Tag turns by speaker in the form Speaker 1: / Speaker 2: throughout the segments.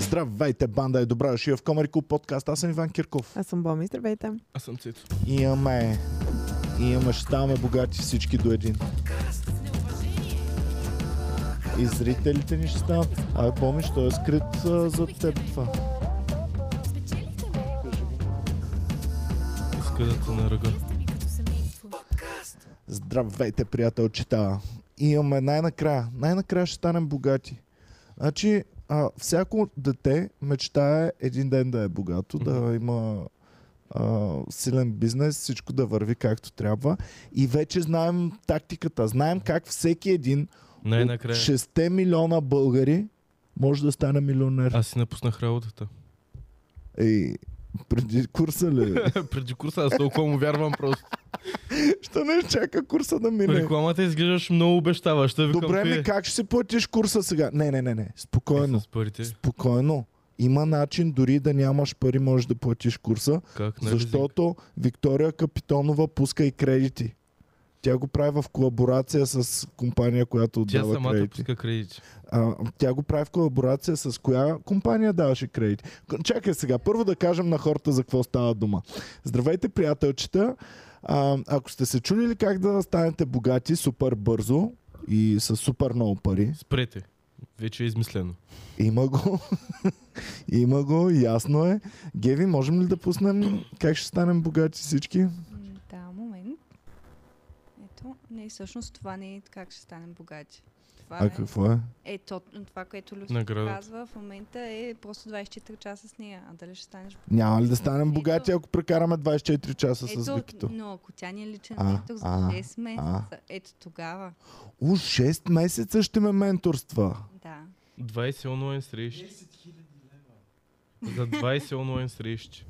Speaker 1: Здравейте, банда и добра дошли в Комари Клуб подкаст. Аз съм Иван Кирков.
Speaker 2: Аз съм Боми, здравейте.
Speaker 3: Аз съм Цицо.
Speaker 1: Имаме, имаме, ще ставаме богати всички до един. И зрителите ни ще станат. А помниш, той е скрит а, зад теб това.
Speaker 3: Изкъдата на ръга.
Speaker 1: Здравейте, приятелчета! Имаме най-накрая. Най-накрая ще станем богати. Значи, а, всяко дете мечтае един ден да е богато, да има а, силен бизнес, всичко да върви както трябва. И вече знаем тактиката. Знаем как всеки един от
Speaker 3: Най-накрая.
Speaker 1: 6 милиона българи може да стане милионер.
Speaker 3: Аз си напуснах работата.
Speaker 1: Ей, преди курса ли?
Speaker 3: Преди курса аз толкова му вярвам просто.
Speaker 1: Що не чака курса да мине?
Speaker 3: Ами, Рекламата изглеждаш много обещаваща. Викам,
Speaker 1: Добре,
Speaker 3: кое е?
Speaker 1: ми как ще си платиш курса сега? Не, не, не, не.
Speaker 3: Е,
Speaker 1: Спокойно.
Speaker 3: С парите.
Speaker 1: Спокойно. Има начин, дори да нямаш пари, можеш да платиш курса,
Speaker 3: Как? нали, на лизинг?
Speaker 1: защото Виктория Капитонова пуска и кредити. Тя го прави в колаборация с компания, която
Speaker 3: Тя
Speaker 1: отдава
Speaker 3: самата
Speaker 1: кредити.
Speaker 3: пуска кредити.
Speaker 1: А, тя го прави в колаборация с коя компания даваше кредити. К- Чакай сега, първо да кажем на хората за какво става дума. Здравейте, приятелчета! А, ако сте се чудили как да станете богати супер бързо и с супер много пари,
Speaker 3: Спрете. Вече е измислено.
Speaker 1: има го. има го, ясно е. Геви, можем ли да пуснем как ще станем богати всички?
Speaker 4: М, Да, момент. Ето, не, всъщност това не е как ще станем богати. Това
Speaker 1: А какво е?
Speaker 4: е, е то, това, което Люси
Speaker 3: Наградата.
Speaker 4: казва в момента е просто 24 часа с нея. А дали ще станеш
Speaker 1: Няма ли да станем богати, ако прекараме 24 часа с Викито?
Speaker 4: но ако тя ни е личен
Speaker 1: А,
Speaker 4: ментор за
Speaker 1: а,
Speaker 4: 6 месеца, ето тогава,
Speaker 1: У, 6 месеца ще ме менторства.
Speaker 4: да.
Speaker 3: 20 онлайн срещи. За 20 онлайн срещи.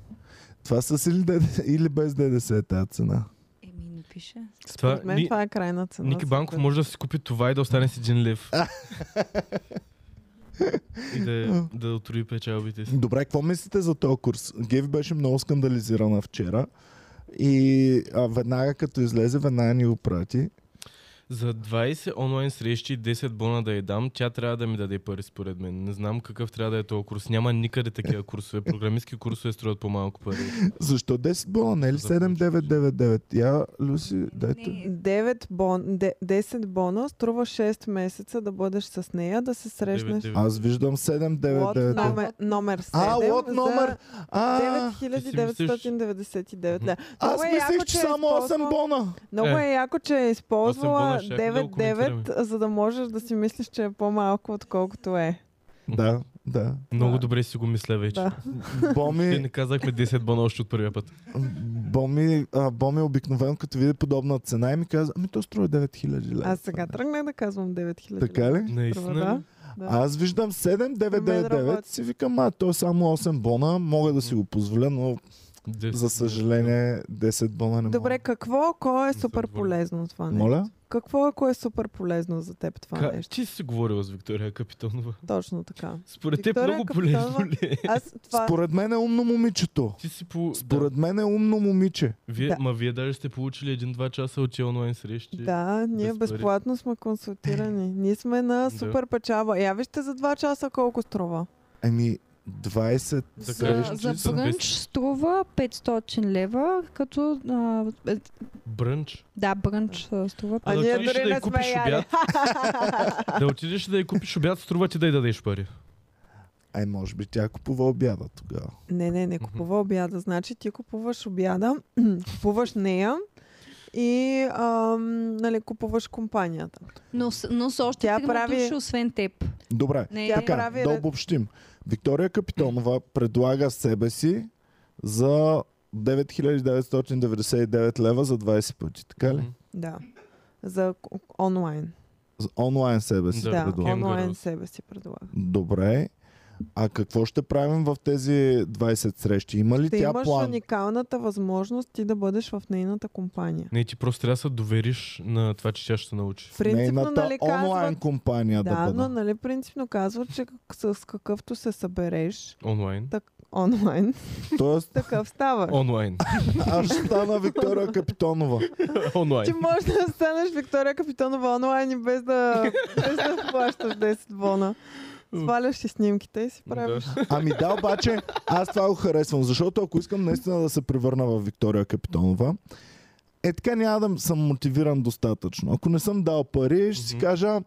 Speaker 1: Това с или, ДД, или без ДДС е тази цена.
Speaker 4: Еми, не пише.
Speaker 3: Това,
Speaker 2: Според мен
Speaker 3: Ни,
Speaker 2: това е крайна цена.
Speaker 3: Ники
Speaker 2: за
Speaker 3: Банков
Speaker 2: което-
Speaker 3: може да си купи това и да остане с един лев. и да, да отруи печалбите си.
Speaker 1: Добре, какво мислите за този курс? Геви беше много скандализирана вчера и а, веднага като излезе, веднага ни го прати.
Speaker 3: За 20 онлайн срещи и 10 бона да я дам, тя трябва да ми даде пари според мен. Не знам какъв трябва да е този курс. Няма никъде такива курсове. Програмистски курсове струват по-малко пари.
Speaker 1: Защо 10 бона, не е ли
Speaker 3: За почваш.
Speaker 1: 7999? Я, Люси, дайте.
Speaker 4: Не.
Speaker 2: 9 бон, де- 10 бона струва 6 месеца да бъдеш с нея, да се срещнеш.
Speaker 3: Девет, девет.
Speaker 1: Аз виждам
Speaker 2: Лот
Speaker 1: 7999.
Speaker 2: номер, номер 7
Speaker 1: А, лот
Speaker 2: за
Speaker 1: номер... А,
Speaker 2: 9999 лева.
Speaker 1: аз
Speaker 2: Много е
Speaker 1: мислех,
Speaker 2: яко,
Speaker 1: че
Speaker 2: е
Speaker 1: само
Speaker 2: използвала-
Speaker 1: 8 бона.
Speaker 2: Много е яко, че е използвала
Speaker 3: бона щях да го
Speaker 2: 99,
Speaker 3: коментираме.
Speaker 2: за да можеш да си мислиш, че е по-малко, отколкото е.
Speaker 1: Да, да.
Speaker 3: Много добре си го мисля вече.
Speaker 2: Да.
Speaker 3: Те
Speaker 1: Боми,
Speaker 3: не казахме 10 бона още от първия път.
Speaker 1: боми, а, боми обикновено, като види подобна цена и ми каза, ами то струва 9000 лева.
Speaker 2: Аз сега тръгнах да казвам 9000.
Speaker 1: Така е. ли?
Speaker 3: Наистина.
Speaker 2: Да.
Speaker 3: Да.
Speaker 2: Да.
Speaker 1: Аз виждам
Speaker 2: Мен
Speaker 1: 7999,
Speaker 2: работи.
Speaker 1: си викам, а, то е само 8 бона, мога да си го позволя, но
Speaker 3: Е,
Speaker 1: за съжаление 10 бона не
Speaker 2: Добре, какво, ако е
Speaker 3: съм
Speaker 2: супер
Speaker 3: доволен.
Speaker 2: полезно това
Speaker 1: мога.
Speaker 2: нещо?
Speaker 1: Моля?
Speaker 2: Какво, ако е супер полезно за теб това
Speaker 3: Ка...
Speaker 2: нещо?
Speaker 3: Ти си говорила с Виктория Капитонова.
Speaker 2: Точно така.
Speaker 3: Според теб
Speaker 2: Виктория
Speaker 3: много
Speaker 2: Капитонова-
Speaker 3: полезно ли е?
Speaker 2: Аз това...
Speaker 1: Според мен е умно момичето.
Speaker 3: Ти си по...
Speaker 1: Според мен е умно момиче.
Speaker 3: Да. Вие,
Speaker 2: Да.
Speaker 3: Ма вие даже сте получили 1-2 часа от тия онлайн срещи.
Speaker 2: Да, ние
Speaker 3: без пари.
Speaker 2: безплатно сме консултирани. Ние сме на
Speaker 3: Да.
Speaker 2: супер печалба. Я вижте за 2 часа колко струва.
Speaker 1: Еми, 20
Speaker 3: За-
Speaker 1: срещи
Speaker 3: за
Speaker 1: са-
Speaker 3: пръ-
Speaker 4: брънч струва 500 лева, като... а, е,
Speaker 3: Брънч.
Speaker 4: да, брънч а, струва
Speaker 2: А
Speaker 3: да
Speaker 2: ние
Speaker 3: отидеш
Speaker 2: дори
Speaker 3: да
Speaker 2: не сме
Speaker 3: я купиш
Speaker 2: яли.
Speaker 3: обяд. да отидеш да я купиш обяд, струва ти да й дадеш пари.
Speaker 1: Ай, може би тя купува обяда тогава.
Speaker 2: Не, не, не
Speaker 3: Мгм.
Speaker 2: купува обяда. Значи ти купуваш обяда, купуваш нея и ам, нали, купуваш компанията.
Speaker 4: Но, с- но с още
Speaker 2: Тя
Speaker 4: трима
Speaker 2: прави-
Speaker 4: души, освен теб.
Speaker 1: Добре,
Speaker 4: Не,
Speaker 2: Тя
Speaker 1: така,
Speaker 2: прави
Speaker 1: да
Speaker 2: ред-
Speaker 1: обобщим. Виктория Капитонова предлага себе си за 9999 лева за 20 пъти, така ли?
Speaker 3: Мгм.
Speaker 2: Да. За к- онлайн.
Speaker 1: За онлайн себе си
Speaker 2: Да,
Speaker 3: Да,
Speaker 1: предлага.
Speaker 2: онлайн
Speaker 3: Кенгуру.
Speaker 2: себе си предлага.
Speaker 1: Добре. А какво ще правим в тези 20 срещи? Има ли
Speaker 2: Ти
Speaker 1: тя
Speaker 2: имаш
Speaker 1: план?
Speaker 2: уникалната възможност ти да бъдеш в нейната компания.
Speaker 3: Не, ти просто трябва да се довериш на това, че тя ще се научи.
Speaker 2: Принципно,
Speaker 1: Нейната
Speaker 2: нали,
Speaker 1: онлайн
Speaker 2: казват,
Speaker 1: компания да,
Speaker 2: да,
Speaker 1: бъда.
Speaker 2: но нали, принципно казват, че как- с какъвто се събереш
Speaker 3: Онлайн.
Speaker 2: онлайн,
Speaker 1: Тоест,
Speaker 2: такъв ставаш.
Speaker 3: Онлайн.
Speaker 1: аз ще стана Виктория Капитонова.
Speaker 2: Ти
Speaker 3: Онлайн.
Speaker 2: можеш да станеш Виктория Капитонова онлайн и без да, без да плащаш 10 бона. Сваляш си снимките и си правиш.
Speaker 3: Да.
Speaker 1: Ами да, обаче, аз това го харесвам, защото ако искам наистина да се превърна в Виктория Капитонова, е така няма да съм мотивиран достатъчно. Ако не съм дал пари, ще си
Speaker 3: Мгм.
Speaker 1: кажа,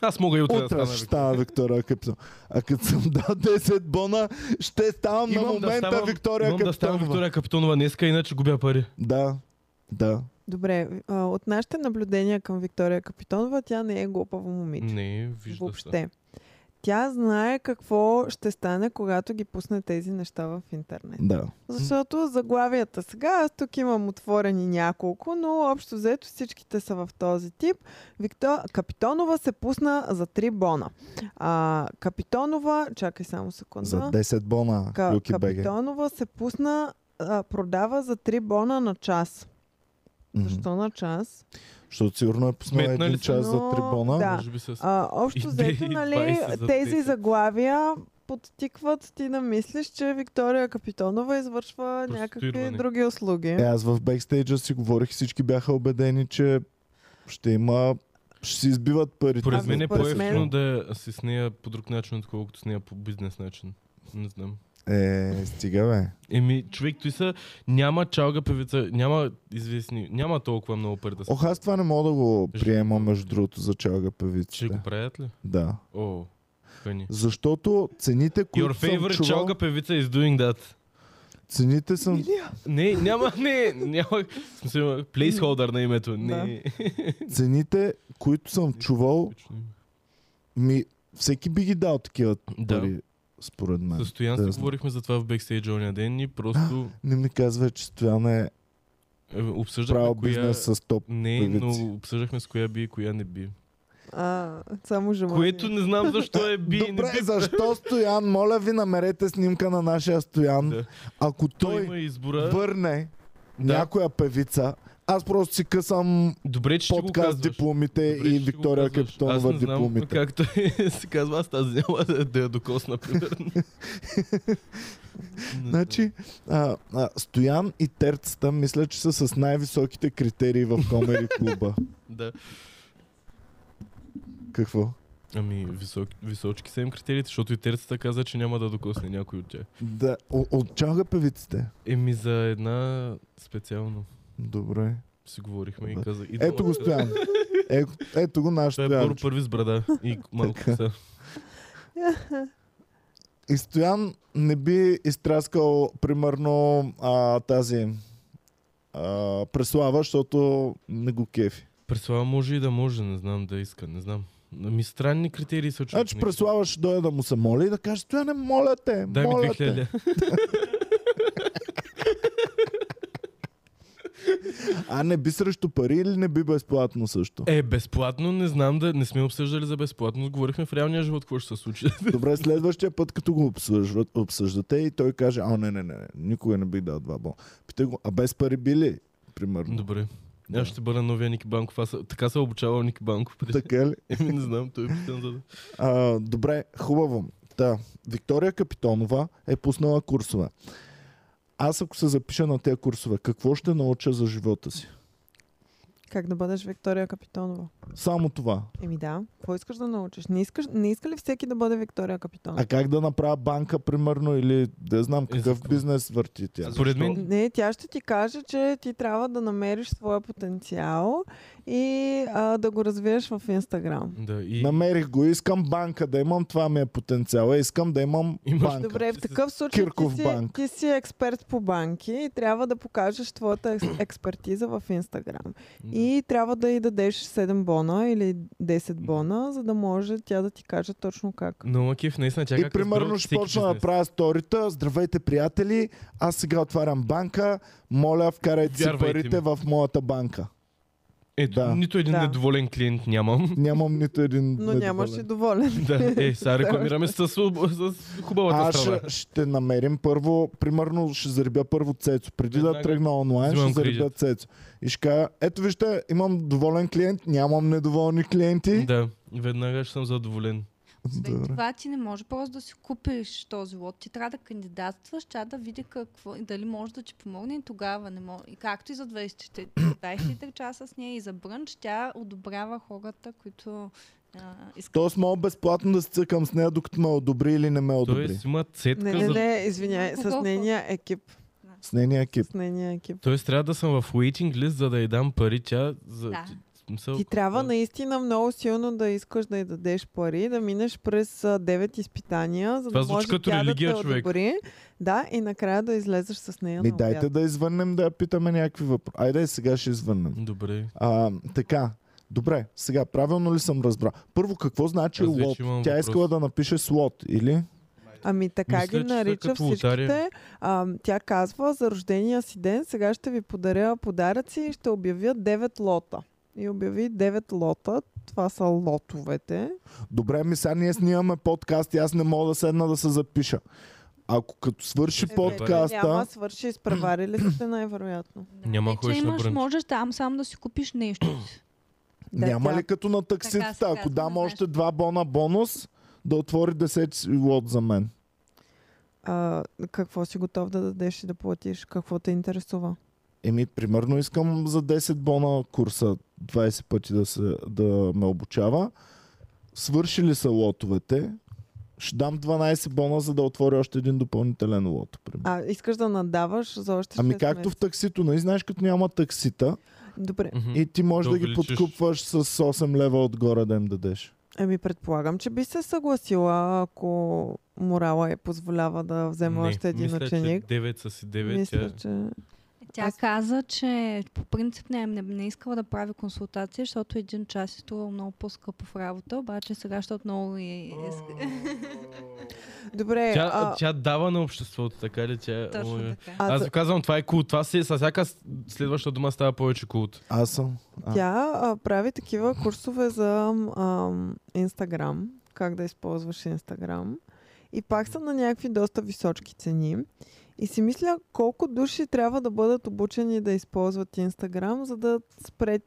Speaker 3: Аз мога и утре да
Speaker 1: утре
Speaker 3: стана
Speaker 1: ще
Speaker 3: Виктория.
Speaker 1: стана Виктория Капитонова. А като съм дал 10 бона, ще ставам на
Speaker 3: Имам да
Speaker 1: момента
Speaker 3: ставам-
Speaker 1: Виктория
Speaker 3: Имам да стана
Speaker 1: Капитонова.
Speaker 3: Виктория Капитонова днеска, иначе губя пари.
Speaker 1: Да, да.
Speaker 2: Добре, а, от нашите наблюдения към Виктория Капитонова, тя не е глупаво момиче.
Speaker 3: Не, вижда се.
Speaker 2: въобще. Тя знае какво ще стане, когато ги пусне тези неща в интернет.
Speaker 1: Да.
Speaker 2: Защото заглавията сега, аз тук имам отворени няколко, но общо взето всичките са в този тип. Викто... Капитонова се пусна за 3 бона. А, Капитонова, чакай само секунда.
Speaker 1: За 10 бона,
Speaker 2: Ка-
Speaker 1: Люки Беге.
Speaker 2: Капитонова се пусна, а, продава за 3 бона на час.
Speaker 1: Мгм.
Speaker 2: Защо на час?
Speaker 1: Защото сигурно е пуснал
Speaker 3: Сметнали
Speaker 1: един
Speaker 3: са.
Speaker 1: час за
Speaker 2: Но,
Speaker 1: 3 бона.
Speaker 2: да.
Speaker 3: Може би с...
Speaker 2: А,
Speaker 3: И
Speaker 2: общо
Speaker 3: де-
Speaker 2: взето,
Speaker 3: и
Speaker 2: нали,
Speaker 3: 20 за
Speaker 2: тези
Speaker 3: 10.
Speaker 2: заглавия подтикват ти да мислиш, че Виктория Капитонова извършва някакви
Speaker 3: Проституиране.
Speaker 2: други услуги.
Speaker 1: Е, аз в бекстейджа си говорих и всички бяха убедени, че ще има... Ще си избиват парите.
Speaker 3: Поред
Speaker 2: а,
Speaker 3: мен е
Speaker 2: според
Speaker 3: по-ефтино
Speaker 2: мен-
Speaker 3: да си с нея по друг начин, отколкото с нея по бизнес начин. Не знам.
Speaker 1: Е, стига бе.
Speaker 3: Еми, човек, той са, няма чалга певица, няма известни, няма толкова много пари да се...
Speaker 1: Ох, аз това не мога да го
Speaker 3: Ще-
Speaker 1: приема, между другото, за чалга
Speaker 3: Ще го
Speaker 1: певиците.
Speaker 3: правят ли?
Speaker 1: Да.
Speaker 3: О, хани.
Speaker 1: Защото цените,
Speaker 3: Your
Speaker 1: които съм
Speaker 3: favorite
Speaker 1: чувал,
Speaker 3: чалга певица is doing that.
Speaker 1: цените съм...
Speaker 3: Не, няма, не, няма, в смисъл, има placeholder на името. Не.
Speaker 1: Цените, които съм чувал, ми... Всеки би ги дал такива
Speaker 3: Да.
Speaker 1: пари, според мен.
Speaker 3: С Стоян си
Speaker 1: Да, знам.
Speaker 3: говорихме за това в бекстейджа ония ден и просто
Speaker 1: Не ми казва, че Стоян е
Speaker 3: е, обсъждахме
Speaker 1: правил
Speaker 3: коя...
Speaker 1: бизнес с топ.
Speaker 3: Не,
Speaker 1: певици.
Speaker 3: но обсъждахме с коя би и коя не би.
Speaker 2: А, само желание.
Speaker 3: Което не знам защо е би и не
Speaker 1: Добре,
Speaker 3: би.
Speaker 1: защо Стоян? Моля ви, намерете снимка на нашия Стоян.
Speaker 3: Да.
Speaker 1: Ако
Speaker 3: Той
Speaker 1: той
Speaker 3: има избора.
Speaker 1: върне
Speaker 3: Да.
Speaker 1: някоя певица, аз просто си късам
Speaker 3: Добре, че ще го
Speaker 1: подкаст
Speaker 3: казваш.
Speaker 1: дипломите
Speaker 3: Добре,
Speaker 1: и
Speaker 3: че ще го
Speaker 1: Виктория
Speaker 3: казваш.
Speaker 1: Капитонова
Speaker 3: Аз не знам,
Speaker 1: дипломите.
Speaker 3: Както е, се казва, аз тази няма да, да я докосна, примерно. Не
Speaker 1: Значи, а, а, Стоян и Терцата мисля, че са с най-високите критерии в Комери клуба.
Speaker 3: знам, Да.
Speaker 1: Какво?
Speaker 3: Ами, висок, височки са им критериите, защото и терцата каза, че няма да докосне някой от тях.
Speaker 1: Да, о- от чалга певиците.
Speaker 3: Еми, за една специално
Speaker 1: Добре.
Speaker 3: си говорихме
Speaker 1: Да.
Speaker 3: и каза. И
Speaker 1: Ето го Стоян. Е, ето го наш
Speaker 3: Това е Боро
Speaker 1: Стоян.
Speaker 3: първи с брада и малко
Speaker 1: Така.
Speaker 3: коса.
Speaker 1: И Стоян не би изтраскал, примерно, а, тази а, преслава, защото не го кефи.
Speaker 3: Преслава може и да може, не знам да иска, не знам. Ами странни критерии са човек.
Speaker 1: Значи
Speaker 3: не-
Speaker 1: преслава ще дойде да му се моли и да каже, Стояне, моля те,
Speaker 3: Дай ми
Speaker 1: моля
Speaker 3: 2000
Speaker 1: те.
Speaker 3: лева.
Speaker 1: А не би срещу пари или не би безплатно също?
Speaker 3: Е, безплатно не знам да... Не сме обсъждали за безплатно. Говорихме в реалния живот какво ще се случи.
Speaker 1: Добре, следващия път, като го обсъждат, обсъждате и той каже, а не, не, не, не, никога не бих дал два бона. Питай го, а без пари би ли? Примерно.
Speaker 3: Добре.
Speaker 1: Да.
Speaker 3: Аз ще бъда новия Ники Банков. Аз съ- така се обучавал Ники Банков. преди.
Speaker 1: Така ли?
Speaker 3: Еми, не знам, той е питан за... да-
Speaker 1: А, добре, хубаво. Да. Виктория Капитонова е пуснала курсове. Аз ако се запиша на тези курсове, какво ще науча за живота си?
Speaker 2: Как да бъдеш Виктория Капитонова?
Speaker 1: Само това.
Speaker 2: Еми да, какво искаш да научиш? Не, искаш, не иска ли всеки да бъде Виктория Капитонова?
Speaker 1: А как да направя банка, примерно, или да знам какъв
Speaker 3: Е, какво?
Speaker 1: бизнес върти тя.
Speaker 3: Според мен...
Speaker 2: Не, тя ще ти каже, че ти трябва да намериш своя потенциал и а, да го развиеш в Инстаграм.
Speaker 3: Да, и...
Speaker 1: Намерих го, искам банка да имам, това ми е потенциала, искам да имам
Speaker 3: Имаш-
Speaker 1: банка.
Speaker 2: Добре, в такъв случай ти
Speaker 1: Кирков
Speaker 2: си,
Speaker 1: банк.
Speaker 2: ти си експерт по банки и трябва да покажеш твоята екс- експертиза в Инстаграм. И трябва да й дадеш 7 бона или 10 бона, за да може тя да ти каже точно как.
Speaker 3: Но Макив, наистина, тя
Speaker 1: И
Speaker 3: как
Speaker 1: примерно
Speaker 3: разбира
Speaker 1: ще
Speaker 3: всеки
Speaker 1: почна да
Speaker 3: бизнес.
Speaker 1: правя сторита. Здравейте, приятели! Аз сега отварям банка. Моля, вкарайте си
Speaker 3: Вярвайте
Speaker 1: парите
Speaker 3: ми.
Speaker 1: в моята банка.
Speaker 3: Ето,
Speaker 1: Да.
Speaker 3: нито един
Speaker 2: Да.
Speaker 3: недоволен клиент нямам.
Speaker 1: Нямам нито един.
Speaker 2: Но нямаш и
Speaker 1: недоволен. доволен.
Speaker 2: доволен.
Speaker 3: да, е, сега рекламираме с, с, с хубавата
Speaker 1: Аз
Speaker 3: страна.
Speaker 1: ще, ще намерим първо, примерно ще заребя първо Цецо. Преди да
Speaker 3: Веднага
Speaker 1: тръгна онлайн, ще
Speaker 3: взимам
Speaker 1: заребя
Speaker 3: крижата.
Speaker 1: Цецо. И ще кажа, ето вижте, имам доволен клиент, нямам недоволни клиенти.
Speaker 3: Да, веднага ще съм задоволен.
Speaker 4: Освен
Speaker 1: Добре.
Speaker 4: това, ти не може просто да си купиш този лот. Ти трябва да кандидатстваш, тя да види какво и дали може да ти помогне и тогава не може. И както и за 24 24 часа с нея и за брънч, тя одобрява хората, които а, искат.
Speaker 1: Тоест мога безплатно да се цъкам с нея, докато ме одобри или не ме одобри.
Speaker 3: Тоест има цетка
Speaker 2: Не, не,
Speaker 3: Е, за...
Speaker 2: не, извиняй, с
Speaker 4: Кого?
Speaker 2: нейния екип.
Speaker 1: С нейния екип.
Speaker 2: С нейния екип.
Speaker 3: Тоест трябва да съм в waiting list, за да й дам пари тя. За...
Speaker 4: Да.
Speaker 3: в Смисъл,
Speaker 2: Ти трябва
Speaker 3: да.
Speaker 2: наистина много силно да искаш да й дадеш пари, да минеш през 9 изпитания, за
Speaker 3: Това
Speaker 2: да
Speaker 3: звучи
Speaker 2: може
Speaker 3: като
Speaker 2: тя
Speaker 3: религия,
Speaker 2: да те
Speaker 3: човек.
Speaker 2: одобри. Да, и накрая да излезеш с нея
Speaker 1: Ми
Speaker 2: на
Speaker 1: дайте
Speaker 2: обяд.
Speaker 1: да извъннем да я питаме някакви въпроси. Айде сега ще извъннем.
Speaker 3: Добре.
Speaker 1: А, така, добре, сега правилно ли съм разбрал? Първо, какво значи
Speaker 3: Аз вече
Speaker 1: лот?
Speaker 3: имам
Speaker 1: Тя
Speaker 3: въпрос.
Speaker 1: искала да напише слот, или?
Speaker 2: Ами така
Speaker 3: Мисля,
Speaker 2: ги
Speaker 3: че са
Speaker 2: нарича
Speaker 3: като лотария.
Speaker 2: всичките. А, тя казва за рождения си ден, сега ще ви подаря подаръци и ще обявя 9 лота. И обяви 9 лота. Това са лотовете.
Speaker 1: Добре, ми сега ние снимаме подкаст и аз не мога да седна да се запиша. Ако като свърши
Speaker 3: Е,
Speaker 1: подкаста,
Speaker 2: Няма свърши, изпреварили сте най-вероятно.
Speaker 4: Да.
Speaker 3: Няма
Speaker 4: Е, че
Speaker 3: ходиш на
Speaker 4: имаш,
Speaker 3: брънч.
Speaker 4: можеш там само да си купиш нещо. си.
Speaker 2: Да,
Speaker 1: няма
Speaker 2: тя-
Speaker 1: ли като на
Speaker 4: Така,
Speaker 1: такситата,
Speaker 4: сега
Speaker 1: ако
Speaker 4: сме
Speaker 1: дам
Speaker 4: знаеш.
Speaker 1: още два бона бонус, да отвори 10 си лот за мен?
Speaker 2: А, какво си готов да дадеш и да платиш? Какво те интересува?
Speaker 1: Еми, примерно искам за 10 бона курса 20 пъти да, се, да ме обучава. Свършили са лотовете. Ще дам 12 бона, за да отворя още един допълнителен лот. Примерно.
Speaker 2: А, искаш да надаваш за още
Speaker 1: Ами
Speaker 2: шест
Speaker 1: както в
Speaker 2: месеца.
Speaker 1: таксито, нали знаеш, като няма таксита
Speaker 2: Добре.
Speaker 3: Мгм.
Speaker 1: и ти можеш
Speaker 3: Да
Speaker 1: да, ги
Speaker 3: увеличиш.
Speaker 1: подкупваш с 8 лева отгоре да им дадеш.
Speaker 2: Ами предполагам, че би се съгласила, ако морала е позволява да взема
Speaker 3: Не,
Speaker 2: още един
Speaker 3: мисля,
Speaker 2: ученик.
Speaker 3: Че е 9 са си 9.
Speaker 2: Мисля,
Speaker 3: тя...
Speaker 2: че...
Speaker 4: Тя
Speaker 2: Аз-
Speaker 4: каза, че по принцип не, не, не искала да прави консултации, защото един час е струва много по-скъпо в работа, обаче сега, защото много е... е ск-
Speaker 2: Добре,
Speaker 3: Тя,
Speaker 2: а,
Speaker 3: тя дава на обществото, така ли? Тя...
Speaker 4: Е, Точно
Speaker 3: Ой,
Speaker 4: така.
Speaker 2: а,
Speaker 3: Аз
Speaker 2: за-
Speaker 3: ви казвам, това е култ. Това си, с всяка с- следваща дума става повече култ.
Speaker 1: Аз съм. А.
Speaker 2: тя а, прави такива курсове за ам, Инстаграм, как да използваш Инстаграм. И пак са на някакви доста височки цени. И си мисля колко души трябва да бъдат обучени да използват Инстаграм, за да спре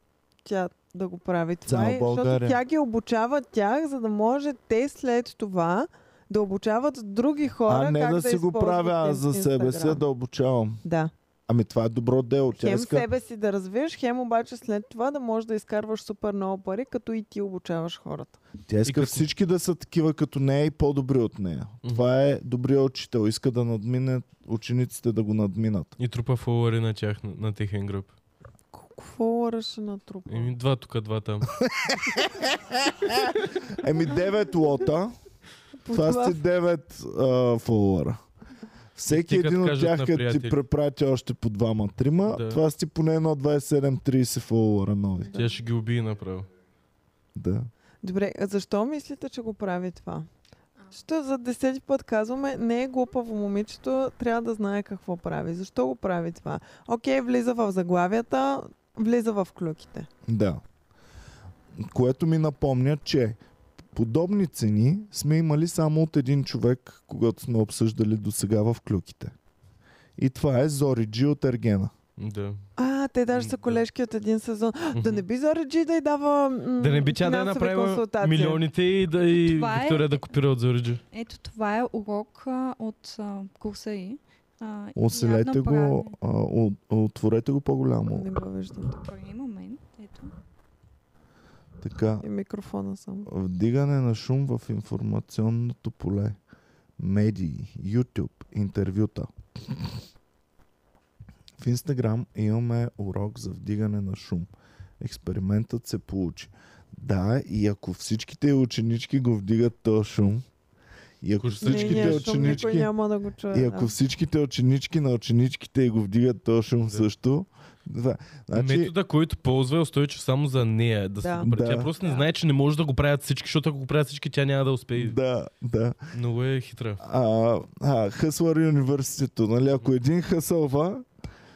Speaker 2: тя да го прави това.
Speaker 1: Цяла
Speaker 2: И, защото
Speaker 1: България.
Speaker 2: тя ги обучава тях, за да може те след това да обучават други хора.
Speaker 1: А не
Speaker 2: как
Speaker 1: да,
Speaker 2: да,
Speaker 1: си го
Speaker 2: използват
Speaker 1: правя аз
Speaker 2: Инс-
Speaker 1: за себе си, а
Speaker 2: Инстаграм.
Speaker 1: да обучавам.
Speaker 2: Да.
Speaker 1: Ами това е добро дело. Тя
Speaker 2: Хем
Speaker 1: иска...
Speaker 2: себе си да развиеш, хем обаче след това да можеш да изкарваш супер много пари, като и ти обучаваш хората.
Speaker 1: Тя иска
Speaker 3: като-
Speaker 1: всички да са такива като нея и по-добри от нея. Това е добрия учител. Иска да надмине учениците да го надминат.
Speaker 3: И трупа фолуари на тях, на, на техен гръб.
Speaker 2: Какво ръша на трупа?
Speaker 3: Еми, два тук, два там.
Speaker 1: Еми 9 лота, това
Speaker 2: това,
Speaker 1: сте 9 а, фолуара. Всеки
Speaker 3: Ти като
Speaker 1: един от
Speaker 3: кажат
Speaker 1: тях,
Speaker 3: на
Speaker 1: като ти
Speaker 3: приятели.
Speaker 1: препрати още по двама-трима,
Speaker 3: Да.
Speaker 1: това сте поне едно 27-30 фолуара нови.
Speaker 3: Тя ще ги убие направо.
Speaker 1: Да.
Speaker 2: Добре, а защо мислите, че го прави това? Що за десети път казваме, не е глупаво момичето, трябва да знае какво прави. Защо го прави това? Окей, влиза в заглавията, влиза в клюките.
Speaker 1: Да. Което ми напомня, че подобни цени сме имали само от един човек, когато сме обсъждали до сега в клюките. И това е Зори Джи от Ергена.
Speaker 3: Да.
Speaker 2: А, те даже са
Speaker 3: М, Ами, да.
Speaker 2: колежки от един сезон. Да не
Speaker 3: Мгм.
Speaker 2: би Зориджи да й дава м-
Speaker 3: да не би тя да е
Speaker 2: финансови
Speaker 3: направила
Speaker 2: консултации.
Speaker 3: милионите и да и
Speaker 4: Това е-
Speaker 3: Виктория да копира от Зориджи.
Speaker 4: Ето това е урок а, от а, курса и. А, и
Speaker 1: Оселете
Speaker 4: явно
Speaker 1: го, а, о- отворете го по-голямо.
Speaker 2: Не го виждам.
Speaker 4: прави- Добре, момент. Ето.
Speaker 1: Така.
Speaker 2: И микрофона само.
Speaker 1: Вдигане на шум в информационното поле. Медии, YouTube, интервюта. В Instagram имаме урок за вдигане на шум. Експериментът се получи. Да, и ако всичките ученички го вдигат то шум, и ако
Speaker 3: Курсът.
Speaker 1: всичките
Speaker 2: Не, не, защото
Speaker 1: ученички...
Speaker 2: Никой няма да го чуе.
Speaker 1: И ако
Speaker 2: да.
Speaker 1: всичките ученички на ученичките и го вдигат то шум
Speaker 3: Да.
Speaker 1: също... Да.
Speaker 3: Значи...
Speaker 1: Значи,
Speaker 3: Метода, който ползва е устойчив само за нея. Да,
Speaker 2: Да.
Speaker 3: да. Се да. Тя
Speaker 1: Да.
Speaker 3: просто не
Speaker 2: Да.
Speaker 3: знае, че не може да го правят всички, защото ако го правят всички, тя няма да успее. Да.
Speaker 1: да, да.
Speaker 3: Много е хитра.
Speaker 1: а, а, Хъслър университето, нали? Ако един хъсълва,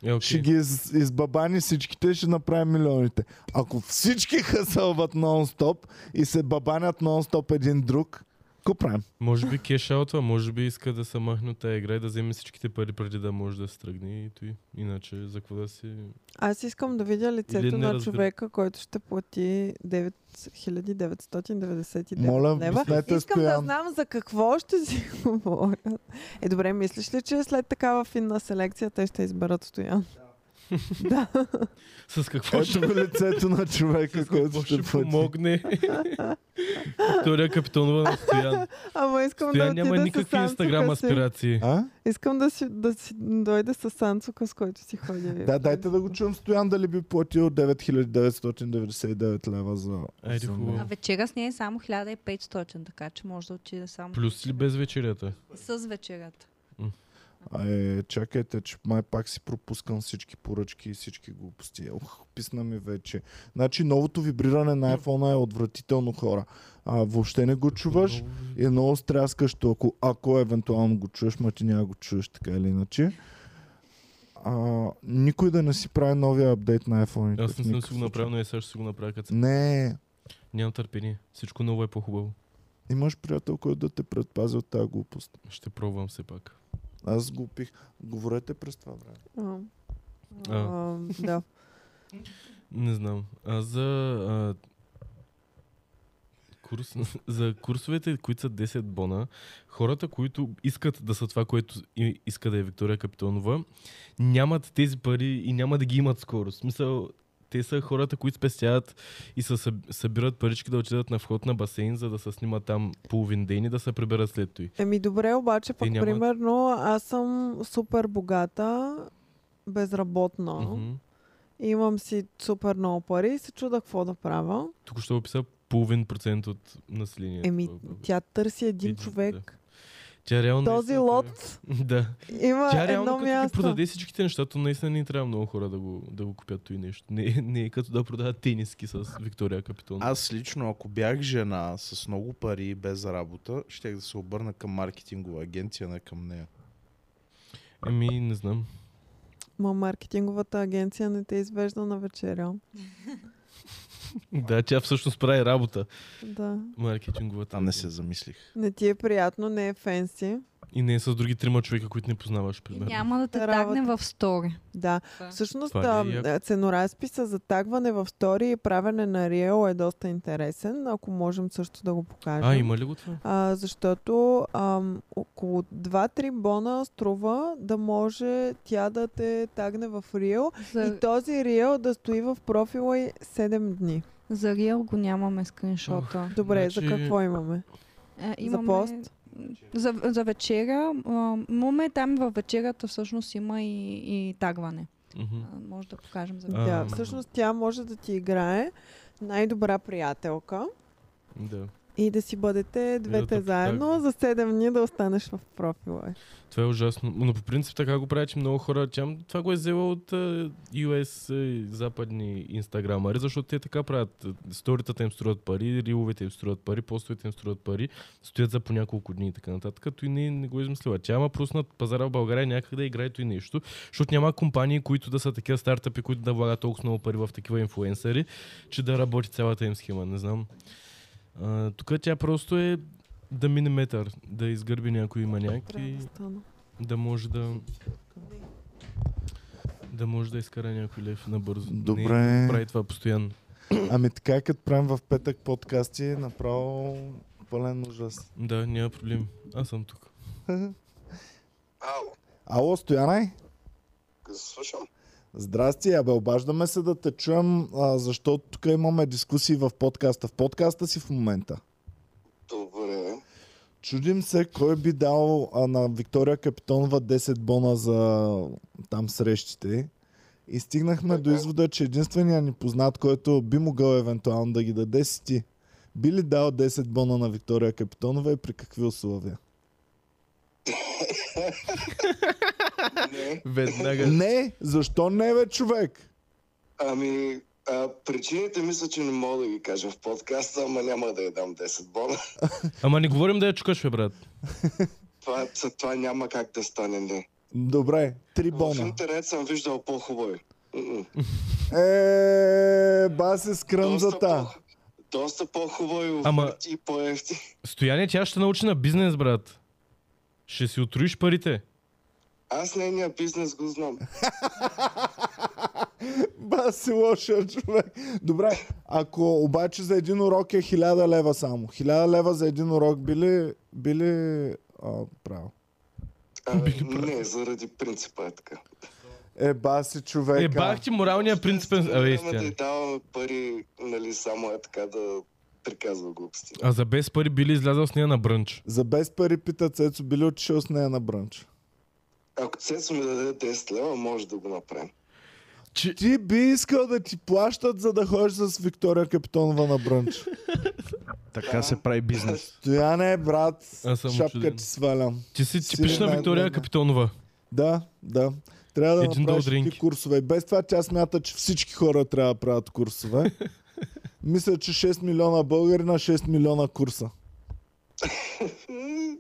Speaker 3: Е, okay.
Speaker 1: okay. ще ги из, избабани всичките, ще направи милионите. Ако всички хъсълват нон-стоп и се бабанят нон-стоп един друг, Какво правим?
Speaker 3: Може би кешаутва, може би иска да се махне от тази игра и да вземе всичките пари преди да може да се тръгне и той. Иначе, за какво да си...
Speaker 2: Аз искам да видя лицето
Speaker 3: Или не
Speaker 2: на
Speaker 3: разбира-
Speaker 2: човека, който ще плати 9999
Speaker 1: Моля,
Speaker 2: лева.
Speaker 1: обяснете,
Speaker 2: Искам да
Speaker 1: Стоян.
Speaker 2: знам за какво ще си говорят. Е, добре, мислиш ли, че след такава финна селекция те ще изберат Стоян? Да.
Speaker 3: С какво ще,
Speaker 1: Ето ви лицето на човека, който
Speaker 3: какво ще
Speaker 1: ще плати.
Speaker 3: помогне? Виктория Капитонова на Стоян.
Speaker 2: Ама искам
Speaker 3: Стоян
Speaker 2: Значи да отида
Speaker 3: няма
Speaker 2: с
Speaker 3: никакви инстаграм
Speaker 2: Санцука си.
Speaker 3: аспирации.
Speaker 1: А?
Speaker 2: Искам да си, да си дойде с Санцука, с който си ходи.
Speaker 1: Да, дайте да го чуем Стоян дали би платил 9999 лева за...
Speaker 3: Айде,
Speaker 1: за-
Speaker 3: хубаво.
Speaker 4: А вечера с нея е само 1500, така че може да отида само
Speaker 3: Плюс или без вечерята?
Speaker 4: с вечерата.
Speaker 1: А, Е, чакайте, че май пак си пропускам всички поръчки и всички глупости. Ох, писна ми вече. Значи новото вибриране на iPhone е отвратително хора. А, въобще не го чуваш и е много стряскащо. Ако, ако евентуално го чуеш, ма ти няма го чуеш така или иначе. А, никой да не си прави новия апдейт на iPhone.
Speaker 3: Е, Аз не съм си го направил, но и сега ще си го направя, като се-
Speaker 1: Не,
Speaker 3: Нямам търпение. Всичко ново е по-хубаво.
Speaker 1: имаш приятел, който да те предпази от тази глупост.
Speaker 3: Ще пробвам все пак.
Speaker 1: Аз го пих. Говорете през това време.
Speaker 2: А,
Speaker 3: А.
Speaker 2: а, да.
Speaker 3: Не знам. Аз за... А... Курс... за курсовете, които са 10 бона, хората, които искат да са това, което и- иска да е Виктория Капитонова, нямат тези пари и няма да ги имат скоро. В смисъл, те са хората, които спестяват и са, съб- събират парички да отидат на вход на басейн, за да се снимат там половин ден и да се приберат след той.
Speaker 2: Еми добре, обаче пък
Speaker 3: нямат-
Speaker 2: примерно аз съм супер богата, безработна.
Speaker 3: Мгм.
Speaker 2: Имам си супер много пари и се чуда какво да правя.
Speaker 3: Тук ще описа половин процент от населението.
Speaker 2: Еми,
Speaker 3: в България.
Speaker 2: тя търси един
Speaker 3: Един,
Speaker 2: човек.
Speaker 3: Тя реално
Speaker 2: Този
Speaker 3: наистина трябва-
Speaker 2: лот
Speaker 3: Да.
Speaker 2: има
Speaker 3: Тя
Speaker 2: е
Speaker 3: реално
Speaker 2: едно
Speaker 3: като място.
Speaker 2: място.
Speaker 3: продаде всичките неща, то наистина ни трябва много хора да го, да го купят той нещо. Не, не е като да продават тениски с Виктория Капитон.
Speaker 5: Аз лично, ако бях жена с много пари и без работа, щях да се обърна към маркетингова агенция, не към нея.
Speaker 3: Ами, не знам.
Speaker 2: Ма маркетинговата агенция не те извежда на вечеря.
Speaker 3: Да, тя всъщност прави работа.
Speaker 2: Да.
Speaker 3: Маркетинговата.
Speaker 1: Ами
Speaker 5: А не се замислих.
Speaker 2: Не ти е приятно, не е фенси.
Speaker 3: И не е с други трима човека, които не познаваш,
Speaker 4: И
Speaker 3: примерно.
Speaker 4: няма да те
Speaker 2: Работа.
Speaker 4: тагне в стори.
Speaker 2: Да.
Speaker 4: Това.
Speaker 2: Всъщност
Speaker 3: Това
Speaker 2: а,
Speaker 3: ли е яко?
Speaker 2: а, ценоразписа за тагване в стори и правене на риел е доста интересен, ако можем също да го покажем.
Speaker 3: А, има ли го това?
Speaker 2: А, защото ам, около 2-3 бона струва да може тя да те тагне в Риел и
Speaker 4: За,
Speaker 2: този Риел да стои в профила и 7 дни.
Speaker 4: за Риел го нямаме скриншота.
Speaker 2: Добре,
Speaker 3: Значи-
Speaker 2: за какво имаме?
Speaker 4: Е, имаме...
Speaker 2: пост?
Speaker 4: За, за вечера, а, имаме там във вечерата всъщност има и, и тагване.
Speaker 3: Мгм.
Speaker 4: А, може да покажем за
Speaker 3: А.
Speaker 2: Тя, всъщност тя може да ти играе най-добра приятелка
Speaker 3: Да.
Speaker 2: и да си бъдете двете
Speaker 3: те
Speaker 2: заедно,
Speaker 3: потагне.
Speaker 2: за 7 дни да останеш в профила.
Speaker 3: Това е ужасно. Но по принцип така го прави, че много хора. Тя, това го е взела от а, US а, западни инстаграмари, защото те така правят. Сторитата им струват пари, риловете им струват пари, постовете им струват пари, стоят за по няколко дни и така нататък. Като и не, не го е измислила. Тя ма пуснат пазара в България някъде да играе и нещо, защото няма компании, които да са такива стартъпи, които да влагат толкова много пари в такива инфлуенсъри, че да работи цялата им схема. Не знам. А, тук тя просто е да мине метър, да изгърби някой маняк
Speaker 2: Трябва
Speaker 3: и
Speaker 2: да стана.
Speaker 3: да може да... Да може да изкара някой лев набързо. Не,
Speaker 1: Добре.
Speaker 3: прави това постоянно.
Speaker 1: Ами така, като правим в петък подкасти, е направо пълен ужас.
Speaker 3: Да, няма проблем. Аз съм тук.
Speaker 6: Ало,
Speaker 1: Ало, Стоянай?
Speaker 6: слушам.
Speaker 1: Здрасти, абе, обаждаме се да те чуем, а, защото тук имаме дискусии в подкаста. В подкаста си в момента.
Speaker 6: Добре.
Speaker 1: Чудим се кой би дал а, на Виктория Капитонова 10 бона за там срещите. И стигнахме до извода, че единственият ни познат, който би могъл евентуално да ги даде си ти. Би ли дал 10 бона на Виктория Капитонова и при какви условия?
Speaker 6: Не,
Speaker 3: Веднага.
Speaker 1: Не, защо не бе човек?
Speaker 6: ами, а, причините мисля, че не мога да ги кажа в подкаста, ама няма да я дам 10 бона.
Speaker 3: Ама не говорим да я чукаш, бе, брат.
Speaker 6: Това, т- това няма как да стане, не.
Speaker 1: Добре, 3
Speaker 6: В
Speaker 1: бона.
Speaker 6: интернет съм виждал по-хубави. М-м.
Speaker 1: Е, ба се
Speaker 6: Доста
Speaker 1: скръмзата.
Speaker 6: по- доста по-хубаво и
Speaker 3: Ама-
Speaker 6: оферти и по-ефти.
Speaker 3: Стояние, тя ще научи на бизнес, брат. Ще си отруиш парите.
Speaker 6: Аз нейния бизнес го знам.
Speaker 1: Ба си лошия човек. Добре, ако обаче за един урок е 1000 лева само. 1000 лева за един урок били, били а, право.
Speaker 6: А, не, заради принципа е така.
Speaker 1: Е, ба си човека.
Speaker 3: Е, бах ти моралния принципен... Абе,
Speaker 6: Няма да
Speaker 3: истина.
Speaker 6: й даваме пари, нали, само е така да приказва глупости.
Speaker 3: А за без пари били излязъл с нея на брънч.
Speaker 1: За без пари пита Цецо, били отишъл с нея на бранч.
Speaker 6: Ако Цецо ми даде 10 лева, може да го направим.
Speaker 3: Че...
Speaker 1: Ти би искал да ти плащат, за да ходиш с Виктория Капитонова на бранч.
Speaker 5: Така се прави бизнес.
Speaker 1: Стояне, брат,
Speaker 3: Аз съм
Speaker 1: шапка
Speaker 3: учуден.
Speaker 1: ти свалям.
Speaker 3: Ти си
Speaker 1: Силен
Speaker 3: типична
Speaker 1: най-
Speaker 3: Виктория
Speaker 1: най-
Speaker 3: Капитонова.
Speaker 1: Да, да. Трябва да
Speaker 3: Един
Speaker 1: направиш
Speaker 3: дол дринки.
Speaker 1: ти курсове. Без това тя смята, че всички хора трябва да правят курсове. Мисля, че 6 милиона българи на 6 милиона курса.
Speaker 6: М,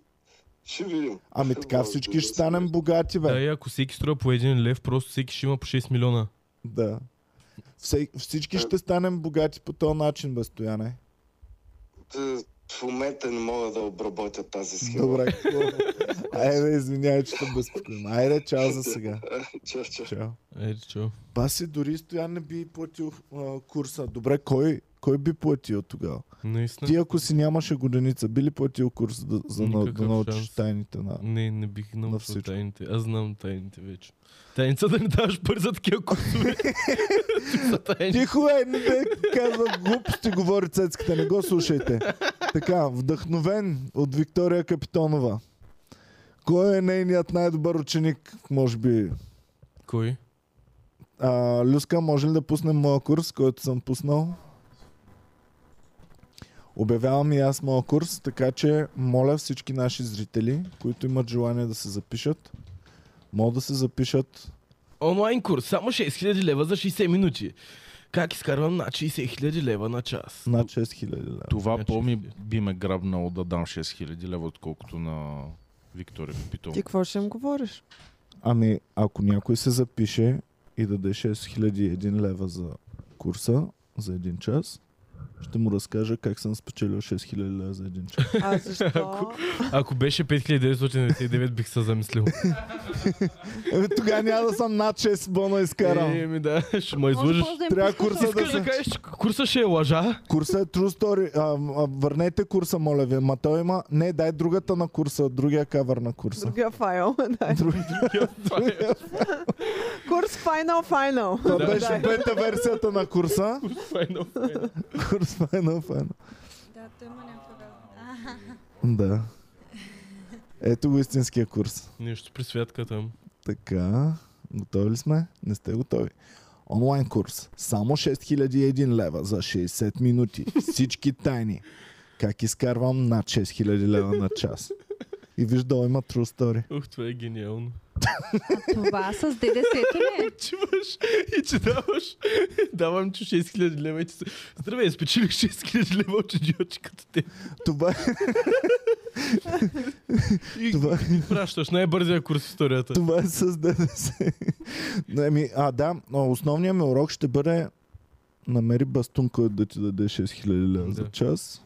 Speaker 6: Ще видим.
Speaker 1: Ами
Speaker 6: Ще
Speaker 1: така
Speaker 6: може
Speaker 1: всички
Speaker 6: да
Speaker 1: ще
Speaker 6: се
Speaker 1: станем
Speaker 6: види.
Speaker 1: богати,
Speaker 3: Да,
Speaker 1: бе.
Speaker 3: и Е, ако всеки струва по един лев, просто всеки ще има по 6 милиона.
Speaker 1: Да. Все, всички
Speaker 6: Е.
Speaker 1: ще станем богати по този начин, бе, Стояне.
Speaker 6: Та, В момента не мога да обработя тази схема.
Speaker 1: Добре. хубаво. Айде, извинявай, че те безпокоим. Айде, чао за сега.
Speaker 6: Чао, чао.
Speaker 1: Чао.
Speaker 3: Е, чо.
Speaker 1: Баси, дори Стоян не би платил а, курса. Добре, кой, кой би платил тогава?
Speaker 3: Наистина.
Speaker 1: Ти ако си нямаше годеница, би ли платил курс да, за на, да
Speaker 3: Никакъв
Speaker 1: научиш
Speaker 3: шанс.
Speaker 1: тайните на...
Speaker 3: Не, не бих научил
Speaker 1: всичко.
Speaker 3: тайните. Аз знам тайните вече. Тайница да не даваш пари за такива курсове. Ти са тайни.
Speaker 1: Тихо е, не бе, казва глупости, говори цецката, не го слушайте. Така, вдъхновен от Виктория Капитонова. Кой е нейният най-добър ученик, може би?
Speaker 3: Кой?
Speaker 1: А, Люска, може ли да пуснем моя курс, който съм пуснал? Обявявам и аз моя курс, така че моля всички наши зрители, които имат желание да се запишат, могат да се запишат.
Speaker 3: Онлайн курс. Само 6000 лева за 60 минути. Как изкарвам на 60 000 лева на час?
Speaker 1: Над 6000 лева.
Speaker 5: Това
Speaker 3: Значи,
Speaker 5: по-ми би ме грабнало да дам 6000 лева, отколкото на е Виктория Капитон.
Speaker 2: Ти какво ще им говориш?
Speaker 1: Ами, ако някой се запише и даде 6001 лева за курса, за един час, ще му разкажа как съм спечелил 6000 лева за един час.
Speaker 2: А защо?
Speaker 3: Ако беше 5999 бих се замислил.
Speaker 1: Еми, Е, тогава няма да съм над 6 бона изкарал.
Speaker 3: Е, ми да, ще ме
Speaker 4: Може
Speaker 3: излъжеш.
Speaker 4: просто да им
Speaker 1: Трябва
Speaker 4: пуснеш
Speaker 1: курса
Speaker 4: още-
Speaker 3: Искаш да кажеш, че курса ще е лъжа?
Speaker 1: Курса е true story. А, а, върнете курса, моля ви. Ма той има... Не, дай другата на курса, другия кавър на курса.
Speaker 2: Другия файл. да.
Speaker 3: Това е.
Speaker 2: Курс Final Final.
Speaker 1: Това
Speaker 3: Да.
Speaker 1: беше бета версията на курса.
Speaker 3: Файно, файно.
Speaker 1: Курс Final Final.
Speaker 4: Да, той има някаква разна.
Speaker 1: Да. Ето го истинския курс.
Speaker 3: Нещо при Светка там.
Speaker 1: Така, готови ли сме? Не сте готови. Онлайн курс. Само 6001 лева за 60 минути. Всички тайни. Как изкарвам над 6000 лева на час. И виждал има true story.
Speaker 3: Ух, това е гениално.
Speaker 4: Това с ДДС-то ли е?
Speaker 3: Чуваш и че даваш. Давам ти 6000 лева и ти се... Здравей, спечелих 6000 лева от чеджиочи като те.
Speaker 1: Това, е-
Speaker 3: И
Speaker 1: това,
Speaker 3: пращаш най-бързия курс в историята.
Speaker 1: това е с ДДС. Но, еми, а, да, но основният ми урок ще бъде намери бастун, който да ти даде 6000 лева за
Speaker 3: Да.
Speaker 1: час.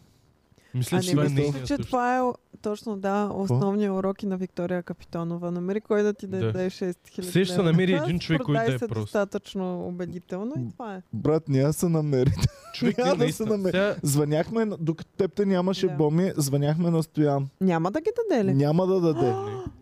Speaker 3: Мисля,
Speaker 2: А
Speaker 3: че
Speaker 2: не
Speaker 3: това е
Speaker 2: мисля,
Speaker 3: нейният
Speaker 2: че
Speaker 3: също.
Speaker 2: това е о- точно да, основния урок и на Виктория Капитонова. Намери кой да ти
Speaker 3: Да.
Speaker 2: даде 6000
Speaker 3: Все ще
Speaker 2: лева.
Speaker 3: намери
Speaker 2: Аз
Speaker 3: един човек, който
Speaker 2: продай
Speaker 3: да е
Speaker 2: се
Speaker 3: прост.
Speaker 2: достатъчно убедително и това е.
Speaker 1: Брат, няма се намери.
Speaker 3: Човек
Speaker 1: Няма
Speaker 3: не,
Speaker 1: да се
Speaker 3: наистина.
Speaker 1: намери.
Speaker 3: Сега
Speaker 1: Звъняхме, на- докато теб те нямаше
Speaker 2: Да.
Speaker 1: боми, звъняхме на Стоян.
Speaker 2: Няма да ги даде ли?
Speaker 1: Няма да даде.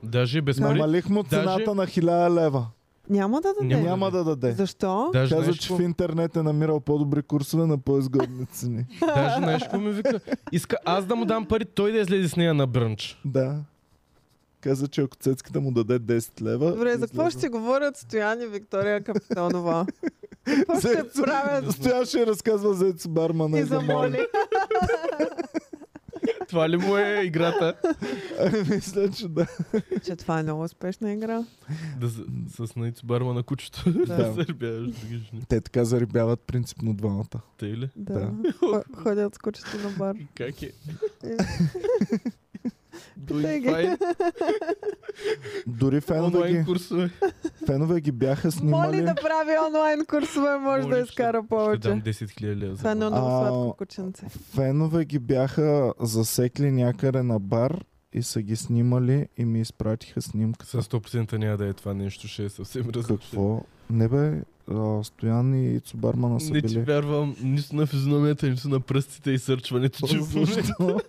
Speaker 3: Даже без пари.
Speaker 1: Намалих му цената
Speaker 3: Даже-
Speaker 1: на 1000 лева.
Speaker 2: Няма да даде.
Speaker 3: Няма да
Speaker 1: Няма да даде.
Speaker 2: Защо?
Speaker 3: Даже
Speaker 1: Каза,
Speaker 3: знаеш
Speaker 1: че
Speaker 3: какво?
Speaker 1: в интернет е намирал по-добри курсове на по-изгодни цени.
Speaker 3: Даже знаеш какво ми вика? Иска аз да му дам пари, той да излезе с нея на брънч.
Speaker 1: да. Каза, че ако цецката му даде 10 лева...
Speaker 2: Добре, за какво
Speaker 1: излезе.
Speaker 2: ще си говорят Стоян и Виктория Капитонова? Какво ще
Speaker 1: Зецо.
Speaker 2: правят?
Speaker 1: Стоян ще разказва за Ецо Бармана
Speaker 2: И
Speaker 1: и за моли.
Speaker 2: замоли.
Speaker 3: Това ли му е играта?
Speaker 1: Ами, Мисля, че да.
Speaker 2: Че това е много успешна игра.
Speaker 3: Да, с, с Найцо Барма на кучето. Да. Сърбия, ще ги жени.
Speaker 1: Те така зарибяват принципно двамата.
Speaker 3: Те ли?
Speaker 1: Да.
Speaker 2: Да. Хо- Ходят с кучето на бар.
Speaker 3: Как е?
Speaker 2: Е.
Speaker 3: Doing
Speaker 2: Питай ги.
Speaker 3: fine.
Speaker 1: Дори фенове
Speaker 3: е Онлайн
Speaker 1: ги,
Speaker 3: курсове.
Speaker 1: Фенове ги бяха
Speaker 2: Моли
Speaker 1: снимали.
Speaker 2: да прави онлайн курсове, може да
Speaker 3: Моли,
Speaker 2: изкара
Speaker 3: Ще
Speaker 2: повече.
Speaker 3: дам 10 000 лева за
Speaker 2: Това е едно
Speaker 3: бон.
Speaker 2: много
Speaker 1: А,
Speaker 2: сладко кученце.
Speaker 1: Фенове ги бяха засекли някъде на бар и са ги снимали и ми изпратиха снимка.
Speaker 3: С 100% няма да е това нещо, ще е съвсем различно.
Speaker 1: Какво? Не бе, а, Стоян и Ицо Бармана са
Speaker 3: Не ти
Speaker 1: били.
Speaker 3: вярвам нито на физиономията, нито на пръстите и сърчването, че в момента.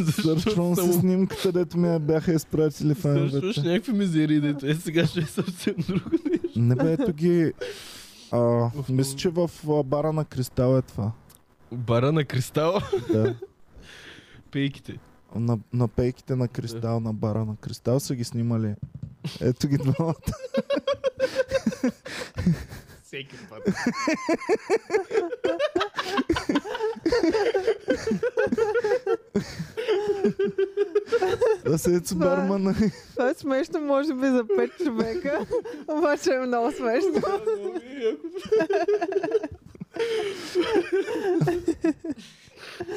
Speaker 1: Защо? Сърчвам си снимката, дето ми я бяха изпратили
Speaker 3: Сърчваш
Speaker 1: феновете.
Speaker 3: някакви мизерии, дето е сега ще е съвсем друго.
Speaker 1: Не бе, ето ги... А, мисля, че в а, бара на Кристал е това.
Speaker 3: Бара на кристала,
Speaker 1: Да.
Speaker 3: пейките.
Speaker 1: На, на пейките на Кристал, на бара на Кристал са ги снимали. Ето ги двамата.
Speaker 5: Всеки път.
Speaker 1: Да се Ицо
Speaker 2: Това е.
Speaker 1: Бармана.
Speaker 2: Това е смешно, може би за 5 човека, обаче е много смешно.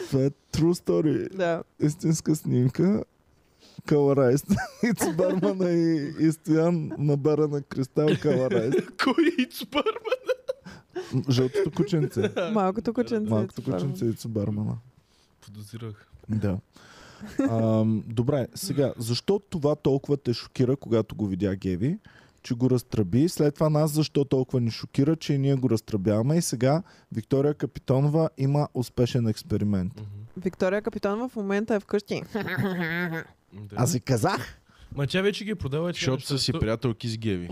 Speaker 1: Това е true story.
Speaker 2: Да.
Speaker 1: истинска снимка. Каларайст. Иц бармана и, и стоян на бара на Кристал Каларайст.
Speaker 3: Кой е Ицбарма?
Speaker 1: М, Жълтото кученце.
Speaker 2: Малкото кученце.
Speaker 1: Малкото
Speaker 2: това е.
Speaker 1: кученце Иц бармана.
Speaker 3: Подозирах.
Speaker 1: Да. Ам, добре, сега, защо това толкова те шокира, когато го видя Геви, че го разтръби? След това нас защо толкова ни шокира, че и ние го разтръбяваме и сега Виктория Капитонова има успешен експеримент.
Speaker 2: Виктория Капитонова в момента е вкъщи.
Speaker 3: Да.
Speaker 1: Аз ви казах,
Speaker 3: Ма тя вече ги продава. тия
Speaker 5: Защото
Speaker 3: неща.
Speaker 5: са си
Speaker 3: То-
Speaker 5: приятелки с Геви.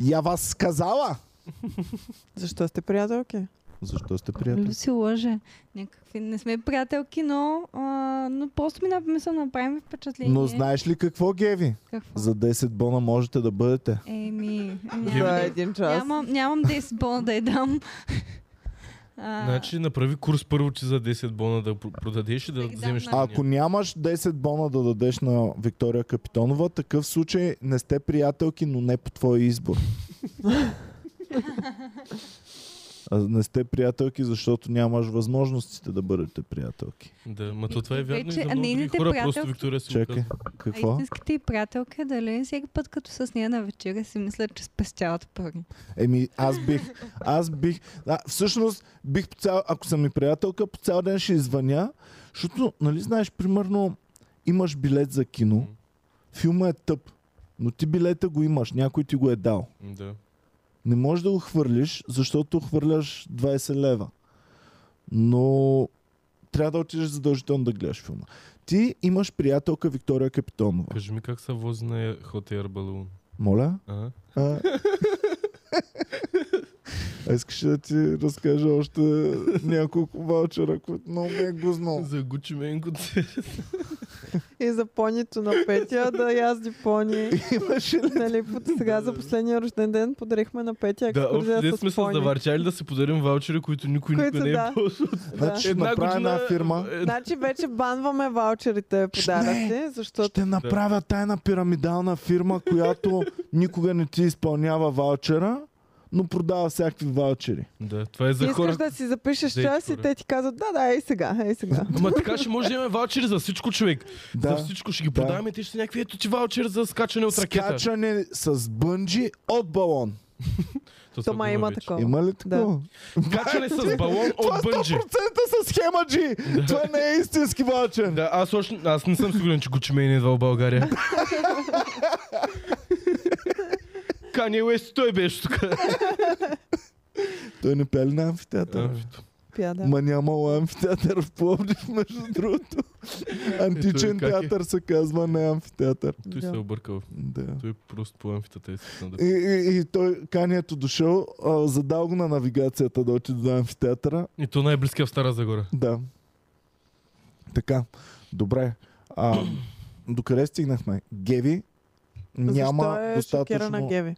Speaker 1: я вас казала!
Speaker 2: Защо сте приятелки?
Speaker 1: Защо сте приятели?
Speaker 4: Люси лъже. Някакви не сме приятелки, но, а, но просто ми на мисъл направим впечатление.
Speaker 1: Но знаеш ли какво, Геви?
Speaker 4: Какво?
Speaker 1: За 10 бона можете да бъдете.
Speaker 4: Еми,
Speaker 2: За
Speaker 4: няма,
Speaker 2: един час.
Speaker 4: нямам, нямам 10 бона да я дам. А,
Speaker 3: Значи направи курс първо, че за 10 бона да пр- продадеш и да
Speaker 4: Да ги дам
Speaker 3: вземеш.
Speaker 4: на-
Speaker 3: на
Speaker 1: Ако нямаш 10 бона да дадеш на Виктория Капитонова, такъв случай не сте приятелки, но не по твой избор. А, не сте приятелки, защото нямаш възможностите да бъдете приятелки.
Speaker 3: нея. Да, ма то това е
Speaker 4: Вече,
Speaker 3: вярно и за
Speaker 4: а
Speaker 3: много други
Speaker 4: нейните
Speaker 3: хора. Просто
Speaker 4: приятелки-
Speaker 3: Виктория си го
Speaker 1: Чакай,
Speaker 3: казва.
Speaker 4: а
Speaker 1: какво?
Speaker 4: истинските и приятелка, дали всеки път като с нея на вечеря си мислят, че спестяват пари.
Speaker 1: Еми, аз бих, аз бих, а, всъщност бих по цял, ако съм ми приятелка, по цял ден ще извъня, защото, нали знаеш, примерно, имаш билет за кино, филма е тъп, но ти билета го имаш, някой ти го е дал.
Speaker 3: Да.
Speaker 1: Не можеш да го хвърлиш, защото хвърляш 20 лева. Но трябва да отидеш задължително да гледаш филма. Ти имаш приятелка Виктория Капитонова.
Speaker 3: Кажи ми как са вози на Hot Air Balloon.
Speaker 1: Моля?
Speaker 3: А?
Speaker 1: А, а искаш ли да ти разкажа още няколко ваучера, които много ме е гузно.
Speaker 3: За Gucci Mane
Speaker 2: И за понито на Петя да язди пони.
Speaker 1: Имаше ли?
Speaker 2: Нали, под сега за последния рожден ден подарихме на Петя
Speaker 3: Да, общо
Speaker 2: екскурзия
Speaker 3: дет сме
Speaker 2: с
Speaker 3: се
Speaker 2: пони.
Speaker 3: завърчали да си подарим ваучери, които никой
Speaker 2: Които
Speaker 3: никой не е
Speaker 2: да.
Speaker 3: ползвал.
Speaker 2: Да.
Speaker 1: Значи ще направя една фирма.
Speaker 3: е,
Speaker 2: Значи вече банваме ваучерите подаръци, защото
Speaker 1: Ще направя тайна пирамидална фирма, която никога не ти изпълнява ваучера, но продава всякакви ваучери.
Speaker 3: Да, това е
Speaker 2: ти
Speaker 3: за
Speaker 2: искаш
Speaker 3: хора.
Speaker 2: да си запишеш
Speaker 3: Заети
Speaker 2: час и
Speaker 3: хора.
Speaker 2: те ти казват да, да, ей сега, ей сега.
Speaker 3: Ама така ще може да имаме ваучери за всичко, човек.
Speaker 1: Да.
Speaker 3: За всичко ще ги продаваме, те ще са някакви ето ти ваучери за скачане от ракета.
Speaker 1: Скачане с бънджи от балон.
Speaker 3: То сега
Speaker 2: Тома
Speaker 3: го
Speaker 2: има
Speaker 3: вече.
Speaker 2: такова.
Speaker 1: Има ли такова?
Speaker 3: Скачане с балон
Speaker 1: Това е
Speaker 3: от бънджи.
Speaker 1: 100% с схемаджи! Това не е истински ваучер.
Speaker 3: Да, аз, още, аз не съм сигурен, че Gucci Mane идва в България. Кани Уест, той беше тук.
Speaker 1: Той не пя ли на амфитеатъра?
Speaker 2: Пяда.
Speaker 1: Ма нямало амфитеатър в Пловдив, между другото. Античен
Speaker 3: Ето е как е.
Speaker 1: театър се казва, не амфитеатър.
Speaker 3: Той се е объркал.
Speaker 1: Да.
Speaker 3: Той просто по амфитата е свикнал да
Speaker 1: И, и, и той канието дошъл, а, задал го на навигацията да отиде до амфитеатъра.
Speaker 3: И то най-близкия в Стара Загора.
Speaker 1: Да. Така, добре. А, докъде стигнахме? Геви няма
Speaker 2: Защо е шокирана
Speaker 1: достатъчно...
Speaker 2: Геви?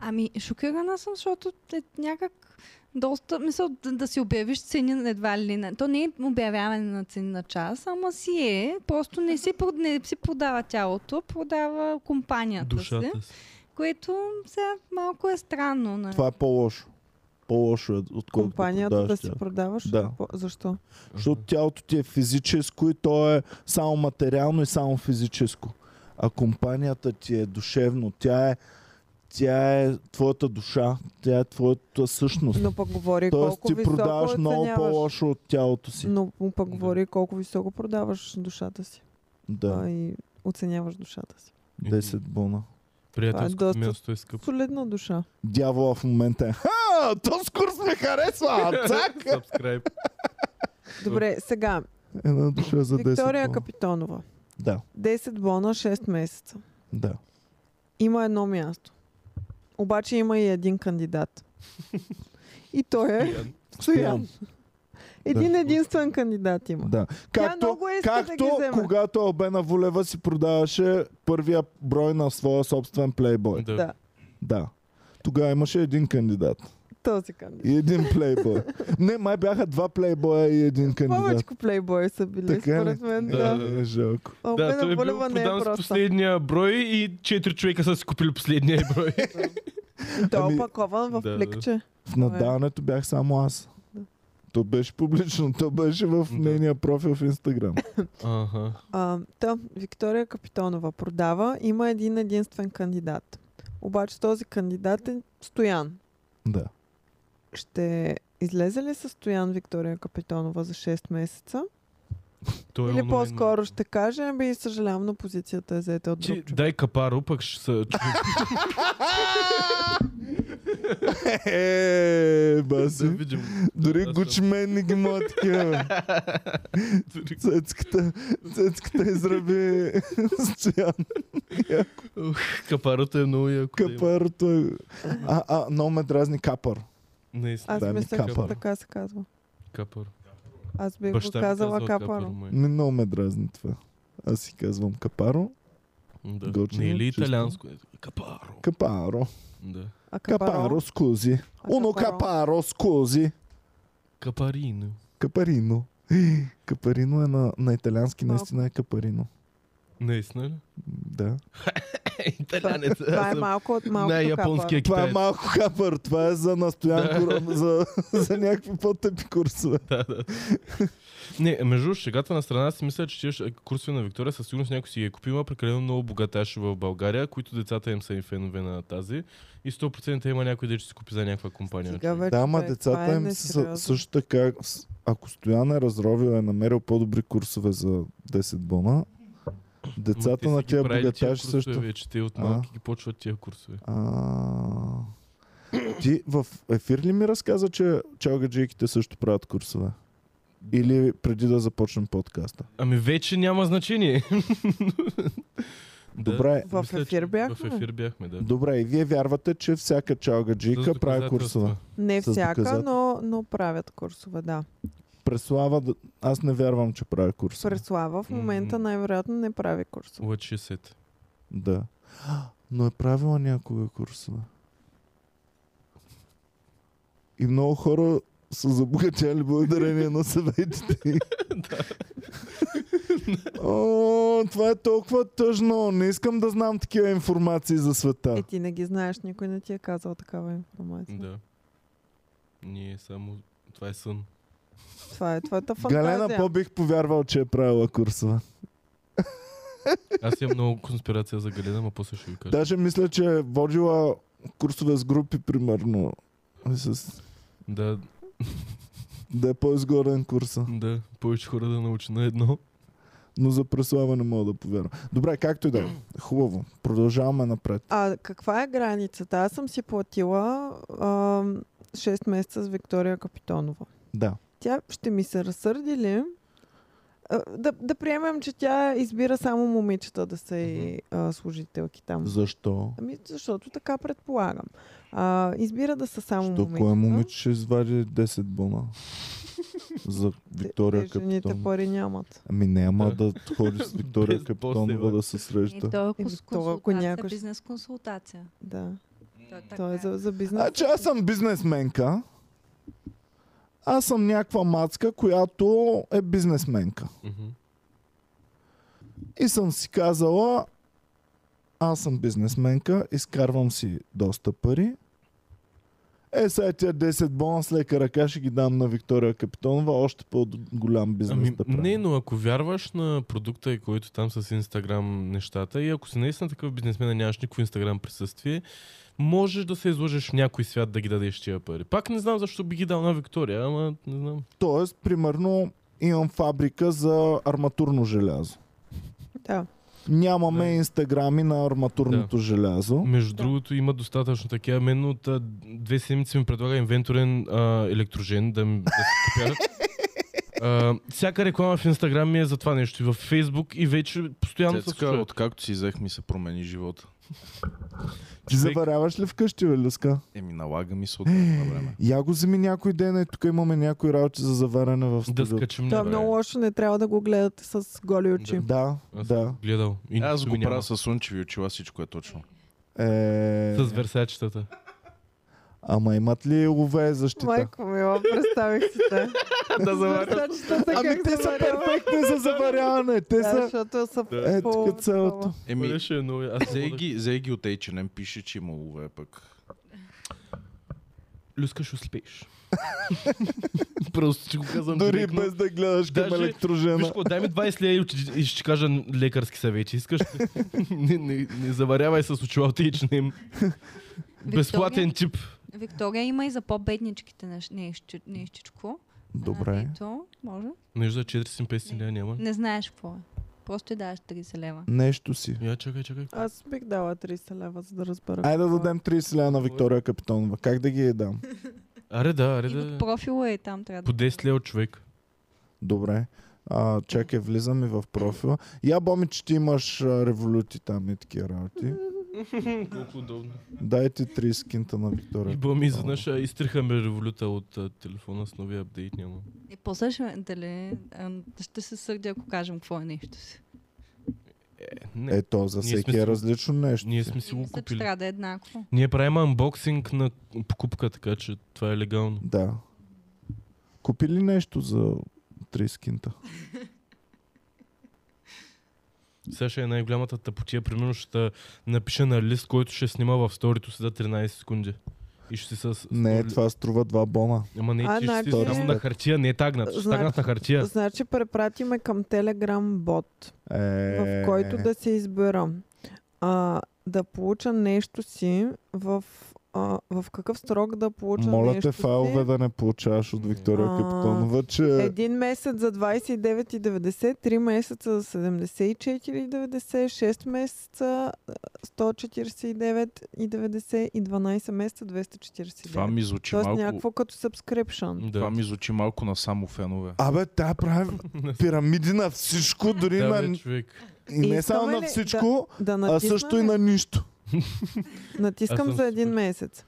Speaker 4: Ами, шокирана съм, защото е някак доста, мисъл, да, да си обявиш цени на едва ли не. То не е обявяване на цени на час, ама си е. Просто не си, прод- не си продава тялото, продава компанията си.
Speaker 3: Душата си.
Speaker 4: Което сега малко е странно. Нали?
Speaker 1: Това е по-лошо. По-лошо е, отколкото
Speaker 2: Компанията да
Speaker 1: продаваш
Speaker 2: си
Speaker 1: тя.
Speaker 2: продаваш?
Speaker 1: Да.
Speaker 2: По- Защо?
Speaker 1: Защото тялото ти е физическо и то е само материално и само физическо. а компанията ти е душевно, тя е, тя е твоята душа, тя е твоята същност.
Speaker 2: Но пък говори
Speaker 1: Тоест
Speaker 2: колко
Speaker 1: ти
Speaker 2: високо
Speaker 1: продаваш много
Speaker 2: оценяваш.
Speaker 1: по-лошо от тялото си.
Speaker 2: Но му пък
Speaker 3: Да.
Speaker 2: говори колко високо продаваш душата си.
Speaker 1: Да,
Speaker 2: А, и оценяваш душата си.
Speaker 1: 10 бона.
Speaker 3: Приятелското
Speaker 2: доста-
Speaker 3: място е скъпо.
Speaker 2: Солидна душа.
Speaker 1: Дявола в момента е. Ха! Този курс ме харесва! Цак!
Speaker 3: Subscribe.
Speaker 2: Добре, сега.
Speaker 1: Една душа за 10
Speaker 2: Виктория
Speaker 1: бона.
Speaker 2: Капитонова.
Speaker 1: Да,
Speaker 2: 10 бона, 6 месеца.
Speaker 1: да.
Speaker 2: Има едно място. Обаче има и един кандидат. И той е
Speaker 3: Стоян.
Speaker 2: Стоян. Един единствен кандидат има.
Speaker 1: Да.
Speaker 2: Тя
Speaker 1: Както,
Speaker 2: много иска да ги
Speaker 1: както
Speaker 2: вземе.
Speaker 1: когато Албена Волева си продаваше първия брой на своя собствен плейбой.
Speaker 3: Да.
Speaker 2: Да.
Speaker 1: Да. Тогава имаше един кандидат.
Speaker 2: Този кандидат.
Speaker 1: И един плейбой. Не, май бяха два плейбоя и един кандидат.
Speaker 2: Повечко плейбои са били,
Speaker 1: Така ли?
Speaker 2: според мен. Да.
Speaker 3: Да.
Speaker 2: да.
Speaker 1: Е, Жалко.
Speaker 3: Да, той е
Speaker 2: Обена
Speaker 3: бил
Speaker 2: Болева не е
Speaker 3: продан
Speaker 2: Ну,
Speaker 3: с
Speaker 2: просто.
Speaker 3: последния брой и четири човека са си купили последния брой.
Speaker 2: И той е
Speaker 1: Ами-
Speaker 2: опакован в
Speaker 3: Да, да.
Speaker 2: пликче.
Speaker 1: В надаването бях само аз.
Speaker 2: Да.
Speaker 1: То беше публично, то беше в
Speaker 3: Да.
Speaker 1: нейния профил в Инстаграм.
Speaker 3: Аха.
Speaker 2: А, та, Виктория Капитонова продава. Има един единствен кандидат. Обаче този кандидат е Стоян.
Speaker 1: Да.
Speaker 2: Ще излезе ли с Стоян Виктория Капитонова за 6 месеца?
Speaker 3: Той е
Speaker 2: Или
Speaker 3: онлайн.
Speaker 2: по-скоро ще каже, би съжалявам, но позицията е заета от
Speaker 3: Ти
Speaker 2: друг човек.
Speaker 3: дай капаро, пък ще се...
Speaker 1: Е,
Speaker 3: да
Speaker 1: баси.
Speaker 3: видим.
Speaker 1: Дори
Speaker 3: Да,
Speaker 1: гучмен не ги има такива.
Speaker 3: Дори-
Speaker 1: Цецката, цецката израби стоян
Speaker 3: Ух, Капарото е много яко. да има.
Speaker 1: капарото. А, а, но ме дразни капър.
Speaker 3: Наистина.
Speaker 2: Аз
Speaker 1: Дай ми
Speaker 2: мисля, че
Speaker 1: капаро.
Speaker 2: така се казва.
Speaker 3: Капаро.
Speaker 2: Аз бих
Speaker 3: Баща
Speaker 2: го
Speaker 3: ми
Speaker 2: казала
Speaker 3: казва
Speaker 2: капаро.
Speaker 3: май.
Speaker 1: Не много ме дразни това. Аз си казвам капаро.
Speaker 3: Да.
Speaker 1: Готино,
Speaker 3: Не е ли
Speaker 1: чисто.
Speaker 3: италианско? е? Капаро.
Speaker 1: Капаро.
Speaker 3: Да.
Speaker 2: А капаро?
Speaker 1: Капаро скузи.
Speaker 2: А
Speaker 1: Уно капаро скузи.
Speaker 3: Капарино.
Speaker 1: Капарино. Ей, Капарино е на, на италиански,
Speaker 2: Малко.
Speaker 1: наистина е капарино.
Speaker 3: Наистина ли?
Speaker 1: Да.
Speaker 3: Италянец.
Speaker 2: Това е малко от малкото
Speaker 3: Не,
Speaker 2: капаро.
Speaker 3: японския
Speaker 1: Това е
Speaker 3: китаец.
Speaker 1: малко хапър, това е за настоян кур, за, за някакви по-тъпи курсове.
Speaker 3: Не, между другото, шегата на страна си мисля, че тия курсове на Виктория със сигурност някой си ги е купил. Има прекалено много богаташи в България, които децата им са им фенове на тази. И 100% има някой да ще си купи за някаква компания.
Speaker 2: Сега вече,
Speaker 1: Да, ама
Speaker 2: човек, това
Speaker 1: децата
Speaker 2: е
Speaker 1: им са
Speaker 2: несериозно.
Speaker 1: също така, с- ако Стоян е разровил и е намерил по-добри курсове за 10 бона,
Speaker 3: Ама те
Speaker 1: децата
Speaker 3: са
Speaker 1: на
Speaker 3: ги
Speaker 1: тия
Speaker 3: правили
Speaker 1: богаташи
Speaker 3: курсове
Speaker 1: също.
Speaker 3: Вече те от
Speaker 1: А.
Speaker 3: малки ги почват тия курсове.
Speaker 1: А, ти в ефир ли ми разказа, че чалгаджийките също правят курсове? Или преди да започнем подкаста?
Speaker 3: Ами вече няма значение. Да,
Speaker 1: Добре,
Speaker 2: В
Speaker 3: мисля,
Speaker 2: ефир
Speaker 3: че
Speaker 2: бяхме?
Speaker 3: В ефир бяхме, да.
Speaker 1: Добре, и вие вярвате, че всяка чалгаджийка
Speaker 3: С
Speaker 1: прави
Speaker 3: доказателства.
Speaker 1: курсове.
Speaker 2: Не
Speaker 1: С
Speaker 2: всяка,
Speaker 1: доказател-
Speaker 2: но, но правят курсове, да.
Speaker 1: Преслава, д- аз не вярвам, че прави курсове.
Speaker 2: Преслава в момента
Speaker 3: Мгм.
Speaker 2: най-вероятно не прави курсове.
Speaker 3: What she said.
Speaker 1: Да. Но е правила някога курсове. И много хора са забогатяли благодарение на съветите. й. О, това е толкова тъжно. Не искам да знам такива информации за
Speaker 2: Е,
Speaker 1: света.
Speaker 2: ти не ги знаеш, никой не ти е казал такава информация.
Speaker 3: Да. Ние само... Това е сън.
Speaker 2: Това е твоята фантазия.
Speaker 1: Галена, по-бих повярвал, че е правила курсове.
Speaker 3: Аз имам много конспирация за Галена, ма после ще ви кажа.
Speaker 1: Даже мисля, че е водила курсове с групи, примерно. И С...
Speaker 3: Да,
Speaker 1: Да е по-изгоден курса.
Speaker 3: да, повече хора да научи на едно.
Speaker 1: Но за преслава не мога да повярвам. Добре, както и да е. Хубаво. Продължаваме напред.
Speaker 2: А каква е границата? Аз съм си платила ам, 6 месеца с Виктория Капитонова.
Speaker 1: Да.
Speaker 2: Тя ще ми се разсърди ли? А, Да, да приемем, че тя избира само момичета да са и а, служителки там.
Speaker 1: Защо?
Speaker 2: Ами, защото така предполагам. А, избира да са само
Speaker 1: Що
Speaker 2: момичета.
Speaker 1: кое момиче ще извади 10 бона? За
Speaker 2: Те-
Speaker 1: Виктория
Speaker 2: те Жените
Speaker 1: Капитонова.
Speaker 2: пари нямат.
Speaker 1: Ами няма да ходи с Виктория
Speaker 3: Без после,
Speaker 1: Капитонова
Speaker 3: бе.
Speaker 1: да се
Speaker 4: И
Speaker 1: среща.
Speaker 4: той е
Speaker 2: Еми,
Speaker 4: кос-
Speaker 2: Ами, то, ако
Speaker 4: консултация,
Speaker 2: някой-
Speaker 4: бизнес консултация.
Speaker 2: Да.
Speaker 4: Той е
Speaker 2: То е
Speaker 4: така.
Speaker 2: за, за бизнес.
Speaker 1: Значи аз съм бизнесменка. Аз съм някаква мацка, която е бизнесменка.
Speaker 3: Мгм.
Speaker 1: И съм си казала, аз съм бизнесменка, изкарвам си доста пари. Е, сега тя 10 бона с лека ръка ще ги дам на Виктория Капитонова, още по-голям бизнес
Speaker 3: Ами,
Speaker 1: да правим.
Speaker 3: не, но ако вярваш на продукта, и който там с Инстаграм нещата, и ако си наистина такъв бизнесмен, а нямаш никакво Инстаграм присъствие, можеш да се изложиш в някой свят да ги дадеш тия пари. Пак не знам защо би ги дал на Виктория, ама не знам.
Speaker 1: Тоест, примерно, имам фабрика за арматурно желязо.
Speaker 2: Да.
Speaker 1: Нямаме
Speaker 3: Да. Ами,
Speaker 1: инстаграми на арматурното желязо.
Speaker 3: Между другото, има достатъчно такива. Мен от а, две седмици ми предлага инвентурен а, електрожен да, ми- да се купя. А, всяка реклама в Инстаграм ми е за това нещо. И във Фейсбук, и вече постоянно се
Speaker 5: Цецка,
Speaker 3: случва.
Speaker 5: откакто си взех ми се промени живота.
Speaker 1: Ти заваряваш ли вкъщи, Велюска?
Speaker 5: Еми, налага ми
Speaker 2: Е.
Speaker 5: се от време на време.
Speaker 1: Я го вземи някой ден, е тук имаме някои работи за заваряне в
Speaker 3: Да
Speaker 1: студиото.
Speaker 3: скачам
Speaker 2: Това е
Speaker 3: някъде.
Speaker 2: много лошо, не трябва да го гледате с голи очи.
Speaker 1: Да,
Speaker 3: Аз
Speaker 1: да.
Speaker 3: съм Гледал. И
Speaker 5: Аз
Speaker 3: нищо
Speaker 5: го
Speaker 3: ми няма.
Speaker 5: правя с слънчеви очила, всичко е точно.
Speaker 1: Е...
Speaker 3: С версачетата.
Speaker 1: Ама имат ли лове защита?
Speaker 2: Майко мила, представих си те.
Speaker 5: Да,
Speaker 2: Върсачетата
Speaker 1: Ами
Speaker 2: как
Speaker 1: те
Speaker 2: се
Speaker 1: са
Speaker 2: варят.
Speaker 1: перфектни за заваряване. Те
Speaker 2: Да,
Speaker 1: са...
Speaker 2: защото са
Speaker 1: Е,
Speaker 2: по-
Speaker 1: тук е цялото.
Speaker 2: такова.
Speaker 5: Еми,
Speaker 3: Беше едно, аз
Speaker 5: Зей
Speaker 3: Зейги.
Speaker 5: ги, зей ги от H&M пише, че има лове пък.
Speaker 3: Люска ще успееш. Просто ти го казвам
Speaker 1: Дори
Speaker 3: директно.
Speaker 1: без да гледаш към
Speaker 3: Даже- Виж
Speaker 1: електрожена.
Speaker 3: какво, дай ми 20 лея и ще- и ще ти кажа лекарски съвети. Искаш ли? не, не, не заварявай с очилата и че не им. Безплатен тип.
Speaker 4: Виктория има и за по-бедничките неш- нещи- нещичко.
Speaker 1: Добре.
Speaker 4: Ето, може.
Speaker 3: Нещо за 450 лея няма.
Speaker 4: Не знаеш какво е. Просто й даваш 30 лева.
Speaker 1: Нещо си.
Speaker 3: Я чакай, чакай.
Speaker 2: Аз бих дала 30 лева, за да разбера.
Speaker 1: Айде да
Speaker 2: какво е.
Speaker 1: дадем 30 лева на Виктория Капитонова. Как да ги я дам?
Speaker 3: Аре да, аре
Speaker 4: И от
Speaker 3: да.
Speaker 4: профила е там трябва да...
Speaker 3: По 10 лея от човек.
Speaker 1: Добре. А, чакай, влизам и в профила. Я боми, че ти имаш а, революти там и такива работи.
Speaker 3: Колко удобно.
Speaker 1: Дай ти 30 кинта на Виктория.
Speaker 3: И бом
Speaker 1: Капитонова.
Speaker 3: изведнъж а, изтрихаме революта от а, телефона с новия апдейт няма.
Speaker 4: И после ще, дали, а, ще се сърдя, ако кажем какво е нещо си.
Speaker 3: Е, не.
Speaker 1: Е, то за
Speaker 3: Ние
Speaker 1: всеки
Speaker 3: сме
Speaker 1: е
Speaker 3: си-
Speaker 1: различно нещо.
Speaker 3: Ние сме си го
Speaker 4: Мисля, че
Speaker 3: купили.
Speaker 4: трябва да е еднакво.
Speaker 3: Ние правим анбоксинг на покупка, така че това е легално.
Speaker 1: Да. Купи ли нещо за 30 кинта?
Speaker 3: Сега ще е най-голямата тъпотия. Примерно ще напиша на лист, който ще снима в сторито си за 13 секунди. И ще си с...
Speaker 1: Не,
Speaker 3: с-
Speaker 1: това струва два бона.
Speaker 3: Ама не,
Speaker 2: А,
Speaker 3: ти ще си
Speaker 2: значи-
Speaker 3: само на хартия, не е тагнат. Ще
Speaker 2: Значи-
Speaker 3: тагнат на
Speaker 5: Е.
Speaker 3: хартия.
Speaker 2: Значи препратиме към Telegram бот,
Speaker 1: Е...
Speaker 2: в който да е се избера а, да получа нещо си, в, а, в какъв срок да получа
Speaker 1: Моля
Speaker 2: нещо
Speaker 1: те файлове
Speaker 2: си.
Speaker 1: да не получаваш от Виктория
Speaker 2: А, е,
Speaker 1: Капитонова, че...
Speaker 2: Един месец за 29,90, 3 месеца за 74,90, 6 месеца а, 149,90 и 12 месеца 249.
Speaker 5: Това ми звучи
Speaker 2: Тоест
Speaker 5: малко...
Speaker 2: някакво като subscription.
Speaker 5: Това
Speaker 3: Да.
Speaker 5: ми звучи малко на само фенове.
Speaker 1: Абе, тя прави пирамиди на всичко, дори
Speaker 3: Да,
Speaker 1: на...
Speaker 3: бе, човек.
Speaker 1: И не
Speaker 2: Искаме
Speaker 1: само
Speaker 2: ли
Speaker 1: на
Speaker 2: да-
Speaker 1: всичко,
Speaker 2: Да
Speaker 1: а
Speaker 2: натисна
Speaker 1: също и
Speaker 2: ли?
Speaker 1: на нищо.
Speaker 3: Аз
Speaker 2: Натискам
Speaker 3: съм
Speaker 2: за един
Speaker 3: супер.
Speaker 2: месец.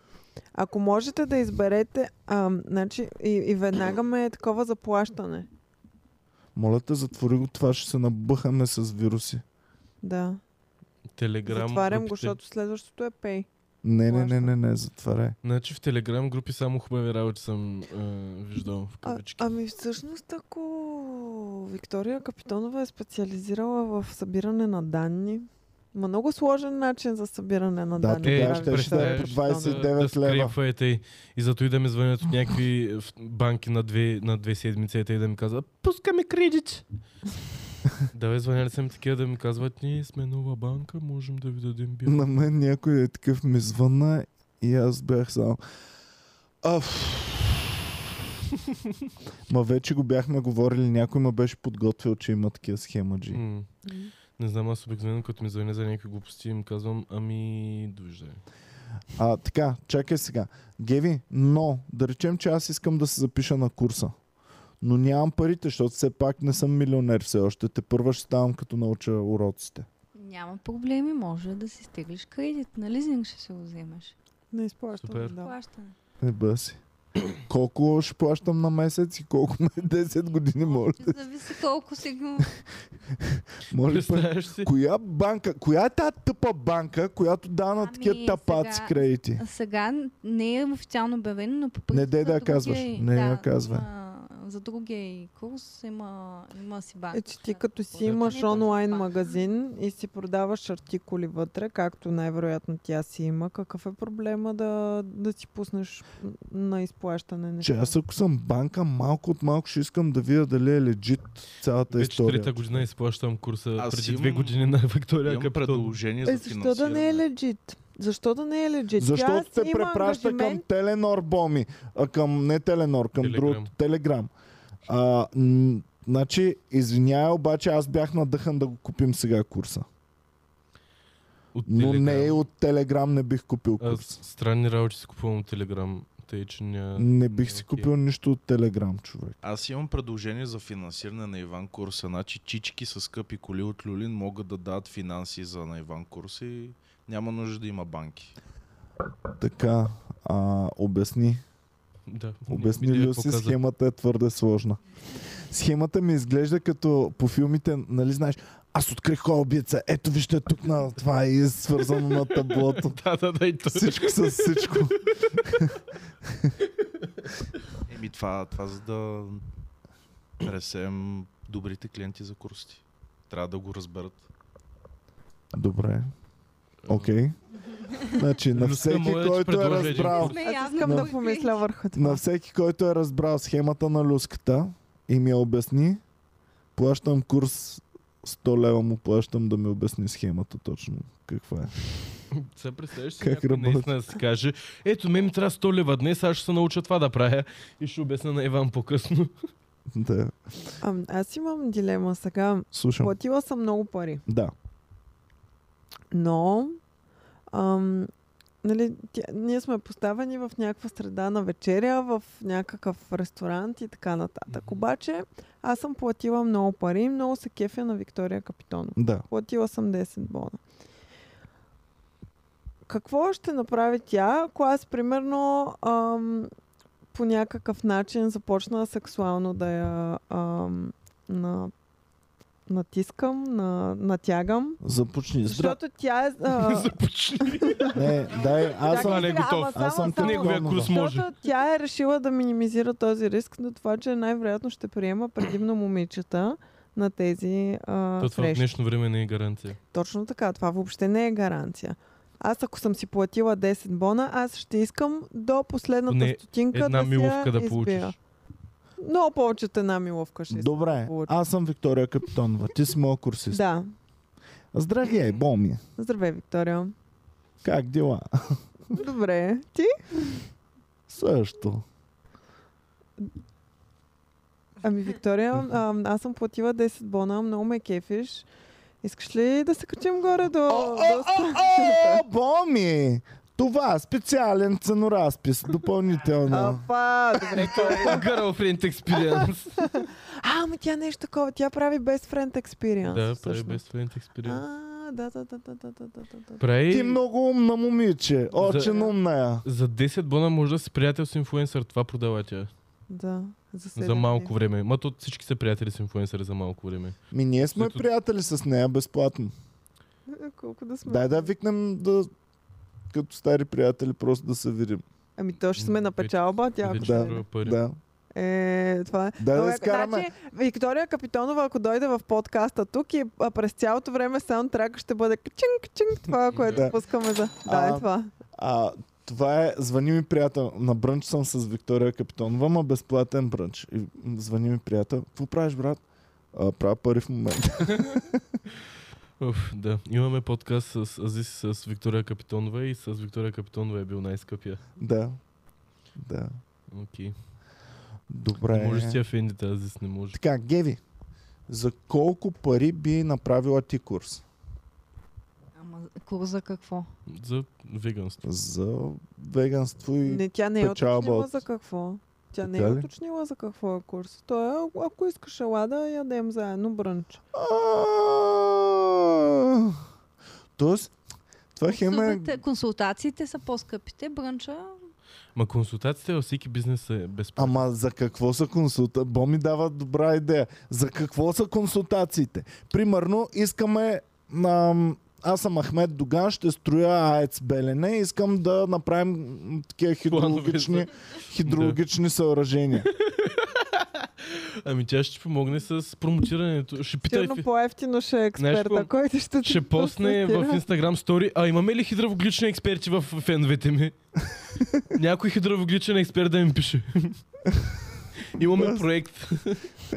Speaker 2: Ако можете да изберете, а, значи и, и веднага ме е такова заплащане.
Speaker 1: Моля те, затвори го, това ще се набъхаме с вируси.
Speaker 2: Да.
Speaker 3: Телеграм
Speaker 2: Затварям го,
Speaker 3: групите.
Speaker 2: защото следващото е Pay.
Speaker 1: Не, не, не, не, не, затваряй.
Speaker 3: Значи в телеграм групи само хубави работи съм е, виждал в
Speaker 2: А,
Speaker 3: кавички.
Speaker 2: ами всъщност, ако Виктория Капитонова е специализирала в събиране на данни, ма много сложен начин за събиране на
Speaker 1: Да,
Speaker 2: данни.
Speaker 1: тогава
Speaker 2: прави
Speaker 1: ще
Speaker 2: Виктория
Speaker 1: ще е по
Speaker 2: Капитонова.
Speaker 1: 29
Speaker 3: да, да
Speaker 1: лева.
Speaker 3: скрепва, ете, и- и зато и да ми звънят от някакви е, в- банки на две, на две седмици ете, и да ми казват пускаме кредит. да, бе, звъняли са ми такива да ми казват ние сме нова банка, можем да ви дадем бил.
Speaker 1: На мен някой е такъв ми звънна и аз бях само... Аф. Ма вече го бяхме говорили, някой ме беше подготвил, че има такива схемаджи.
Speaker 3: М. Не знам, аз обикновено като ми звъня за някакви глупости им казвам, ами довиждане.
Speaker 1: А, така, чакай сега. Геви, но да речем, че аз искам да се запиша на курса. Но нямам парите, защото все пак не съм милионер все още. Те първа ще ставам като науча уроците.
Speaker 4: Няма проблеми, може да си стиглиш кредит. На лизинг ще се го вземеш.
Speaker 2: Не изплащам,
Speaker 3: Супер.
Speaker 2: да.
Speaker 4: Плащане.
Speaker 1: Не бъда Е, си. Колко ще плащам на месец и колко на 10 години моля?
Speaker 4: Ще Зависи колко си го...
Speaker 1: Моля пари.
Speaker 3: Представяш си?
Speaker 1: Коя банка, коя е тази тъпа банка, която дава на
Speaker 4: Ами,
Speaker 1: такива тапаци
Speaker 4: сега-
Speaker 1: кредити?
Speaker 4: А Сега не е официално обявено, но по принцип...
Speaker 1: Не, дей да
Speaker 4: са
Speaker 1: я
Speaker 4: други-
Speaker 1: казваш. Не я казвай.
Speaker 4: има за другия и курс има, има си банка.
Speaker 2: Е, че ти
Speaker 4: която
Speaker 2: като
Speaker 4: плаща.
Speaker 2: си имаш
Speaker 4: Не,
Speaker 2: онлайн
Speaker 4: това.
Speaker 2: магазин и си продаваш артикули вътре, както най-вероятно тя си има, какъв е проблема да, да си пуснеш м, на изплащане
Speaker 1: Че
Speaker 2: неща?
Speaker 1: аз ако съм банка, малко от малко ще искам да видя дали е легит цялата
Speaker 3: Вече
Speaker 1: е история.
Speaker 3: трета година изплащам курса
Speaker 5: Аз
Speaker 3: преди
Speaker 5: имам-
Speaker 3: две години на Виктория
Speaker 5: Имам
Speaker 3: Капитон.
Speaker 5: предложение
Speaker 2: Е,
Speaker 5: за
Speaker 2: защо да не е
Speaker 5: финансиране.
Speaker 2: легит? Защо да не е легит?
Speaker 1: Защото
Speaker 2: тя
Speaker 1: те
Speaker 2: си има
Speaker 1: препраща към
Speaker 2: ангажимент,
Speaker 1: Теленор Боми. А, към не Теленор, към
Speaker 3: Телеграм.
Speaker 1: другото. Телеграм. А, м- значи, извинявай, обаче аз бях надъхан да го купим сега курса.
Speaker 3: От
Speaker 1: Но
Speaker 3: Телеграм.
Speaker 1: не е и от Телеграм не бих купил
Speaker 3: Аз
Speaker 1: курс.
Speaker 3: странни работи си купувам от Телеграм. Тъй, че ня...
Speaker 1: Не бих си
Speaker 3: окей.
Speaker 1: купил нищо от Телеграм, човек.
Speaker 5: Аз имам предложение за финансиране на Иван Курса. Значи чички с скъпи коли от Люлин могат да дадат финанси за на Иван Курса и няма нужда да има банки.
Speaker 1: Така, а, обясни.
Speaker 3: Да.
Speaker 1: Обясни
Speaker 3: Видя
Speaker 1: Люси,
Speaker 3: какво каза.
Speaker 1: схемата е твърде сложна. Схемата ми изглежда като по филмите, нали знаеш, аз открих кой е убийца, ето вижте тук на това и е свързано на таблото.
Speaker 3: Да, да, да, и то.
Speaker 1: Всичко с всичко.
Speaker 5: Еми това, това за да пресем добрите клиенти за курсите. Трябва да го разберат.
Speaker 1: Добре. Окей. Значи на
Speaker 3: Люска,
Speaker 1: всеки,
Speaker 3: моля да ти
Speaker 1: който е
Speaker 3: предложа един
Speaker 1: разбрал,
Speaker 3: курс.
Speaker 4: Не,
Speaker 2: Аз
Speaker 4: явно
Speaker 2: искам
Speaker 4: го
Speaker 2: да
Speaker 4: откри.
Speaker 2: помисля върху това.
Speaker 1: на всеки, който е разбрал схемата на люската и ми я обясни, плащам курс 100 лева му плащам да ми обясни схемата точно каква е.
Speaker 3: Сега представяш си
Speaker 1: Как
Speaker 3: някой
Speaker 1: работи?
Speaker 3: наистина да си каже, ето ме ми трябва 100 лева днес, аз ще се науча това да правя и ще обясня на Иван по-късно.
Speaker 1: Да,
Speaker 2: А, аз имам дилема сега.
Speaker 1: слушам.
Speaker 2: Платила съм много пари.
Speaker 1: Да.
Speaker 2: Но, ам, нали, тя, ние сме поставени в някаква среда на вечеря, в някакъв ресторант и така нататък. Обаче, аз съм платила много пари и много се кефя на Виктория Капитонова.
Speaker 1: Да.
Speaker 2: Платила съм 10 бона. Какво ще направи тя, ако аз, примерно, ам, по някакъв начин започна сексуално да я ам, на, натискам, на, натягам?
Speaker 1: Започни. Здра...
Speaker 2: Защото тя е... А,
Speaker 3: Започни.
Speaker 1: Не, дай, аз
Speaker 2: чакай
Speaker 1: съм...
Speaker 3: не е
Speaker 2: сега,
Speaker 3: готов.
Speaker 2: ама
Speaker 1: Аз съм
Speaker 2: само-
Speaker 1: тук.
Speaker 2: само-
Speaker 3: Неговия
Speaker 1: Иванова.
Speaker 3: курс може.
Speaker 2: Защото тя е решила да минимизира този риск до това, че най-вероятно ще приема предимно момичета на тези а,
Speaker 3: То това в
Speaker 2: срещи.
Speaker 3: днешно време не е гаранция.
Speaker 2: Точно така, това въобще не е гаранция. Аз ако съм си платила 10 бона, аз ще искам до последната
Speaker 3: Поне
Speaker 2: стотинка
Speaker 3: Една
Speaker 2: да си я
Speaker 3: миловка да
Speaker 2: избия.
Speaker 3: получиш.
Speaker 2: Много повече от една миловка ще искам.
Speaker 1: Добре,
Speaker 2: получи.
Speaker 1: аз съм Виктория Капитонова. Ти си моя курсист.
Speaker 2: Да.
Speaker 1: Здравей, Боми.
Speaker 2: Здравей, Виктория.
Speaker 1: Как дела?
Speaker 2: Добре. Ти?
Speaker 1: Също.
Speaker 2: Ами, Виктория, а, аз съм платила 10 бона, много ме кефиш. Искаш ли да се качим горе до...
Speaker 1: О,
Speaker 2: до...
Speaker 1: о, о, о, Боми! Това е специален ценоразпис, допълнително.
Speaker 2: Апа, добре.
Speaker 3: Girlfriend е experience.
Speaker 2: А, ама тя нещо такова, тя прави best friend experience.
Speaker 3: Да, прави
Speaker 2: всъщност.
Speaker 3: best friend experience.
Speaker 2: А, да, да, да, да, да, да, да, да, да.
Speaker 1: Ти
Speaker 3: Прави...
Speaker 1: много умна момиче. Очен умна е. я.
Speaker 3: За 10 бона може да си приятел с инфуенсър, това продава тя.
Speaker 2: Да, за,
Speaker 3: За
Speaker 2: седем
Speaker 3: малко
Speaker 2: дни.
Speaker 3: време. Ма то всички са приятели с инфуенсъри за малко време.
Speaker 1: Ми ние сме
Speaker 3: Зато-
Speaker 1: приятели с нея безплатно.
Speaker 2: Е, Колко да сме.
Speaker 1: Дай да викнем да като стари приятели просто да се видим.
Speaker 2: Ами то ще сме на
Speaker 3: Вече-
Speaker 2: печалба, тя ако
Speaker 3: Вече
Speaker 2: ще
Speaker 1: да.
Speaker 2: е.
Speaker 3: струва пари.
Speaker 1: Да.
Speaker 2: е. това е.
Speaker 1: Дай
Speaker 2: Добре,
Speaker 1: да изкараме.
Speaker 2: Значи, Виктория Капитонова, ако дойде в подкаста тук и а, през цялото време саундтрак ще бъде чинг чинг това, което
Speaker 1: Да.
Speaker 2: пускаме за... Да,
Speaker 1: А,
Speaker 2: е това.
Speaker 1: А, това е Звъни ми приятел. На брънч съм с Виктория Капитонова, ма безплатен брънч. И, м, звъни ми приятел. Какво правиш, брат? А, правя пари в момента.
Speaker 3: Уф, да. Имаме подкаст с Азис, с Виктория Капитонова и с Виктория Капитонова е бил най-скъпия.
Speaker 1: да. Да.
Speaker 3: Окей.
Speaker 1: Е. Добре.
Speaker 3: Може да си афендите, Азис не може.
Speaker 1: Така, Геви, за колко пари би направила ти курс?
Speaker 4: Ама курс за какво?
Speaker 3: За веганство.
Speaker 1: За веганство и...
Speaker 2: Не, тя не е
Speaker 1: печалба
Speaker 2: уточнила
Speaker 1: от-
Speaker 2: за какво. Тя не е
Speaker 1: Така ли?
Speaker 2: уточнила за какво е курс. Той е, ако- ако искаш ела да ядем заедно брънч.
Speaker 1: А, Тоест, това хем е...
Speaker 4: Консултациите, консултациите са по-скъпите, брънча.
Speaker 3: Ма консултациите във всеки бизнес е безплатно.
Speaker 1: Ама за какво са консулта? Бо ми дава добра идея. За какво са консултациите? Примерно, искаме... Ам... Аз съм Ахмед Доган, ще строя АЕЦ Белене и искам да направим м, такива
Speaker 3: Планове за-
Speaker 1: хидрологични, хидрологични съоръжения.
Speaker 3: Ами тя ще ти помогне с промотирането. Ще питай...
Speaker 2: Сигурно по-ефтино ще е
Speaker 3: Знаеш
Speaker 2: експерта,
Speaker 3: какво?
Speaker 2: който ще ти
Speaker 3: Ще посне в
Speaker 2: консултира.
Speaker 3: Instagram стори. А имаме ли хидравоглични експерти в феновете ми? Някой хидравогличен експерт да им пише. имаме
Speaker 1: Бас.
Speaker 3: проект.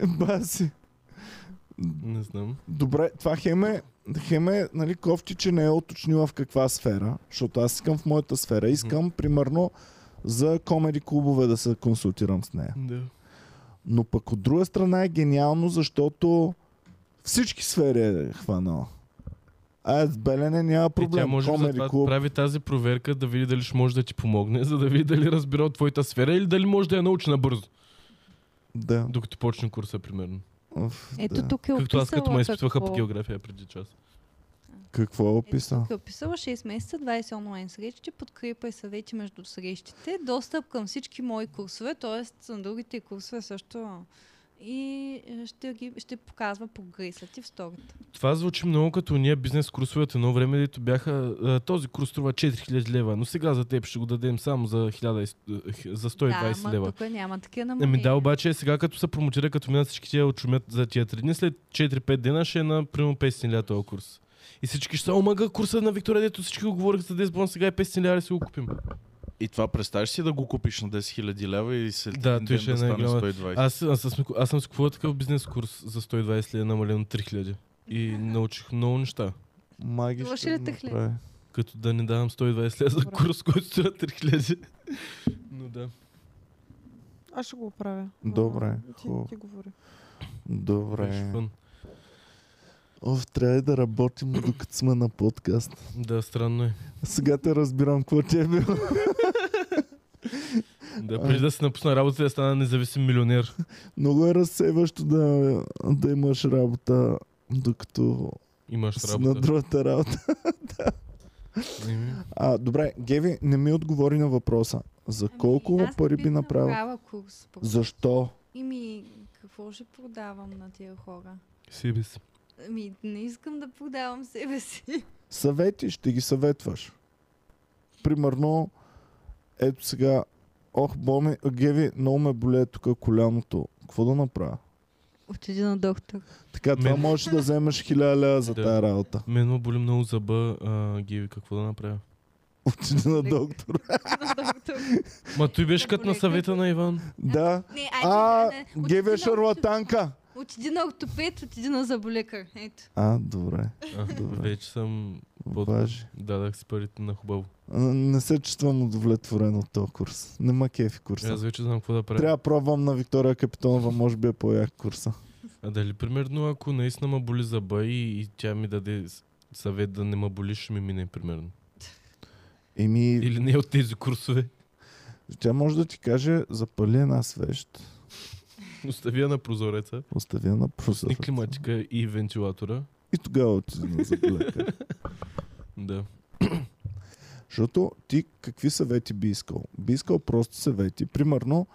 Speaker 1: Баси.
Speaker 3: Не знам.
Speaker 1: Добре, това хеме, хеме, нали, кофти, че не е уточнила в каква сфера, защото аз искам в моята сфера. Искам, примерно, за комеди клубове да се консултирам с нея.
Speaker 3: Да.
Speaker 1: Но пък от друга страна е гениално, защото всички сфери е хванала. А с Белене няма
Speaker 3: И Е, тя
Speaker 1: проблем.
Speaker 3: може би
Speaker 1: комеди
Speaker 3: затова
Speaker 1: е клуб.
Speaker 3: прави тази проверка да види дали ще може да ти помогне, за да види дали разбира от твоята сфера или дали може да я научи набързо,
Speaker 1: Да.
Speaker 3: докато почне курса, примерно.
Speaker 1: Уф,
Speaker 4: Ето
Speaker 1: да.
Speaker 4: тук е
Speaker 3: Както
Speaker 4: описала
Speaker 3: аз като ме изпитваха
Speaker 4: какво-
Speaker 3: по география преди час.
Speaker 1: Какво е описал?
Speaker 4: Тук е описала 6 месеца, 20 онлайн срещи, подкрепа и съвети между срещите, достъп към всички мои курсове, т.е. на другите курсове също и е, ще, ги, ще показва прогреса ти в сторията.
Speaker 3: Това звучи много като ние бизнес курсовете. Едно време, дето бяха, а, този курс струва 4000 лева, но сега за теб ще го дадем само за, 1000, и с- е, за 120
Speaker 4: да, ама
Speaker 3: лева.
Speaker 4: тук няма такива намерения.
Speaker 3: Ами да, обаче сега като се промотира, като минат всички тия очумят за тия три дни, след 4-5 дена ще е на примерно 500 лева този курс. И всички ще са, омага, курса на Виктория, дето всички го говориха за 10 бон, сега е 500 лева, ще си го купим.
Speaker 5: И това представяш си да го купиш на 10 000 лева и след
Speaker 3: Да,
Speaker 5: един
Speaker 3: той
Speaker 5: ден
Speaker 3: ще е
Speaker 5: да стане
Speaker 3: най-голям.
Speaker 5: 120.
Speaker 3: Аз, аз, аз, аз съм си купувал такъв бизнес курс за 120 лева, намален от 3000. И научих много неща.
Speaker 1: Маги
Speaker 4: Лоши
Speaker 1: ще
Speaker 4: ли
Speaker 1: го
Speaker 4: тъхли?
Speaker 1: направи.
Speaker 3: Като да не давам 120 лева за курс, който струва 3000. Но да.
Speaker 2: Аз ще го правя.
Speaker 1: Добре,
Speaker 2: А, Ти,
Speaker 1: хубаво.
Speaker 2: ти говори.
Speaker 3: беше
Speaker 1: Добре.
Speaker 3: фън.
Speaker 1: Оф, трябва и да работим докато сме на подкаст.
Speaker 3: Да, странно е.
Speaker 1: Сега те разбирам какво ти е било.
Speaker 3: Да, преди да се напусна работа и да стана независим милионер.
Speaker 1: Много е разсейващо да, да имаш работа, докато
Speaker 3: Имаш
Speaker 1: си на
Speaker 3: работа. Ами,
Speaker 1: другата работа.
Speaker 3: Еми,
Speaker 1: А, добре, Геви, не ми отговори на въпроса. За
Speaker 4: Ами,
Speaker 1: колко
Speaker 4: аз не
Speaker 1: пари
Speaker 4: бих
Speaker 1: би направил?
Speaker 4: направила курс. просто.
Speaker 1: Защо?
Speaker 4: И ми, какво ще продавам на тия хора?
Speaker 3: Себе си.
Speaker 4: Ами, не искам да продавам себе си.
Speaker 1: Съвети, ще ги съветваш. Примерно, ето сега, ох, боми, Геви, много ме более тук коляното. Какво да направя?
Speaker 4: Отиди на доктор.
Speaker 1: Така, това
Speaker 3: Мен-
Speaker 1: можеш да вземеш хиляда за
Speaker 3: Да.
Speaker 1: тази работа.
Speaker 3: Мен ме боли много зъба, а, Геви, какво да направя?
Speaker 1: Отиди на
Speaker 4: Лек.
Speaker 1: доктора.
Speaker 4: на доктор.
Speaker 3: Ма той беше като на съвета на Иван.
Speaker 1: Да.
Speaker 4: Не,
Speaker 1: А,
Speaker 4: айде, не, не.
Speaker 1: Геви е
Speaker 4: Отиди на
Speaker 1: шарлатанка.
Speaker 4: Отиди на ортопед, отиди на заболекар. Ето.
Speaker 1: А, добре.
Speaker 3: А,
Speaker 1: Добре.
Speaker 3: вече съм... под-
Speaker 1: Важи.
Speaker 3: Дадах си парите на хубаво.
Speaker 1: А, Не се чувствам удовлетворен от този курс. Нема кефи курса.
Speaker 3: Аз вече знам какво да правя.
Speaker 1: Трябва да пробвам на Виктория Капитонова, може би е по-як курса.
Speaker 3: А дали примерно ако наистина ма боли зъба и, и тя ми даде с- съвет да не ма боли, ще ми мине примерно.
Speaker 1: Еми,
Speaker 3: Или не от тези курсове.
Speaker 1: тя може да ти каже, запали една свещ,
Speaker 3: Остави я на прозореца,
Speaker 1: остави я на
Speaker 3: и
Speaker 1: прозореца.
Speaker 3: климатика и вентилатора.
Speaker 1: И тогава отиди на заболекар.
Speaker 3: Да.
Speaker 1: Защото ти какви съвети би искал? Би искал просто съвети. Примерно,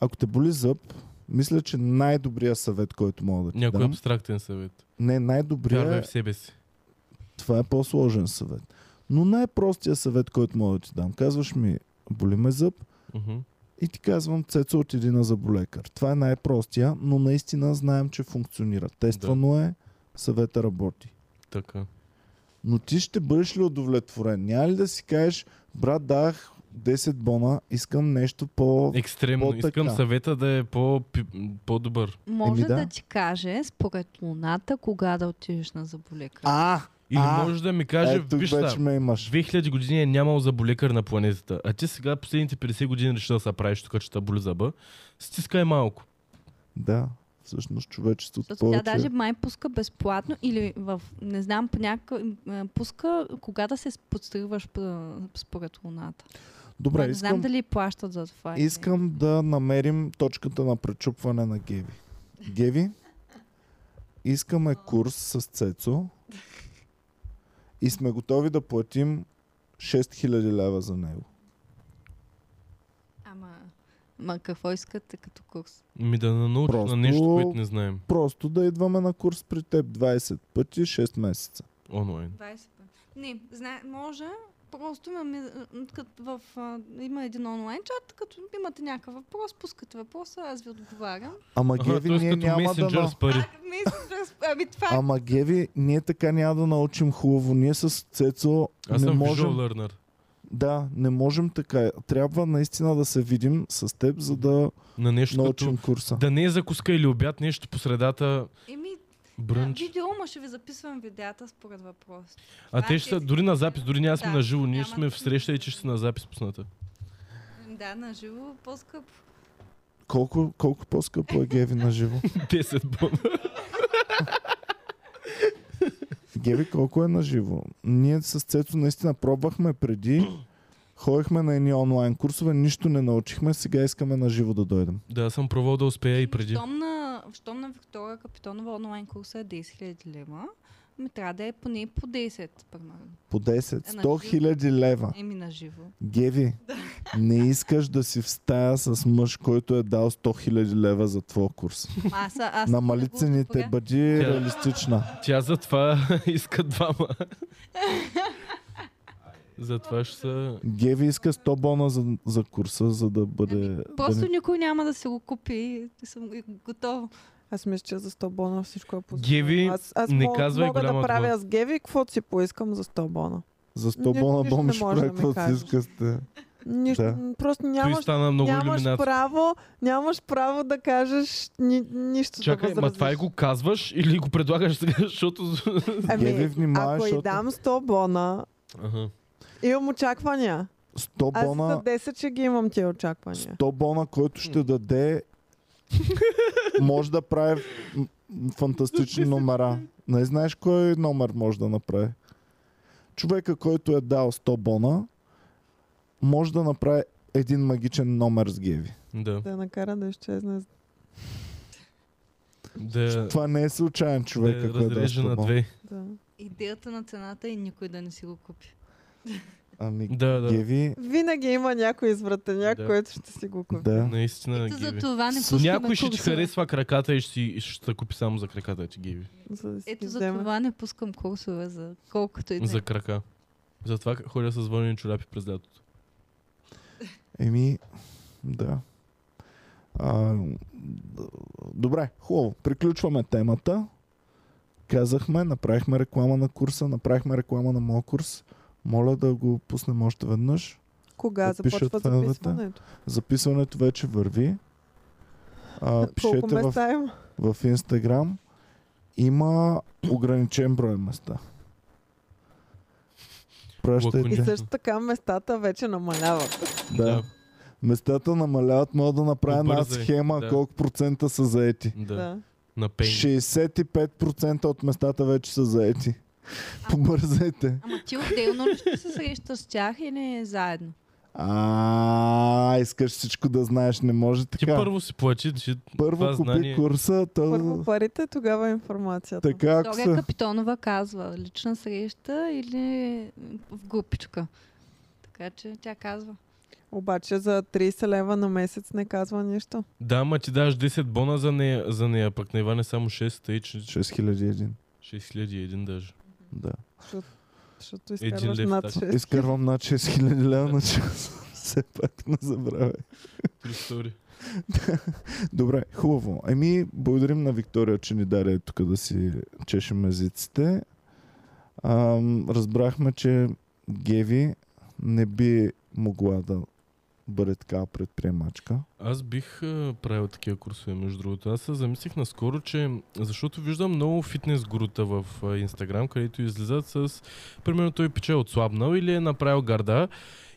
Speaker 1: ако те боли зъб, мисля, че най-добрият съвет, който мога да ти
Speaker 3: Някой
Speaker 1: дам...
Speaker 3: абстрактен съвет.
Speaker 1: Не, най-добрият
Speaker 3: Вярвай
Speaker 1: е
Speaker 3: в себе си.
Speaker 1: Това е по-сложен съвет. Но най-простия съвет, който мога да ти дам. Казваш ми, боли ме зъб
Speaker 3: Мгм.
Speaker 1: и ти казвам, Цецо, отиди на заболекар. Това е най-простия, но наистина знаем, че функционира. Тествано е, съвета работи.
Speaker 3: Така.
Speaker 1: Но ти ще бъдеш ли удовлетворен? Няма ли да си кажеш, брат, дах 10 бона, искам нещо по...
Speaker 3: Е, Екстремно.
Speaker 1: по-така.
Speaker 3: Искам съвета да е по, пи- по-добър.
Speaker 4: Може
Speaker 1: Еми да.
Speaker 4: да. ти каже, според луната, кога да отидеш на заболекар.
Speaker 1: А,
Speaker 3: Или
Speaker 1: А,
Speaker 3: може да ми
Speaker 1: е,
Speaker 3: каже,
Speaker 1: тук
Speaker 3: виж
Speaker 1: вече
Speaker 3: са,
Speaker 1: ме имаш.
Speaker 3: 2000 години е нямал заболекар на планетата, а ти сега последните 50 години реши да се правиш тук, че те боли зъба. Стискай малко.
Speaker 1: Да, всъщност човечеството
Speaker 4: Защото тя
Speaker 1: повече...
Speaker 4: даже май пуска безплатно или в, не знам, по някакъв, м, пуска кога да се подстригваш п- според луната.
Speaker 1: Добре,
Speaker 4: не
Speaker 1: искам...
Speaker 4: знам дали плащат за това. е. или не.
Speaker 1: Искам да намерим точката на пречупване на Геви. Геви, искаме курс с Цецо и сме готови да платим 6000 лева за него.
Speaker 4: Ама, ма какво искате като курс?
Speaker 3: Ми да научиш
Speaker 1: Просто-
Speaker 3: на нещо, което не знаем.
Speaker 1: Просто да идваме на курс при теб 20 пъти 6 месеца.
Speaker 3: Онлайн.
Speaker 4: 20 Не, зна, може Просто имаме, м, кът- в, а, има един онлайн чат, като имате някакъв въпрос, пускате въпроса, аз ви отговарям.
Speaker 1: Ама
Speaker 3: Аха,
Speaker 1: Геви, ние
Speaker 3: като
Speaker 1: няма да...
Speaker 3: месенджер
Speaker 1: на-
Speaker 3: с пари.
Speaker 4: А, мисля, да разп- ами това е
Speaker 1: Ама Геви, ние така няма да научим хубаво. Ние с Цецо
Speaker 3: Аз
Speaker 1: не
Speaker 3: съм
Speaker 1: можем...
Speaker 3: visual learner.
Speaker 1: Да, не можем така. Трябва наистина да се видим с теб, за да
Speaker 3: На нещо
Speaker 1: научим
Speaker 3: като...
Speaker 1: курса.
Speaker 3: Да не е закуска или обяд, нещо по средата.
Speaker 4: Еми, да,
Speaker 3: Брънч.
Speaker 4: видео, ма ще ви записвам видеята според въпрос.
Speaker 3: А те ще са дори на запис, дори ние сме
Speaker 4: Да,
Speaker 3: на живо, ние
Speaker 4: няма
Speaker 3: сме
Speaker 4: да-
Speaker 3: в среща и че ще са на запис пусната.
Speaker 4: Да, на живо по-скъпо.
Speaker 1: Колко, колко по-скъпо е Геви на живо?
Speaker 3: 10 бона.
Speaker 1: Геви, колко е на живо? Ние с Цецо наистина пробвахме преди, ходихме на едни онлайн курсове, нищо не научихме, сега искаме на живо да дойдем.
Speaker 3: Да, аз съм пробвал да успея и преди.
Speaker 4: Щом на, щом на Виктория Капитонова онлайн курса е 10 000 лева, ми трябва да е поне по 10, примерно.
Speaker 1: По 10,
Speaker 4: Е,
Speaker 1: 100
Speaker 4: на живо.
Speaker 1: хиляди лева.
Speaker 4: Еми на живо.
Speaker 1: Геви, не искаш да си в стая с мъж, който е дал 100 хиляди лева за твоя курс.
Speaker 4: Ама Аз, аз
Speaker 1: Намали
Speaker 4: не го
Speaker 1: цените,
Speaker 4: одобря.
Speaker 1: бъди реалистична.
Speaker 3: Тя затова иска двама. Затова ще са...
Speaker 1: Геви иска 100 бона за, за курса, за да
Speaker 2: Ами,
Speaker 1: бъде...
Speaker 4: Просто
Speaker 1: да ни-
Speaker 4: никой няма да се го купи. и Съм готова.
Speaker 2: Аз мисля, че за 100 бона всичко е позволено.
Speaker 3: Геви,
Speaker 2: аз, аз
Speaker 3: не
Speaker 2: мога,
Speaker 3: казвай
Speaker 2: мога да
Speaker 3: голяма
Speaker 2: правя
Speaker 3: дума.
Speaker 2: с Геви, каквото си поискам за 100 бона.
Speaker 1: За 100
Speaker 2: никой
Speaker 1: бона
Speaker 2: нищо не
Speaker 1: бомби ще
Speaker 2: може
Speaker 1: прави
Speaker 2: да ми
Speaker 1: каквото си
Speaker 2: кажеш.
Speaker 1: иска с те.
Speaker 2: Нищо,
Speaker 1: Да.
Speaker 2: м, Просто
Speaker 3: Той
Speaker 2: нямаш,
Speaker 3: стана много
Speaker 2: нямаш,
Speaker 3: иллюминация.
Speaker 2: право, нямаш право да кажеш ни, нищо
Speaker 3: Чакай,
Speaker 2: да
Speaker 3: ма това е и
Speaker 2: възразиш.
Speaker 3: го казваш или го предлагаш сега, защото...
Speaker 1: Геви, внимавай,
Speaker 2: Ами, ако
Speaker 1: защото-
Speaker 2: и дам 100 бона,
Speaker 3: Аха.
Speaker 2: имам очаквания.
Speaker 1: 100
Speaker 2: Аз
Speaker 1: бона...
Speaker 2: за 10 ще ги имам тия очаквания.
Speaker 1: 100 бона, който ще даде, може да прави м- м- фантастични номера. Не знаеш кой номер може да направи. Човека, който е дал 100 бона, може да направи един магичен номер с Геви.
Speaker 3: Да.
Speaker 2: Да я накара да изчезне.
Speaker 3: Да,
Speaker 1: Това не е случайен човек,
Speaker 3: да
Speaker 1: да, който е дал
Speaker 3: разрежа
Speaker 1: 100
Speaker 3: на
Speaker 1: бона.
Speaker 3: две.
Speaker 2: Да.
Speaker 4: Идеята на цената е никой да не си го купи.
Speaker 1: Ами,
Speaker 3: Да, да.
Speaker 1: Геви,
Speaker 2: Винаги има някой извратеняк,
Speaker 3: Да.
Speaker 2: който ще си го купи.
Speaker 1: да.
Speaker 3: Наистина,
Speaker 4: Ето за
Speaker 3: Геви.
Speaker 4: това не
Speaker 1: С-
Speaker 4: пускаме
Speaker 3: Някой ще ти
Speaker 4: курсове.
Speaker 3: харесва краката и ще, си, и ще те купи само за краката ти, Геви.
Speaker 2: За да си
Speaker 4: Ето
Speaker 2: ги
Speaker 4: за
Speaker 2: вземе.
Speaker 4: това не пускам курсове за колкото и да
Speaker 3: За
Speaker 4: е.
Speaker 3: крака. Затова ходя с вълнени чорапи през лятото.
Speaker 1: Еми, да. А, д- добре, хубаво. Приключваме темата. Казахме, направихме реклама на курса, направихме реклама на моят курс. Моля да го пуснем още веднъж.
Speaker 2: Кога
Speaker 1: Да пишат
Speaker 2: започва
Speaker 1: феновете.
Speaker 2: записването?
Speaker 1: Записването вече върви. А,
Speaker 2: Колко
Speaker 1: пишете в,
Speaker 2: места има?
Speaker 1: в Instagram. Има ограничен брой места.
Speaker 2: И
Speaker 3: Лаконично.
Speaker 1: Пращайте.
Speaker 2: също така местата вече намаляват.
Speaker 1: Да. Местата намаляват, мога да направя една
Speaker 3: Побързай,
Speaker 1: схема
Speaker 3: да.
Speaker 1: колко процента са заети.
Speaker 3: Да. да.
Speaker 2: Да.
Speaker 3: На пейн.
Speaker 1: 65% от местата вече са заети. Побързайте.
Speaker 4: Ама ти отделно ли ще се срещаш с тях или заедно?
Speaker 1: А, искаш всичко да знаеш, не може
Speaker 3: Ти
Speaker 1: така.
Speaker 3: първо си плачи, че
Speaker 1: Първо
Speaker 3: това
Speaker 1: купи
Speaker 3: знание-
Speaker 1: курса, то...
Speaker 2: Първо парите, тогава информацията.
Speaker 1: Така, ако
Speaker 4: Виктория
Speaker 1: се...
Speaker 4: Капитонова казва лична среща или в групичка. Така че тя казва.
Speaker 2: Обаче за 30 лева на месец не казва нищо.
Speaker 3: Да, ма ти даш 10 бона за нея, за нея пък на Иван е само 6, тъй че
Speaker 1: 6001,
Speaker 3: 6001 даже.
Speaker 1: да.
Speaker 2: Защото
Speaker 3: Един
Speaker 2: изкарваш
Speaker 3: лев,
Speaker 2: над
Speaker 3: така.
Speaker 2: 6.
Speaker 1: Изкарвам над 6000 лева на час. Все пак не забравяй.
Speaker 3: Три стори.
Speaker 1: Добре, хубаво. Еми, благодарим на Виктория, че ни даде тук да си чешем езиците. Ам, разбрахме, че Геви не би могла да бъде така предприемачка.
Speaker 3: Аз бих а, правил такива курсове, между другото. Аз се замислих наскоро, че защото виждам много фитнес грута в а, Инстаграм, където излизат с... Примерно той пече е отслабнал или е направил гарда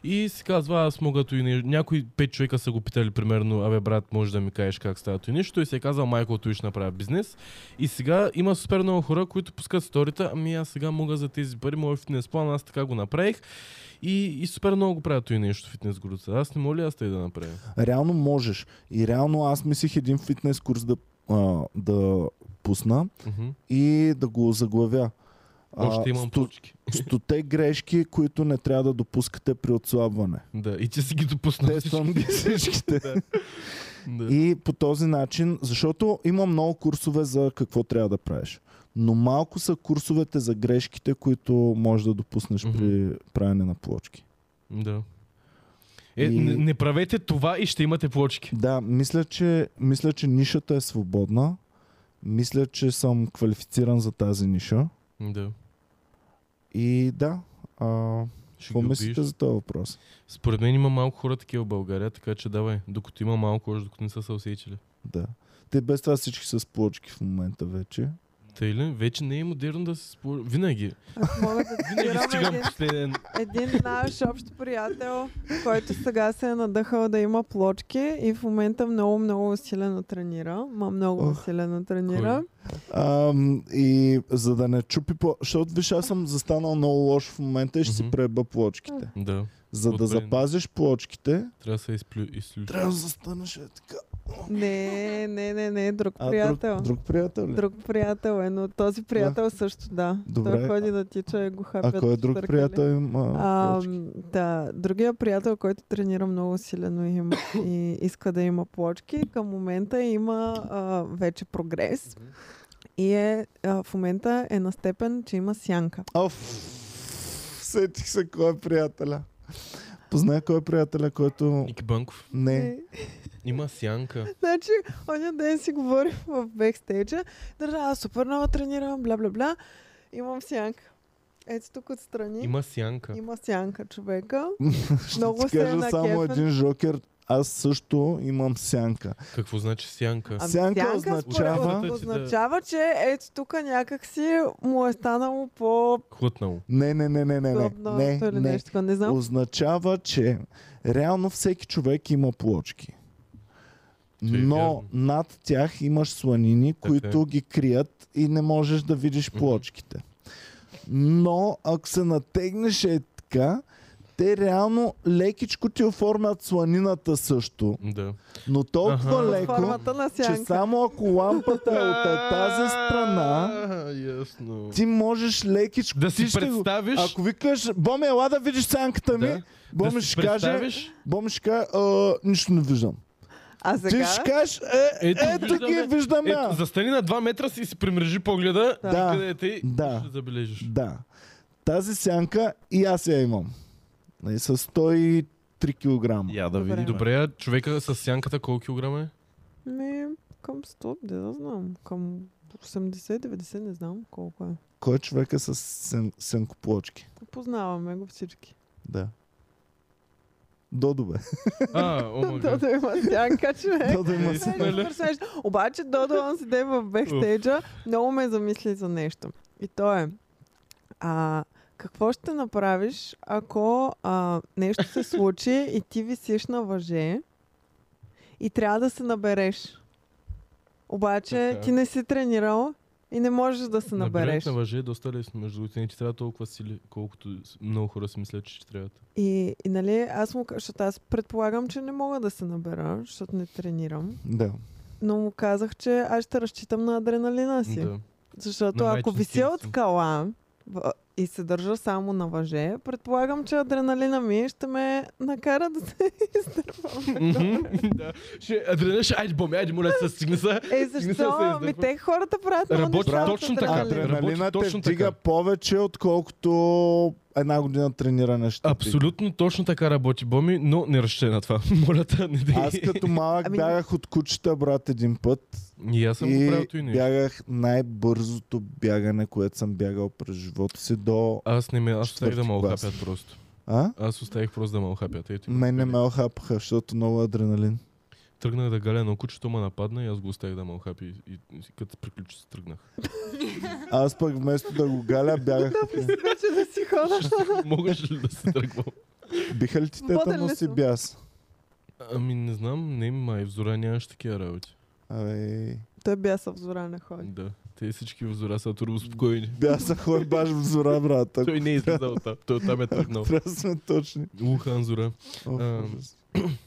Speaker 3: и си казва, аз мога и не... Някои пет човека са го питали, примерно, абе брат, може да ми кажеш как става и нещо. И се е казал, майко, той ще направя бизнес. И сега има супер много хора, които пускат сторита, ами аз сега мога за тези пари, моят фитнес план, аз така го направих. И, и супер много го правят и нещо фитнес грута. Аз не моля аз те да направя.
Speaker 1: Реално можеш. И реално аз мислих един фитнес курс да, а, да пусна
Speaker 3: Мгм.
Speaker 1: и да го заглавя. А,
Speaker 3: Още имам
Speaker 1: сто,
Speaker 3: плочки.
Speaker 1: стоте грешки, които не трябва да допускате при отслабване.
Speaker 3: Да, и ти си ги допуснал.
Speaker 1: Тествам ги всичките.
Speaker 3: Да.
Speaker 1: И по този начин, защото има много курсове за какво трябва да правиш. Но малко са курсовете за грешките, които можеш да допуснеш
Speaker 3: Мгм.
Speaker 1: при правене на плочки.
Speaker 3: Да. Е,
Speaker 1: И-
Speaker 3: не, не правете това и ще имате плочки.
Speaker 1: Да, мисля че, мисля, че нишата е свободна. Мисля, че съм квалифициран за тази ниша.
Speaker 3: Да.
Speaker 1: И да, а,
Speaker 3: Ще
Speaker 1: какво
Speaker 3: ги
Speaker 1: мислите
Speaker 3: убиеш.
Speaker 1: за този въпрос?
Speaker 3: Според мен има малко хора такива в България, така че давай, докато има малко, още докато не са се усечили.
Speaker 1: Да. Те без това всички са с плочки в момента вече.
Speaker 3: Тъй ли? Вече не е модерно да се спори. Винаги.
Speaker 2: Ако мога да
Speaker 3: Винаги
Speaker 1: е.
Speaker 2: цитирам
Speaker 3: стигам
Speaker 2: един,
Speaker 3: последен.
Speaker 2: един наш общ приятел, който сега се е надъхал да има плочки и в момента много, много усилено тренира. Ма много
Speaker 1: Ох.
Speaker 2: усилено тренира.
Speaker 1: Ам, и за да не чупи по... Защото виж, аз съм застанал много лошо в момента и ще си
Speaker 3: Мгм.
Speaker 1: преба плочките.
Speaker 3: Да.
Speaker 1: За да
Speaker 3: Отпред.
Speaker 1: запазиш плочките,
Speaker 3: Трябва да се изплю... изключи.
Speaker 1: трябва да застанеш е така.
Speaker 2: Не, не, не, не, друг
Speaker 1: А,
Speaker 2: приятел.
Speaker 1: Друг, друг приятел ли?
Speaker 2: Друг приятел е, но този приятел също да.
Speaker 1: Добре.
Speaker 2: Той ходи да тича и го
Speaker 1: а
Speaker 2: хапят.
Speaker 1: кой е друг
Speaker 2: търкали.
Speaker 1: приятел има
Speaker 2: А,
Speaker 1: плочки?
Speaker 2: да, другия приятел, който тренира много усилено и, има, и иска да има плочки, към момента има а, вече прогрес. И е, а, в момента е на степен, че има сянка.
Speaker 1: Оф, сетих се кой е приятеля. Познай кой е приятеля, който...
Speaker 3: Ники Банков.
Speaker 1: Не,
Speaker 2: Е,
Speaker 3: Има сянка.
Speaker 2: Значи, оня ден си говорим в бекстейджа, да, аз супер много тренирам, бла-бла-бла, имам сянка. Ето тук отстрани има,
Speaker 3: Има сянка.
Speaker 2: има сянка човека.
Speaker 1: ще
Speaker 2: Много
Speaker 1: ти
Speaker 2: се е
Speaker 1: кажа само
Speaker 2: накефен.
Speaker 1: един жокер. Аз също имам сянка.
Speaker 3: Какво значи сянка?
Speaker 2: Ами
Speaker 1: Сянка
Speaker 2: според-
Speaker 1: означава-
Speaker 2: означава, че ето тук някакси му е станало по
Speaker 3: Хлътнало.
Speaker 1: Не, не, не, не, не, не.
Speaker 2: удобно
Speaker 1: Не,
Speaker 2: или
Speaker 1: не,
Speaker 2: нещо такова. Не знам.
Speaker 1: означава, че реално всеки човек има плочки.
Speaker 3: е
Speaker 1: Но
Speaker 3: вярно.
Speaker 1: над тях имаш сланини,
Speaker 3: Така е.
Speaker 1: които ги крият и не можеш да видиш плочките. Но ако се натегнеш е така, те реално лекичко ти оформят сланината също.
Speaker 3: Да.
Speaker 1: Но толкова
Speaker 3: Аха.
Speaker 2: Под
Speaker 1: леко,
Speaker 2: формата на
Speaker 1: че
Speaker 2: сянка.
Speaker 1: само ако лампата е от е тази страна,
Speaker 3: А, Ясно.
Speaker 1: ти можеш лекичко...
Speaker 3: Да си
Speaker 1: ти ще го-
Speaker 3: представиш...
Speaker 1: Ако викаш, Боми, ела да видиш сянката ми,
Speaker 3: Да.
Speaker 1: Боми
Speaker 3: да си
Speaker 1: ще каже,
Speaker 3: представиш...
Speaker 1: Боми ще каже, а, нищо не виждам.
Speaker 2: А
Speaker 1: Ти
Speaker 2: сега...
Speaker 1: ще кажеш, е,
Speaker 3: Ето,
Speaker 1: ето,
Speaker 3: виждаме.
Speaker 1: ги виждаме.
Speaker 3: Ето, застани на 2 метра си и си примрежи погледа.
Speaker 1: Да.
Speaker 3: Да. Къде е ти?
Speaker 1: Да.
Speaker 3: Ще забележиш.
Speaker 1: Да. Тази сянка и аз я имам. Нали, с 103 кг.
Speaker 5: Я да
Speaker 2: Добре.
Speaker 5: видим.
Speaker 3: Добре, а човека с сянката колко килограма е?
Speaker 2: Ми, към 100, не да знам. Към 80-90, не знам колко е.
Speaker 1: Кой е човека с сен, сенкоплочки?
Speaker 2: Познаваме го всички.
Speaker 1: Да. Додо бе.
Speaker 3: А, о май гад.
Speaker 2: Додо има сянка, човек.
Speaker 1: Додо има
Speaker 3: Е,
Speaker 1: си.
Speaker 2: Не, не
Speaker 3: Нали?
Speaker 2: свършеш. Обаче Додо он седе в бекстейджа, много ме замисли за нещо. И то е, а, какво ще направиш, ако а, нещо се случи и ти висиш на въже и трябва да се набереш? Обаче
Speaker 3: Така.
Speaker 2: ти не си тренирал и не можеш да се набереш.
Speaker 3: Набирането на въже е доста лесно. Между другото, не ти трябва толкова сили, колкото с- много хора си мислят, че ще трябват.
Speaker 2: И, и нали, аз му ка- защото аз предполагам, че не мога да се набера, защото не тренирам,
Speaker 1: Да.
Speaker 2: но му казах, че аз ще разчитам на адреналина си.
Speaker 3: Да.
Speaker 2: Защото
Speaker 3: На
Speaker 2: ако
Speaker 3: майчин
Speaker 2: виси
Speaker 3: син
Speaker 2: от
Speaker 3: съм.
Speaker 2: скала в- и се държа само на въже, предполагам, че адреналина ми ще ме накара да се изтървам.
Speaker 3: да. Ще адреналиш, айде боми, айде моля, се стигна са.
Speaker 2: Е,
Speaker 3: Не се
Speaker 2: защо?
Speaker 3: издърпа.
Speaker 2: Ми те хората правят много
Speaker 3: Работи
Speaker 2: неща с
Speaker 3: точно така.
Speaker 2: адреналин.
Speaker 1: Адреналина
Speaker 3: работи
Speaker 1: те
Speaker 3: точно
Speaker 1: вдига
Speaker 3: така.
Speaker 1: повече, отколкото една година трениране ще ти.
Speaker 3: Абсолютно точно така работи Боми, но не разчете на това. Моля те, не
Speaker 1: Аз
Speaker 3: дей.
Speaker 1: като малък
Speaker 2: Ами-
Speaker 1: бягах от кучета, брат, един път.
Speaker 3: И аз съм го
Speaker 1: и
Speaker 3: правил и не. е.
Speaker 1: бягах най-бързото бягане, което съм бягал през живота си до...
Speaker 3: Аз не ме, аз оставих да
Speaker 1: Четвърти
Speaker 3: ме
Speaker 1: клас.
Speaker 3: охапят просто.
Speaker 1: А?
Speaker 3: Аз оставих просто да ме охапят. Ето, имам
Speaker 1: Мен не
Speaker 3: пример.
Speaker 1: ме охапаха, защото много адреналин.
Speaker 3: Тръгнах да галя на кучето, ме нападна и аз го оставих да ме охапи. И, и, и като приключи, се тръгнах.
Speaker 1: Аз пък вместо да го галя, бягах.
Speaker 2: Си Вече да си хода.
Speaker 3: Можеш ли да се тръгвам?
Speaker 1: Биха ли ти
Speaker 2: Воден
Speaker 1: тета
Speaker 2: ли
Speaker 1: носи
Speaker 2: съм?
Speaker 1: бяс?
Speaker 3: Ами не знам, не май, взора нямаш такива работи.
Speaker 1: Абе,
Speaker 2: Той бя с взора на ходи.
Speaker 3: Да. Те всички взора са турбоспокойни.
Speaker 1: бяса хой баш в зора, брат. Ако
Speaker 3: Той не е излизал там. Той оттам е тръгнал.
Speaker 1: трябва да сме точни.
Speaker 3: Лухан зора.
Speaker 1: О,
Speaker 3: А.
Speaker 1: ужас.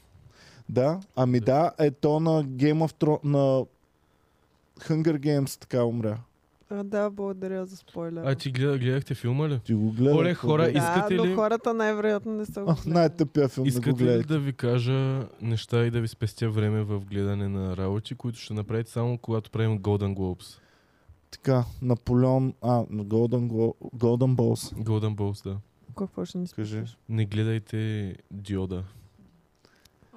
Speaker 1: Да, ами да, е то на Game of Thrones, на Hunger Games така умря.
Speaker 2: А, да, благодаря за спойлера.
Speaker 3: А ти гледа, гледахте филма ли?
Speaker 1: Ти го гледаш.
Speaker 3: Оле, хора,
Speaker 2: да,
Speaker 3: искате
Speaker 2: но
Speaker 3: ли-
Speaker 2: хората най-вероятно не са го гледали.
Speaker 1: Най-тъпия филм не го
Speaker 3: Искате ли
Speaker 1: гледах.
Speaker 3: да ви кажа неща и да ви спестя време в гледане на работи, които ще направите само когато правим Golden Globes?
Speaker 1: Така, Наполеон, а, на Golden, Glo- Golden Balls.
Speaker 3: Golden Balls, да.
Speaker 2: Какво ще ни
Speaker 1: Кажи.
Speaker 2: спиташ?
Speaker 3: Не гледайте Диода.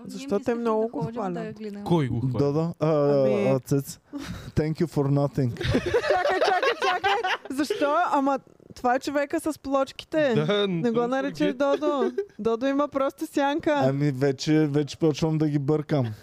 Speaker 4: Ние
Speaker 2: Защо те
Speaker 7: е
Speaker 4: мислехме
Speaker 2: много
Speaker 4: да
Speaker 2: го
Speaker 4: ходим Да
Speaker 2: хвалят?
Speaker 4: я гледам.
Speaker 3: Кой го хвали?
Speaker 1: Да, да. А,
Speaker 2: Ами-
Speaker 1: а, цец. Thank you for nothing.
Speaker 2: Чакай, чакай, чакай! Защо? Ама това е човека с плочките.
Speaker 3: Да,
Speaker 2: Не го наричай Додо. Додо има просто сянка.
Speaker 1: Ами вече, вече почвам да ги бъркам.
Speaker 3: На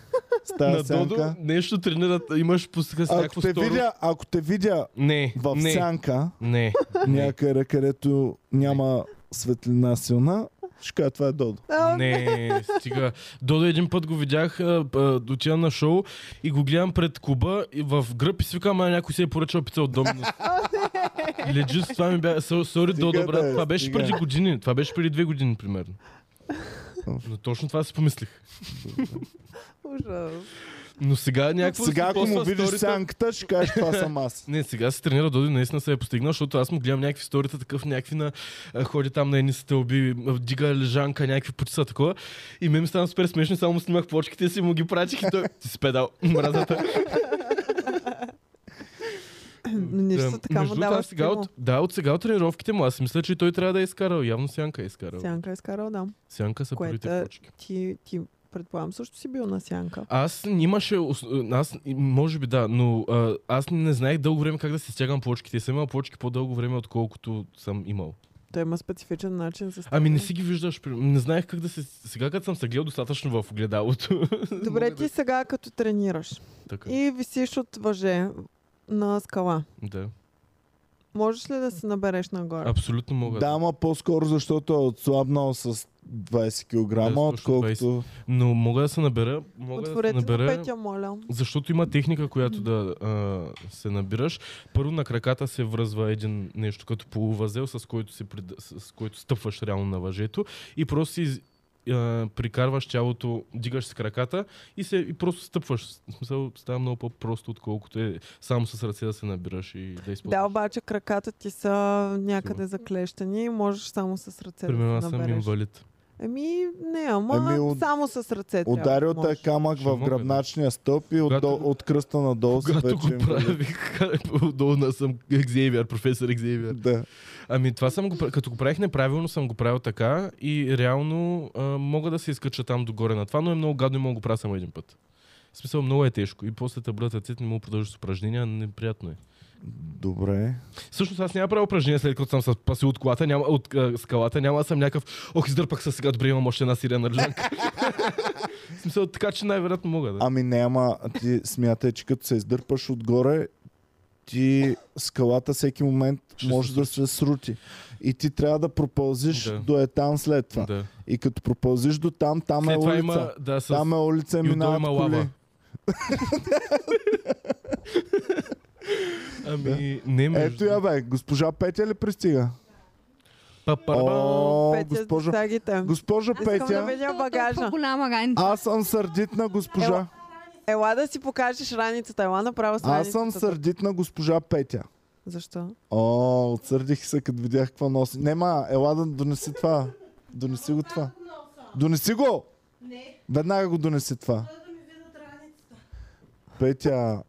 Speaker 1: Става
Speaker 3: Додо
Speaker 1: сянка.
Speaker 3: нещо тренират, имаш пуска с
Speaker 1: Ако
Speaker 3: някакво
Speaker 1: те
Speaker 3: сторо.
Speaker 1: видя, ако те видя
Speaker 3: Не,
Speaker 1: в
Speaker 3: не,
Speaker 1: сянка,
Speaker 3: не. не.
Speaker 1: някъде, където няма светлина силна, ще кажа, това е Додо.
Speaker 2: А,
Speaker 3: Не, стига. Додо един път го видях, а, а, отивам на шоу и го гледам пред клуба и в гръб и си викам, а някой си е поръчал пица от Доминос. Леджи, това ми бяха... Сори,
Speaker 1: Стига
Speaker 3: Додо, брат.
Speaker 1: бе,
Speaker 3: Това беше
Speaker 1: стига.
Speaker 3: преди години. Това беше преди две години, примерно. Но точно това си помислих.
Speaker 2: Ужас.
Speaker 3: Но сега някакво...
Speaker 1: Сега,
Speaker 3: си
Speaker 1: ако му
Speaker 3: поства
Speaker 1: видиш
Speaker 3: сторите-
Speaker 1: сянката, ще кажеш, това съм аз.
Speaker 3: Не, сега се тренира Доди, наистина се е постигнал, защото аз му гледам някакви сторита, такъв някакви на... а, Ходи там на едни стълби, а, дига лежанка, някакви путица, такова. И ме ми стана супер смешно, само му снимах плочките си, и му ги пратих и той... Ти си педал, мразата.
Speaker 2: Нищо така му
Speaker 3: между това,
Speaker 2: дава
Speaker 3: сега
Speaker 2: стимул.
Speaker 3: от, да, от сега от тренировките му, аз си мисля, че и той трябва да е изкарал. Явно Сянка е изкарал. Сянка,
Speaker 2: Сянка е изкарал, да.
Speaker 3: са
Speaker 2: Което
Speaker 3: първите
Speaker 2: е-
Speaker 3: плочки.
Speaker 2: Ти, ти предполагам също си бил на сянка.
Speaker 3: Аз имаше, ос- аз, може би да, но а, аз не знаех дълго време как да си стягам плочките. И Съм имал плочки по-дълго време, отколкото съм имал.
Speaker 2: Той има специфичен начин за
Speaker 3: Ами не
Speaker 2: стягане.
Speaker 3: си ги виждаш. примерно. Не знаех как да се... Сега като съм се гледал достатъчно в огледалото.
Speaker 2: Добре, ти сега като тренираш
Speaker 3: така.
Speaker 2: и висиш от въже на скала,
Speaker 3: Да.
Speaker 2: можеш ли да се набереш нагоре?
Speaker 3: Абсолютно мога.
Speaker 1: Да, ама по-скоро, защото е отслабнал с 20 кг,
Speaker 3: Да, точно
Speaker 1: отколкото...
Speaker 3: Но мога да се набера. Мога
Speaker 2: Отворете
Speaker 3: да се
Speaker 2: на
Speaker 3: набера.
Speaker 2: петя, моля.
Speaker 3: Защото има техника, която да а, се набираш. Първо на краката се връзва един нещо като полувъзел, с който, си, прид- с, с който стъпваш реално на въжето и просто си из- а, прикарваш тялото, дигаш с краката и, се, и просто стъпваш. В смисъл, става много по-просто, отколкото е само с ръце да се набираш и да използваш.
Speaker 2: Да, обаче краката ти са някъде заклещени и можеш само с ръце
Speaker 3: Примерно
Speaker 2: да
Speaker 3: аз
Speaker 2: се
Speaker 3: съм
Speaker 2: набереш.
Speaker 3: инвалид.
Speaker 2: Еми, не, ама
Speaker 1: Еми, Ами, от-
Speaker 2: само с ръце трябва
Speaker 1: Ударил
Speaker 2: да
Speaker 1: те
Speaker 2: можеш.
Speaker 1: камък
Speaker 3: Е, Ще
Speaker 1: в
Speaker 3: мога, да.
Speaker 1: гръбначния стълб и от,
Speaker 3: Когато-
Speaker 1: дол- от кръста надолу се
Speaker 3: Когато
Speaker 1: вече
Speaker 3: го
Speaker 1: им вали.
Speaker 3: правих, отдолу на съм Екзейвиер, професор Екзейвиер.
Speaker 1: Да.
Speaker 3: Ами това съм го, пра- като го правих неправилно, съм го правил така и реално а, мога да се изкача там догоре на това, но е много гадно и мога да го правя само един път. В смисъл много е тежко и после те бъдат ръцете, не мога да продължиш с упражнения, неприятно е.
Speaker 1: Добре.
Speaker 3: Всъщност аз няма правя упражнения след като съм се спасил от колата, няма, от а, скалата, няма да съм някакъв, ох, издърпах се сега, добре, имам още една сирена лежанка. в смисъл така, че най-вероятно мога да.
Speaker 1: Ами не, ама ти смятай, че като се издърпаш отгоре, ти скалата всеки момент
Speaker 3: Ще се
Speaker 1: може да се срути. И ти трябва да пропълзиш
Speaker 3: Да.
Speaker 1: до етан след това.
Speaker 3: да.
Speaker 1: И като пропълзиш до там, там е
Speaker 3: След това
Speaker 1: улица.
Speaker 3: има, да, с...
Speaker 1: Там е улица и
Speaker 3: Юдо
Speaker 1: минават
Speaker 3: има
Speaker 1: коли.
Speaker 3: лава. Ами, не
Speaker 1: Ето
Speaker 3: между...
Speaker 1: я бе, госпожа Петя ли пристига?
Speaker 3: Па-па-па.
Speaker 1: О,
Speaker 2: Петя,
Speaker 1: госпожо,
Speaker 2: стягите.
Speaker 1: госпожо
Speaker 2: Искам да
Speaker 1: Петя,
Speaker 2: видя
Speaker 4: Толкова
Speaker 2: багажа.
Speaker 4: голяма раница.
Speaker 1: аз съм сърдит на госпожа.
Speaker 2: Ела да си покажеш раницата. Ела направо с
Speaker 1: Аз съм
Speaker 2: раницата.
Speaker 1: сърдит на госпожа Петя.
Speaker 2: Защо?
Speaker 1: О, отсърдих се, като видях какво носи. Нема, ела да донеси това. Донеси го това. Донеси го! Не. Веднага го донеси това. Петя...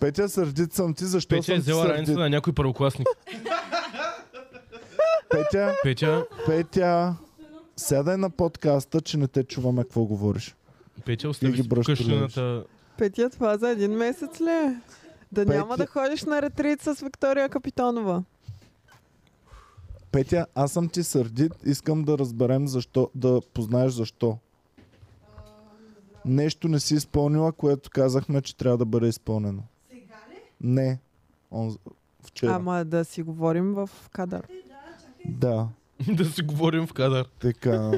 Speaker 1: Петя, сърдит съм ти, защо
Speaker 3: Петя е
Speaker 1: съм ти
Speaker 3: взела раница
Speaker 1: сърдит?
Speaker 3: на някой първокласник.
Speaker 1: Петя,
Speaker 3: Петя,
Speaker 1: Петя, сядай на подкаста, че не те чуваме какво говориш.
Speaker 3: Петя,
Speaker 1: ги
Speaker 3: остави си
Speaker 1: бръщаш,
Speaker 3: кашляната.
Speaker 2: Петя, това за един месец ли? е? Да няма да
Speaker 1: Петя-
Speaker 2: ходиш на ретрит с Виктория Капитонова.
Speaker 1: Петя, аз съм ти сърдит, искам да разберем защо, да познаеш защо. Нещо не си изпълнила, което казахме, че трябва да бъде изпълнено. Сега ли? Не. Он... Вчера.
Speaker 2: Ама да си говорим в кадър.
Speaker 1: Да,
Speaker 3: да си говорим в кадър.
Speaker 1: така.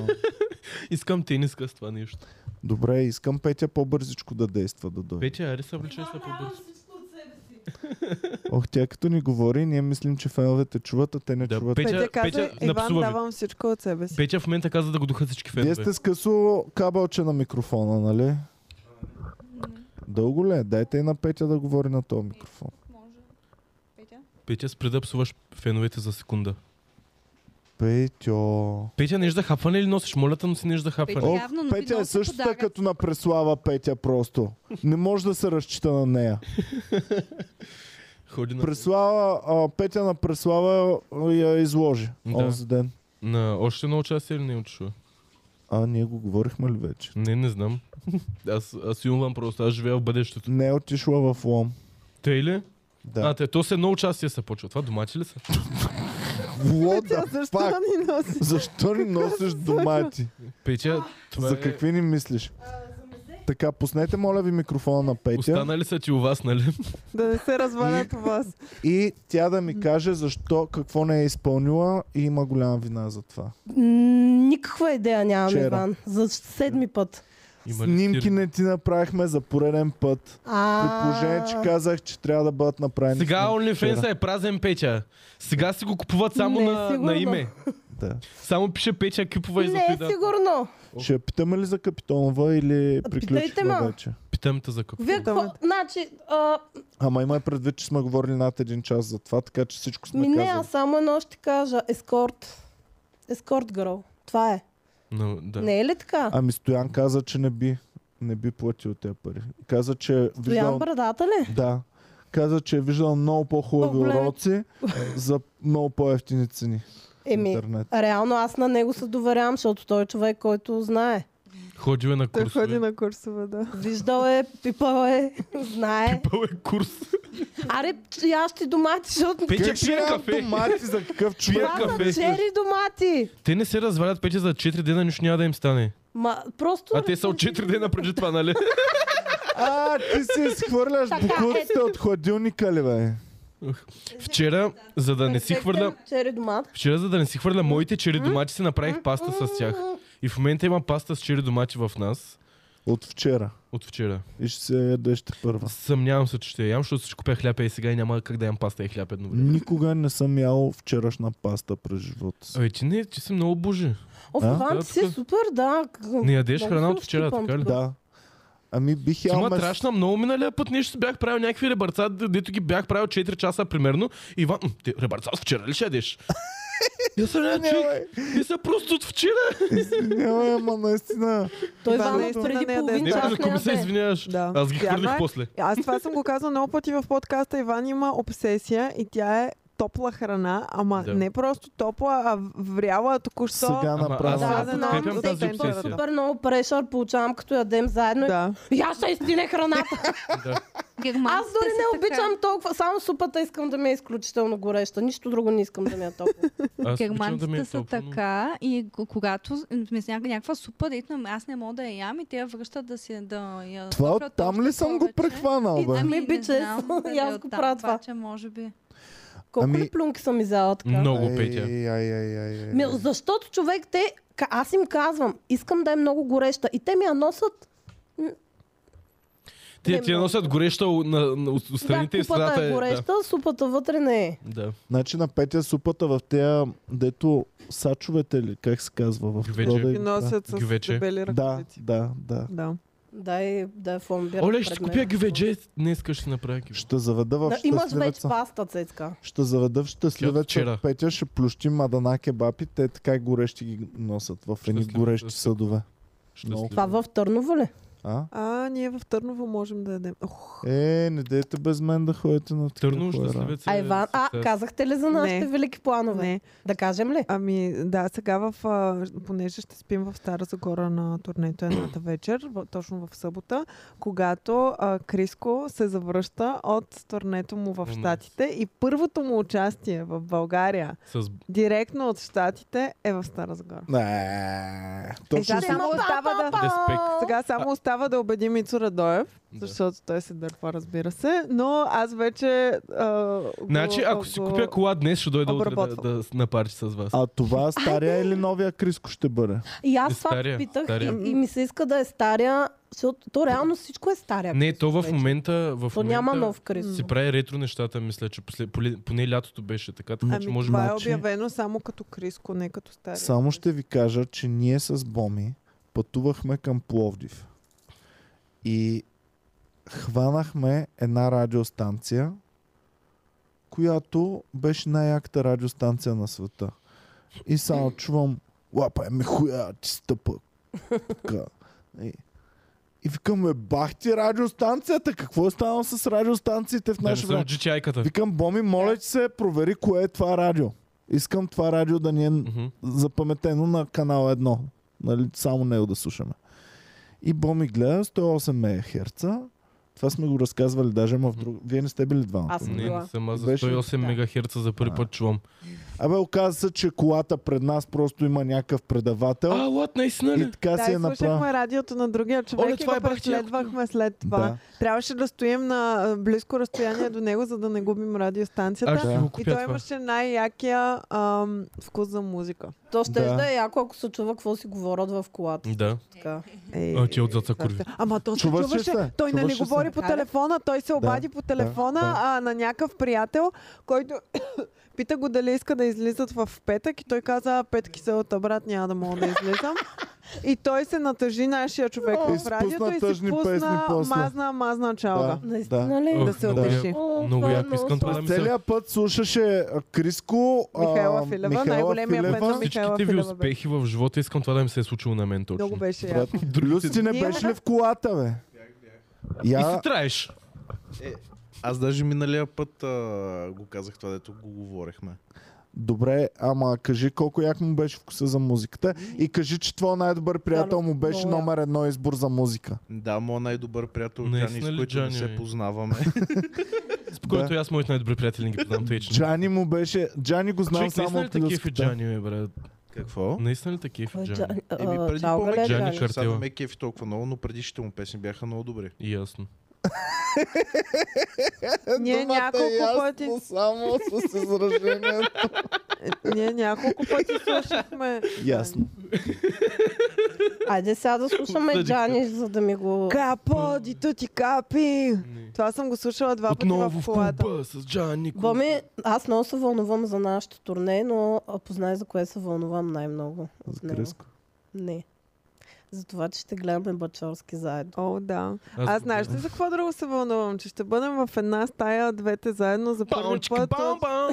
Speaker 3: Искам тениска с това нещо.
Speaker 1: Добре, искам Петя по-бързичко да действа да дойде.
Speaker 3: Петя, ари се влече се по-бързо.
Speaker 1: Ох, тя като ни говори, ние мислим, че феновете чуват, а те не
Speaker 3: Да,
Speaker 1: чуват.
Speaker 3: Петя-
Speaker 2: Петя, каза,
Speaker 3: Петя,
Speaker 2: Иван,
Speaker 3: напсува ви.
Speaker 2: давам всичко от себе си.
Speaker 3: Петя в момента каза да го духа всички
Speaker 1: Вие
Speaker 3: фенове.
Speaker 1: сте с късо кабелче на микрофона, нали? Дълго ли е? Дайте и на Петя да говори на този микрофон.
Speaker 4: Може. Петя?
Speaker 3: Петя, спри да псуваш феновете за секунда.
Speaker 1: Петьо.
Speaker 3: Петя, неш да хапване ли носиш? Моля те, но си неш да хапване.
Speaker 1: О,
Speaker 4: Петя, явно, но ви
Speaker 1: Петя е
Speaker 4: носи
Speaker 1: същата
Speaker 4: подарък.
Speaker 1: като на Преслава Петя просто. Не може да се разчита на нея.
Speaker 3: Ходи на,
Speaker 1: Преслава, а, Петя на Преслава а, я изложи
Speaker 3: Да.
Speaker 1: онзи ден.
Speaker 3: на още едно участие ли не отишла?
Speaker 1: А, ние го говорихме ли вече?
Speaker 3: Не, не знам. Аз, аз имам просто, аз живея в бъдещето.
Speaker 1: Не е отишла в Лом.
Speaker 3: Те ли? А,
Speaker 1: Да.
Speaker 3: те, то се едно участие се почва. Това домати ли са?
Speaker 1: Лода,
Speaker 2: Тя защо
Speaker 1: пак.
Speaker 2: ни носи?
Speaker 1: Защо не носиш домати?
Speaker 3: Петя, това
Speaker 1: За
Speaker 3: е...
Speaker 1: какви ни мислиш? Така, пуснете, моля ви, микрофона на Петя
Speaker 3: Останали са ти у вас, нали?
Speaker 2: Да не се развалят у вас.
Speaker 1: и тя да ми каже защо, какво не е изпълнила и има голяма вина за това.
Speaker 7: М, Никаква идея нямам,
Speaker 1: Вчера.
Speaker 7: Иван. За седми път.
Speaker 3: Има ли
Speaker 1: Снимки
Speaker 3: стиране?
Speaker 1: не ти направихме за пореден път. При
Speaker 7: А...
Speaker 1: положение, че казах, че трябва да бъдат направени
Speaker 3: Сега
Speaker 1: снимки вчера.
Speaker 3: OnlyFans е празен Петя. Сега си го купуват само
Speaker 7: Не е
Speaker 3: на,
Speaker 7: сигурно.
Speaker 3: на име.
Speaker 1: Да.
Speaker 3: Само пише Петя Кипова и за
Speaker 7: Не е
Speaker 3: това.
Speaker 7: сигурно.
Speaker 1: Ще я питаме ли за Капитонова или приключихме
Speaker 7: ма.
Speaker 1: вече?
Speaker 3: Питам те за какво.
Speaker 7: Вие какво? Значи, а,
Speaker 1: Ама имай предвид, че сме говорили над един час за това, така че всичко сме
Speaker 7: ми не,
Speaker 1: казали.
Speaker 7: аз само едно ще кажа. Ескорт. Ескорт гърл. Това е.
Speaker 3: Но, да.
Speaker 7: Не е ли така?
Speaker 1: Ами Стоян каза, че не би, не би платил тези пари. Каза, че е
Speaker 7: Стоян
Speaker 1: виждал...
Speaker 7: брадата ли?
Speaker 1: Да. Каза, че е виждал много по-хубави
Speaker 7: По-големи.
Speaker 1: уроци за много по-ефтини цени. в
Speaker 7: Еми,
Speaker 1: Интернет.
Speaker 7: реално аз на него се доверявам, защото той е човек, който знае.
Speaker 3: Ходил е на
Speaker 2: Той
Speaker 3: курсове.
Speaker 2: ходи на курсове, да.
Speaker 7: Виждал е, пипал е, знае.
Speaker 3: Пъл е курс.
Speaker 7: Аре, ящи домати, защото...
Speaker 3: Петя
Speaker 1: Как ще
Speaker 3: пие
Speaker 1: ям
Speaker 3: кафе.
Speaker 1: томати за какъв човек?
Speaker 7: Това
Speaker 3: кафе
Speaker 7: са
Speaker 3: с-
Speaker 7: чери домати!
Speaker 3: Те не се развалят Петя за 4 дена, нищо няма да им стане.
Speaker 7: Ма, просто...
Speaker 3: А те са от 4 дена преди това, нали?
Speaker 1: А, ти си изхвърляш
Speaker 7: Така,
Speaker 1: букурците от хладилника ли, бе?
Speaker 3: Вчера, за да не си
Speaker 7: Перфектен
Speaker 3: хвърля...
Speaker 7: Чери домат.
Speaker 3: Вчера, за да не си хвърля моите чери домати, си направих паста с тях. И в момента имам паста с чери домати в нас.
Speaker 1: От вчера.
Speaker 3: От вчера.
Speaker 1: И ще се ядеш те първа.
Speaker 3: Съмнявам се, че ще я ям, защото си купя хляб и сега и няма как да ям паста и хляб едновременно.
Speaker 1: Никога не съм ял вчерашна паста през живота си.
Speaker 3: Абе, ти не, ти си много божи.
Speaker 7: О,
Speaker 1: А?
Speaker 7: Иван,
Speaker 3: Да,
Speaker 7: ти си е
Speaker 3: тук.
Speaker 7: супер, да.
Speaker 3: Не ядеш
Speaker 7: Много
Speaker 3: храна
Speaker 7: се
Speaker 3: от вчера,
Speaker 7: отстъпвам
Speaker 3: така ли?
Speaker 7: тук.
Speaker 1: Да. Ами бих ял
Speaker 3: Има
Speaker 1: месо.
Speaker 3: трашна много миналия път, нещо си бях правил някакви ребърца, де- дето ги бях правил 4 часа примерно. И Иван, «М, ти ребърца от вчера ли ще ядеш? Я съм не, човек, те са просто от вчера.
Speaker 1: Няма, ама наистина.
Speaker 7: Той
Speaker 2: Това
Speaker 7: Иван
Speaker 2: не е
Speaker 7: преди
Speaker 2: студена, не е
Speaker 7: половин
Speaker 2: да
Speaker 3: Не,
Speaker 2: е.
Speaker 7: час
Speaker 3: за кому
Speaker 7: не
Speaker 3: се
Speaker 7: яде.
Speaker 3: извиняваш.
Speaker 2: Да.
Speaker 3: Аз ги
Speaker 2: Вярно
Speaker 3: хвърлих
Speaker 2: е.
Speaker 3: после.
Speaker 2: Аз това съм го казала много пъти в подкаста. Иван има обсесия и тя е топла храна, ама
Speaker 3: Да.
Speaker 2: не просто топла, а вряла току-що.
Speaker 1: Сега
Speaker 3: Ама аз
Speaker 1: направя.
Speaker 7: Да,
Speaker 3: аз
Speaker 7: знам,
Speaker 3: подкрепям
Speaker 2: всеки
Speaker 3: тази
Speaker 2: ден
Speaker 7: Той
Speaker 3: обсесия.
Speaker 7: Супер много прешър получавам, като ядем заедно. Да.
Speaker 2: Да.
Speaker 7: Я ще изтине храната.
Speaker 3: Да.
Speaker 7: Аз
Speaker 4: Германците
Speaker 7: дори
Speaker 4: са
Speaker 7: не
Speaker 4: така.
Speaker 7: обичам толкова. Само супата искам да ми е изключително гореща. Нищо друго не искам да ми е толкова.
Speaker 3: Аз обичам да
Speaker 4: Германците
Speaker 3: ми е
Speaker 4: са
Speaker 3: топло, но-
Speaker 4: така и к- когато сме с няка- някаква супа да идвам, аз не мога да я ям и те я връщат да си да я...
Speaker 1: Това
Speaker 4: топлят
Speaker 1: от там ли
Speaker 4: още
Speaker 1: съм го
Speaker 4: повече.
Speaker 1: прехванал, бе?
Speaker 7: Ами,
Speaker 4: Ами, не
Speaker 7: бичес,
Speaker 4: знам, дали
Speaker 7: и аз го
Speaker 4: оттам,
Speaker 7: правя това.
Speaker 4: обаче, може би.
Speaker 7: Колко
Speaker 1: Ами- Е,
Speaker 7: ли плюнки съм изяла така?
Speaker 3: Много петя.
Speaker 1: Ай, ай, ай, ай, ай.
Speaker 7: Ми, защото човек, те, ка- аз им казвам, искам да е много гореща. И те ми я носят.
Speaker 3: Ти,
Speaker 7: Не
Speaker 3: ти я
Speaker 7: много.
Speaker 3: носят гореща у- на, на, у- у страните и
Speaker 7: да,
Speaker 3: страната
Speaker 7: купата е
Speaker 3: е... Да.
Speaker 7: гореща, супата вътре не е.
Speaker 3: Да.
Speaker 1: Значи на петия супата в тея, дето сачовете ли, как се казва в
Speaker 3: Гювече.
Speaker 1: рода
Speaker 2: И
Speaker 1: им,
Speaker 2: носят с
Speaker 3: Гювече.
Speaker 2: дебели
Speaker 1: Да, да,
Speaker 2: ръкавици.
Speaker 1: да, да.
Speaker 2: Да.
Speaker 7: Дай, дай фомбира.
Speaker 3: Оле, ще ти купя гюведже. Днес ще направя гюведже.
Speaker 1: Ще заведа в
Speaker 7: Да, имаш вече
Speaker 1: щастливеца.
Speaker 7: паста, Цецка.
Speaker 1: Ще заведа в щастливеца.
Speaker 3: вчера.
Speaker 1: Петя ще плющи мадана кебапи, те така и горещи ги носят в едни
Speaker 3: Щастливеца.
Speaker 1: горещи съдове.
Speaker 3: Щастлив.
Speaker 7: Това в Търново ли?
Speaker 1: А?
Speaker 2: А, ние в Търново можем да ядем. Ох,
Speaker 1: Е, не дейте без мен да ходите на такива
Speaker 3: Търно,
Speaker 1: хора.
Speaker 3: щастливец. е
Speaker 7: А, Иван, а,
Speaker 3: съксес.
Speaker 7: казахте ли за нашите
Speaker 2: Не.
Speaker 7: велики планове?
Speaker 2: не.
Speaker 7: Да кажем ли?
Speaker 2: Ами да, сега в, а, понеже ще спим в Стара Загора на турнето едната вечер, в, точно в събота, когато а, Криско се завръща от турнето му в
Speaker 3: О,
Speaker 2: Штатите и първото му участие в България,
Speaker 3: С
Speaker 2: директно от Штатите, е в Стара Загора.
Speaker 1: Не,
Speaker 2: Е, сега
Speaker 1: точно
Speaker 2: само
Speaker 7: Па,
Speaker 2: остава
Speaker 7: па,
Speaker 2: да...
Speaker 7: па!
Speaker 3: Респект.
Speaker 2: Сега само остава да убеди Мицо Радоев,
Speaker 3: Да.
Speaker 2: защото той се дърпа, разбира се, но аз вече... А, го-
Speaker 3: Значи, ако си
Speaker 2: го-
Speaker 3: купя кола днес, ще дойда утре да,
Speaker 2: обработвам.
Speaker 3: да с- на парти с вас.
Speaker 1: А това стария или новия Криско ще бъде?
Speaker 7: И
Speaker 3: Е,
Speaker 7: аз това
Speaker 3: стария,
Speaker 7: питах и,
Speaker 3: стария.
Speaker 7: и ми се иска да е стария, защото то реално всичко е стария.
Speaker 3: Не, то в
Speaker 7: вече.
Speaker 3: момента, в
Speaker 7: То няма
Speaker 3: момента
Speaker 7: нов крис.
Speaker 3: си прави ретро нещата, мисля, че после, поле- поне лятото беше така, така че
Speaker 2: Ами,
Speaker 3: може
Speaker 2: това е
Speaker 1: значи-
Speaker 2: обявено само като Криско, не като стари.
Speaker 1: Само ще ви кажа, че ние с Боми пътувахме към Пловдив. И хванахме една радиостанция, която беше най-яката радиостанция на света. И само чувам, лапа е ми хуя, ти стъпа. Така. И, и викам, бе, бах ти радиостанцията, какво е станало с радиостанциите в
Speaker 3: Не, не
Speaker 1: наше време?
Speaker 3: съм джичайката.
Speaker 1: Викам, Боми, моля ти се, провери кое е това радио. Искам това радио да ни е
Speaker 3: Мгм.
Speaker 1: запаметено на канал 1. Нали, само него да слушаме. И Боми гледа 108 МГц. Това сме го разказвали даже, ма в друг... Вие не сте били двамата.
Speaker 7: Аз съм
Speaker 3: Не,
Speaker 7: била.
Speaker 3: не съм. Аз за
Speaker 1: Беше-
Speaker 3: 108
Speaker 7: Да.
Speaker 3: мегахерца за първи
Speaker 1: А.
Speaker 3: път чувам.
Speaker 1: Абе, оказа се, че колата пред нас просто има някакъв предавател.
Speaker 3: А, лад, наистина ли?
Speaker 1: и така
Speaker 2: нали? Да,
Speaker 1: си
Speaker 2: и
Speaker 1: е направил.
Speaker 2: слушахме радиото на другия човек
Speaker 3: Оле,
Speaker 2: и
Speaker 3: това
Speaker 2: го
Speaker 3: е бахти якото.
Speaker 2: преследвахме след това.
Speaker 1: Да.
Speaker 2: Трябваше да стоим на а, близко разстояние до него, за да не губим радиостанцията.
Speaker 3: Аз ще
Speaker 1: Да.
Speaker 3: си го
Speaker 2: И
Speaker 3: купя
Speaker 2: той
Speaker 3: това.
Speaker 2: имаше най-якия ам, вкус за музика.
Speaker 7: То ще
Speaker 1: Да.
Speaker 7: да. е яко, ако се чува какво си говорят в колата.
Speaker 3: Да.
Speaker 7: Така.
Speaker 2: Е,
Speaker 3: А, ти отзад са курви.
Speaker 2: Ама то се
Speaker 1: Чуваше
Speaker 2: чуваше.
Speaker 1: се,
Speaker 2: Той не ни
Speaker 1: чуваше се.
Speaker 2: говори по
Speaker 7: Да,
Speaker 2: телефона, той се обади по телефона
Speaker 1: да.
Speaker 2: а, на някакъв приятел, който пита го дали иска да излизат в петък и той каза, «А, петки се от брат, няма да мога да излизам. И той се натъжи нашия човек
Speaker 1: И
Speaker 2: в
Speaker 1: спусна
Speaker 2: радиото и си
Speaker 1: тъжни песни
Speaker 2: пусна
Speaker 1: после.
Speaker 2: мазна, мазна чалга.
Speaker 1: Да.
Speaker 7: Наистина ли?
Speaker 3: Ох,
Speaker 2: Да се
Speaker 3: много
Speaker 2: отдиши.
Speaker 3: яко.
Speaker 7: О,
Speaker 3: Много
Speaker 7: това е
Speaker 3: яко искам това да ми се...
Speaker 1: Целият път слушаше а, Криско, а,
Speaker 2: Ами Михайла Филева, най-големия фен на
Speaker 1: Филева.
Speaker 2: Михайла
Speaker 3: Всичките ви
Speaker 2: Филева бе.
Speaker 3: успехи в живота искам това да ми се е случило на мен точно.
Speaker 2: Много беше
Speaker 1: Брат,
Speaker 2: яко.
Speaker 1: Люси, ти не
Speaker 2: Ние-
Speaker 1: беше ли в колата, бе?
Speaker 3: И се
Speaker 1: Я,
Speaker 3: траеш.
Speaker 5: Аз даже миналия път а, го казах това, дето го говорихме.
Speaker 1: добре, ама кажи колко як му беше вкуса за музиката и кажи, че твой най-добър приятел му беше
Speaker 7: много як.
Speaker 1: номер едно избор за музика.
Speaker 5: Да, моят най-добър приятел е
Speaker 3: Наистина
Speaker 5: Джани,
Speaker 3: ли,
Speaker 5: с който не
Speaker 3: Джани, бе?
Speaker 5: се познаваме.
Speaker 3: Спокойно, аз моите най-добри приятели не ги познавам тъй, че.
Speaker 1: Джани му беше... Джани го знам
Speaker 3: Човек,
Speaker 1: само
Speaker 3: наистина ли
Speaker 1: от
Speaker 3: такива
Speaker 1: люската.
Speaker 3: Джани, бе, брат?
Speaker 5: Какво?
Speaker 3: Наистина ли такива
Speaker 7: Кой е
Speaker 3: Джани?
Speaker 7: Джани? А,
Speaker 5: Еми, преди
Speaker 7: Чалга ли е
Speaker 5: повече
Speaker 3: Джани
Speaker 7: Джани?
Speaker 3: Кар-
Speaker 5: Сега
Speaker 3: Картела.
Speaker 5: не ме кефи толкова много, но предишните му песни бяха много добри.
Speaker 3: Ясно.
Speaker 2: Ние
Speaker 1: Думата е
Speaker 2: няколко
Speaker 1: ясно,
Speaker 2: пъти-
Speaker 1: Само с изражението.
Speaker 2: Е, Ние няколко пъти слушахме.
Speaker 1: Ясно.
Speaker 7: Айде сега да слушаме
Speaker 3: Обсъдихме.
Speaker 7: Джани, за да ми го...
Speaker 2: Капо, дито ти капи! Това съм го слушала два пъти
Speaker 3: Отново
Speaker 2: в
Speaker 3: в
Speaker 2: колата.
Speaker 3: клуба с Джани. клуб.
Speaker 7: Боми, аз много се вълнувам за нашето турне, но а, познай за кое се вълнувам най-много. от
Speaker 1: За
Speaker 7: него.
Speaker 1: Криско.
Speaker 7: Не. За това, че ще гледаме Бачорски заедно.
Speaker 2: О, да. Аз знаеш ли за какво друго се вълнувам? Че ще бъдем в една стая, двете заедно за първи
Speaker 3: Баунчик,
Speaker 2: път.
Speaker 3: бам,
Speaker 2: От,
Speaker 3: бам.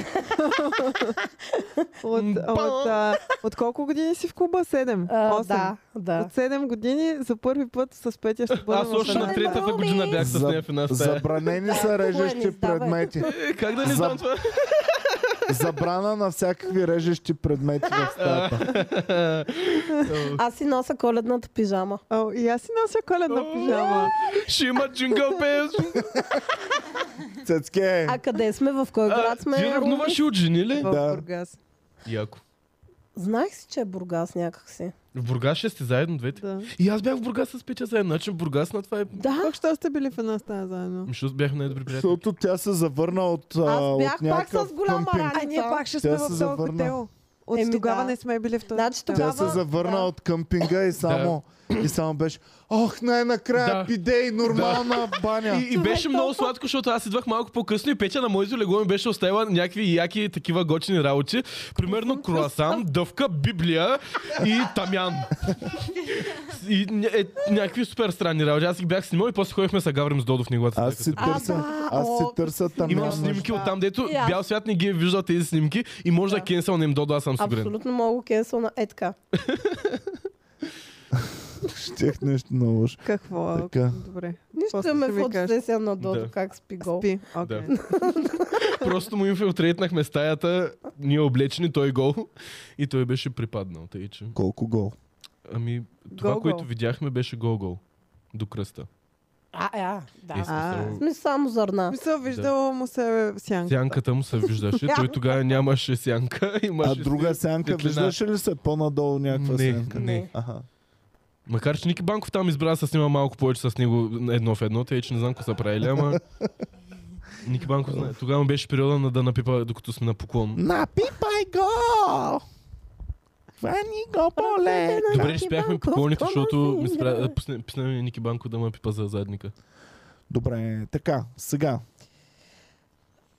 Speaker 2: от, от, а, от колко години си в клуба? Седем?
Speaker 7: А,
Speaker 2: Осем?
Speaker 7: да, да.
Speaker 2: От седем години за първи път с Петя ще бъдем
Speaker 3: Аз още
Speaker 2: в една
Speaker 3: на третата година бях с
Speaker 1: За-
Speaker 3: нея в една стая.
Speaker 1: Забранени са
Speaker 7: хубаво,
Speaker 1: режещи
Speaker 7: не става.
Speaker 1: предмети.
Speaker 3: Е, Как да не знам това?
Speaker 1: Забрана на всякакви режещи предмети в стаята.
Speaker 7: Аз си нося коледната пижама.
Speaker 2: О, и аз си нося коледна пижама.
Speaker 3: Ще има джингъл пееш.
Speaker 1: Цецке,
Speaker 7: А къде сме? В кой град сме?
Speaker 3: Ти
Speaker 7: Руми?
Speaker 3: ревнуваш и от жени ли?
Speaker 1: Да.
Speaker 2: В Бургас.
Speaker 3: Яко.
Speaker 7: Знаех си, че е Бургас някакси.
Speaker 3: В Бургас ще сте заедно двете.
Speaker 2: Да.
Speaker 3: И аз бях в Бургас с Петя заедно. Значи в Бургас на това е...
Speaker 7: Да,
Speaker 2: Как ще сте били в една стая заедно?
Speaker 3: Защото бяхме най-добри приятели.
Speaker 1: защото тя се завърна от, а,
Speaker 7: аз
Speaker 1: от
Speaker 7: бях пак
Speaker 1: някакъв
Speaker 7: с голяма
Speaker 1: къмпинг.
Speaker 7: раница.
Speaker 2: А ние пак ще сме
Speaker 1: Тя
Speaker 2: в
Speaker 1: се
Speaker 2: този
Speaker 1: завърна.
Speaker 2: хотел. От
Speaker 7: Еми,
Speaker 2: тогава
Speaker 7: да.
Speaker 2: не сме били в този
Speaker 7: Значи
Speaker 2: хотел.
Speaker 1: Тя се
Speaker 7: Тогава-
Speaker 1: завърна
Speaker 7: да.
Speaker 1: от къмпинга и само, и само беше Ох, най-накрая
Speaker 3: Да.
Speaker 1: пиде и нормална баня.
Speaker 3: И, и беше много сладко, защото аз идвах малко по-късно и печа на моето легло ми беше оставила някакви яки такива гочени работи. Примерно круасан, дъвка, библия и тамян. И ня- е, някакви супер странни работи. Аз ги бях снимал и после ходихме се гаврим с Додо в неговата.
Speaker 1: Аз
Speaker 3: стая,
Speaker 1: си
Speaker 3: като се-
Speaker 1: търся,
Speaker 7: да,
Speaker 1: аз си
Speaker 7: о,
Speaker 1: търся там.
Speaker 3: Имам
Speaker 7: Няма
Speaker 3: снимки
Speaker 7: нужда.
Speaker 3: от там, дето
Speaker 7: И аз.
Speaker 3: бял свят не ги е виждал тези снимки и може да,
Speaker 7: Да.
Speaker 3: кенселнем Додо, аз съм сигурен.
Speaker 7: абсолютно много кенсъл на е така.
Speaker 1: Щех нещо много лошо.
Speaker 2: Какво?
Speaker 1: Така.
Speaker 2: Добре. После
Speaker 7: Нищо ме
Speaker 2: ще ми кажеш.
Speaker 7: фотосесия на Додо,
Speaker 3: Да.
Speaker 7: как спи гол.
Speaker 2: Спи. Окей.
Speaker 3: Да. Просто му инфилтрейтнахме стаята, ние облечени, той е гол и той беше припаднал. Тъй, че...
Speaker 1: Колко гол?
Speaker 3: Ами, това,
Speaker 2: Гол-гол.
Speaker 3: което видяхме, беше гол-гол. До кръста.
Speaker 7: А, а,
Speaker 3: Е,
Speaker 7: да.
Speaker 2: А.
Speaker 3: смисъл,
Speaker 7: Сме само зърна.
Speaker 2: Мисля, виждало му се сянка.
Speaker 3: Сянката му се виждаше. Той тогава нямаше сянка. Имаше
Speaker 1: А друга
Speaker 3: сняг,
Speaker 1: сянка,
Speaker 3: светлина.
Speaker 1: виждаш ли се по-надолу някаква
Speaker 3: Не,
Speaker 1: сянка?
Speaker 3: не.
Speaker 1: Аха.
Speaker 3: Макар, че Ники Банков там избра да се снима малко повече с него едно в едно, тъй че не знам какво са правили, ама... Ники Банков знае. Тогава му беше периода на да напипа, докато сме на поклон.
Speaker 1: Напипай го! Хвани го поле!
Speaker 3: Добре, че бяхме
Speaker 7: Банков,
Speaker 3: поклонните,
Speaker 7: помози
Speaker 3: защото ми спря...
Speaker 7: ми.
Speaker 3: да пусне- пусна ми Ники Банков да ме пипа за задника.
Speaker 1: Добре, така, сега.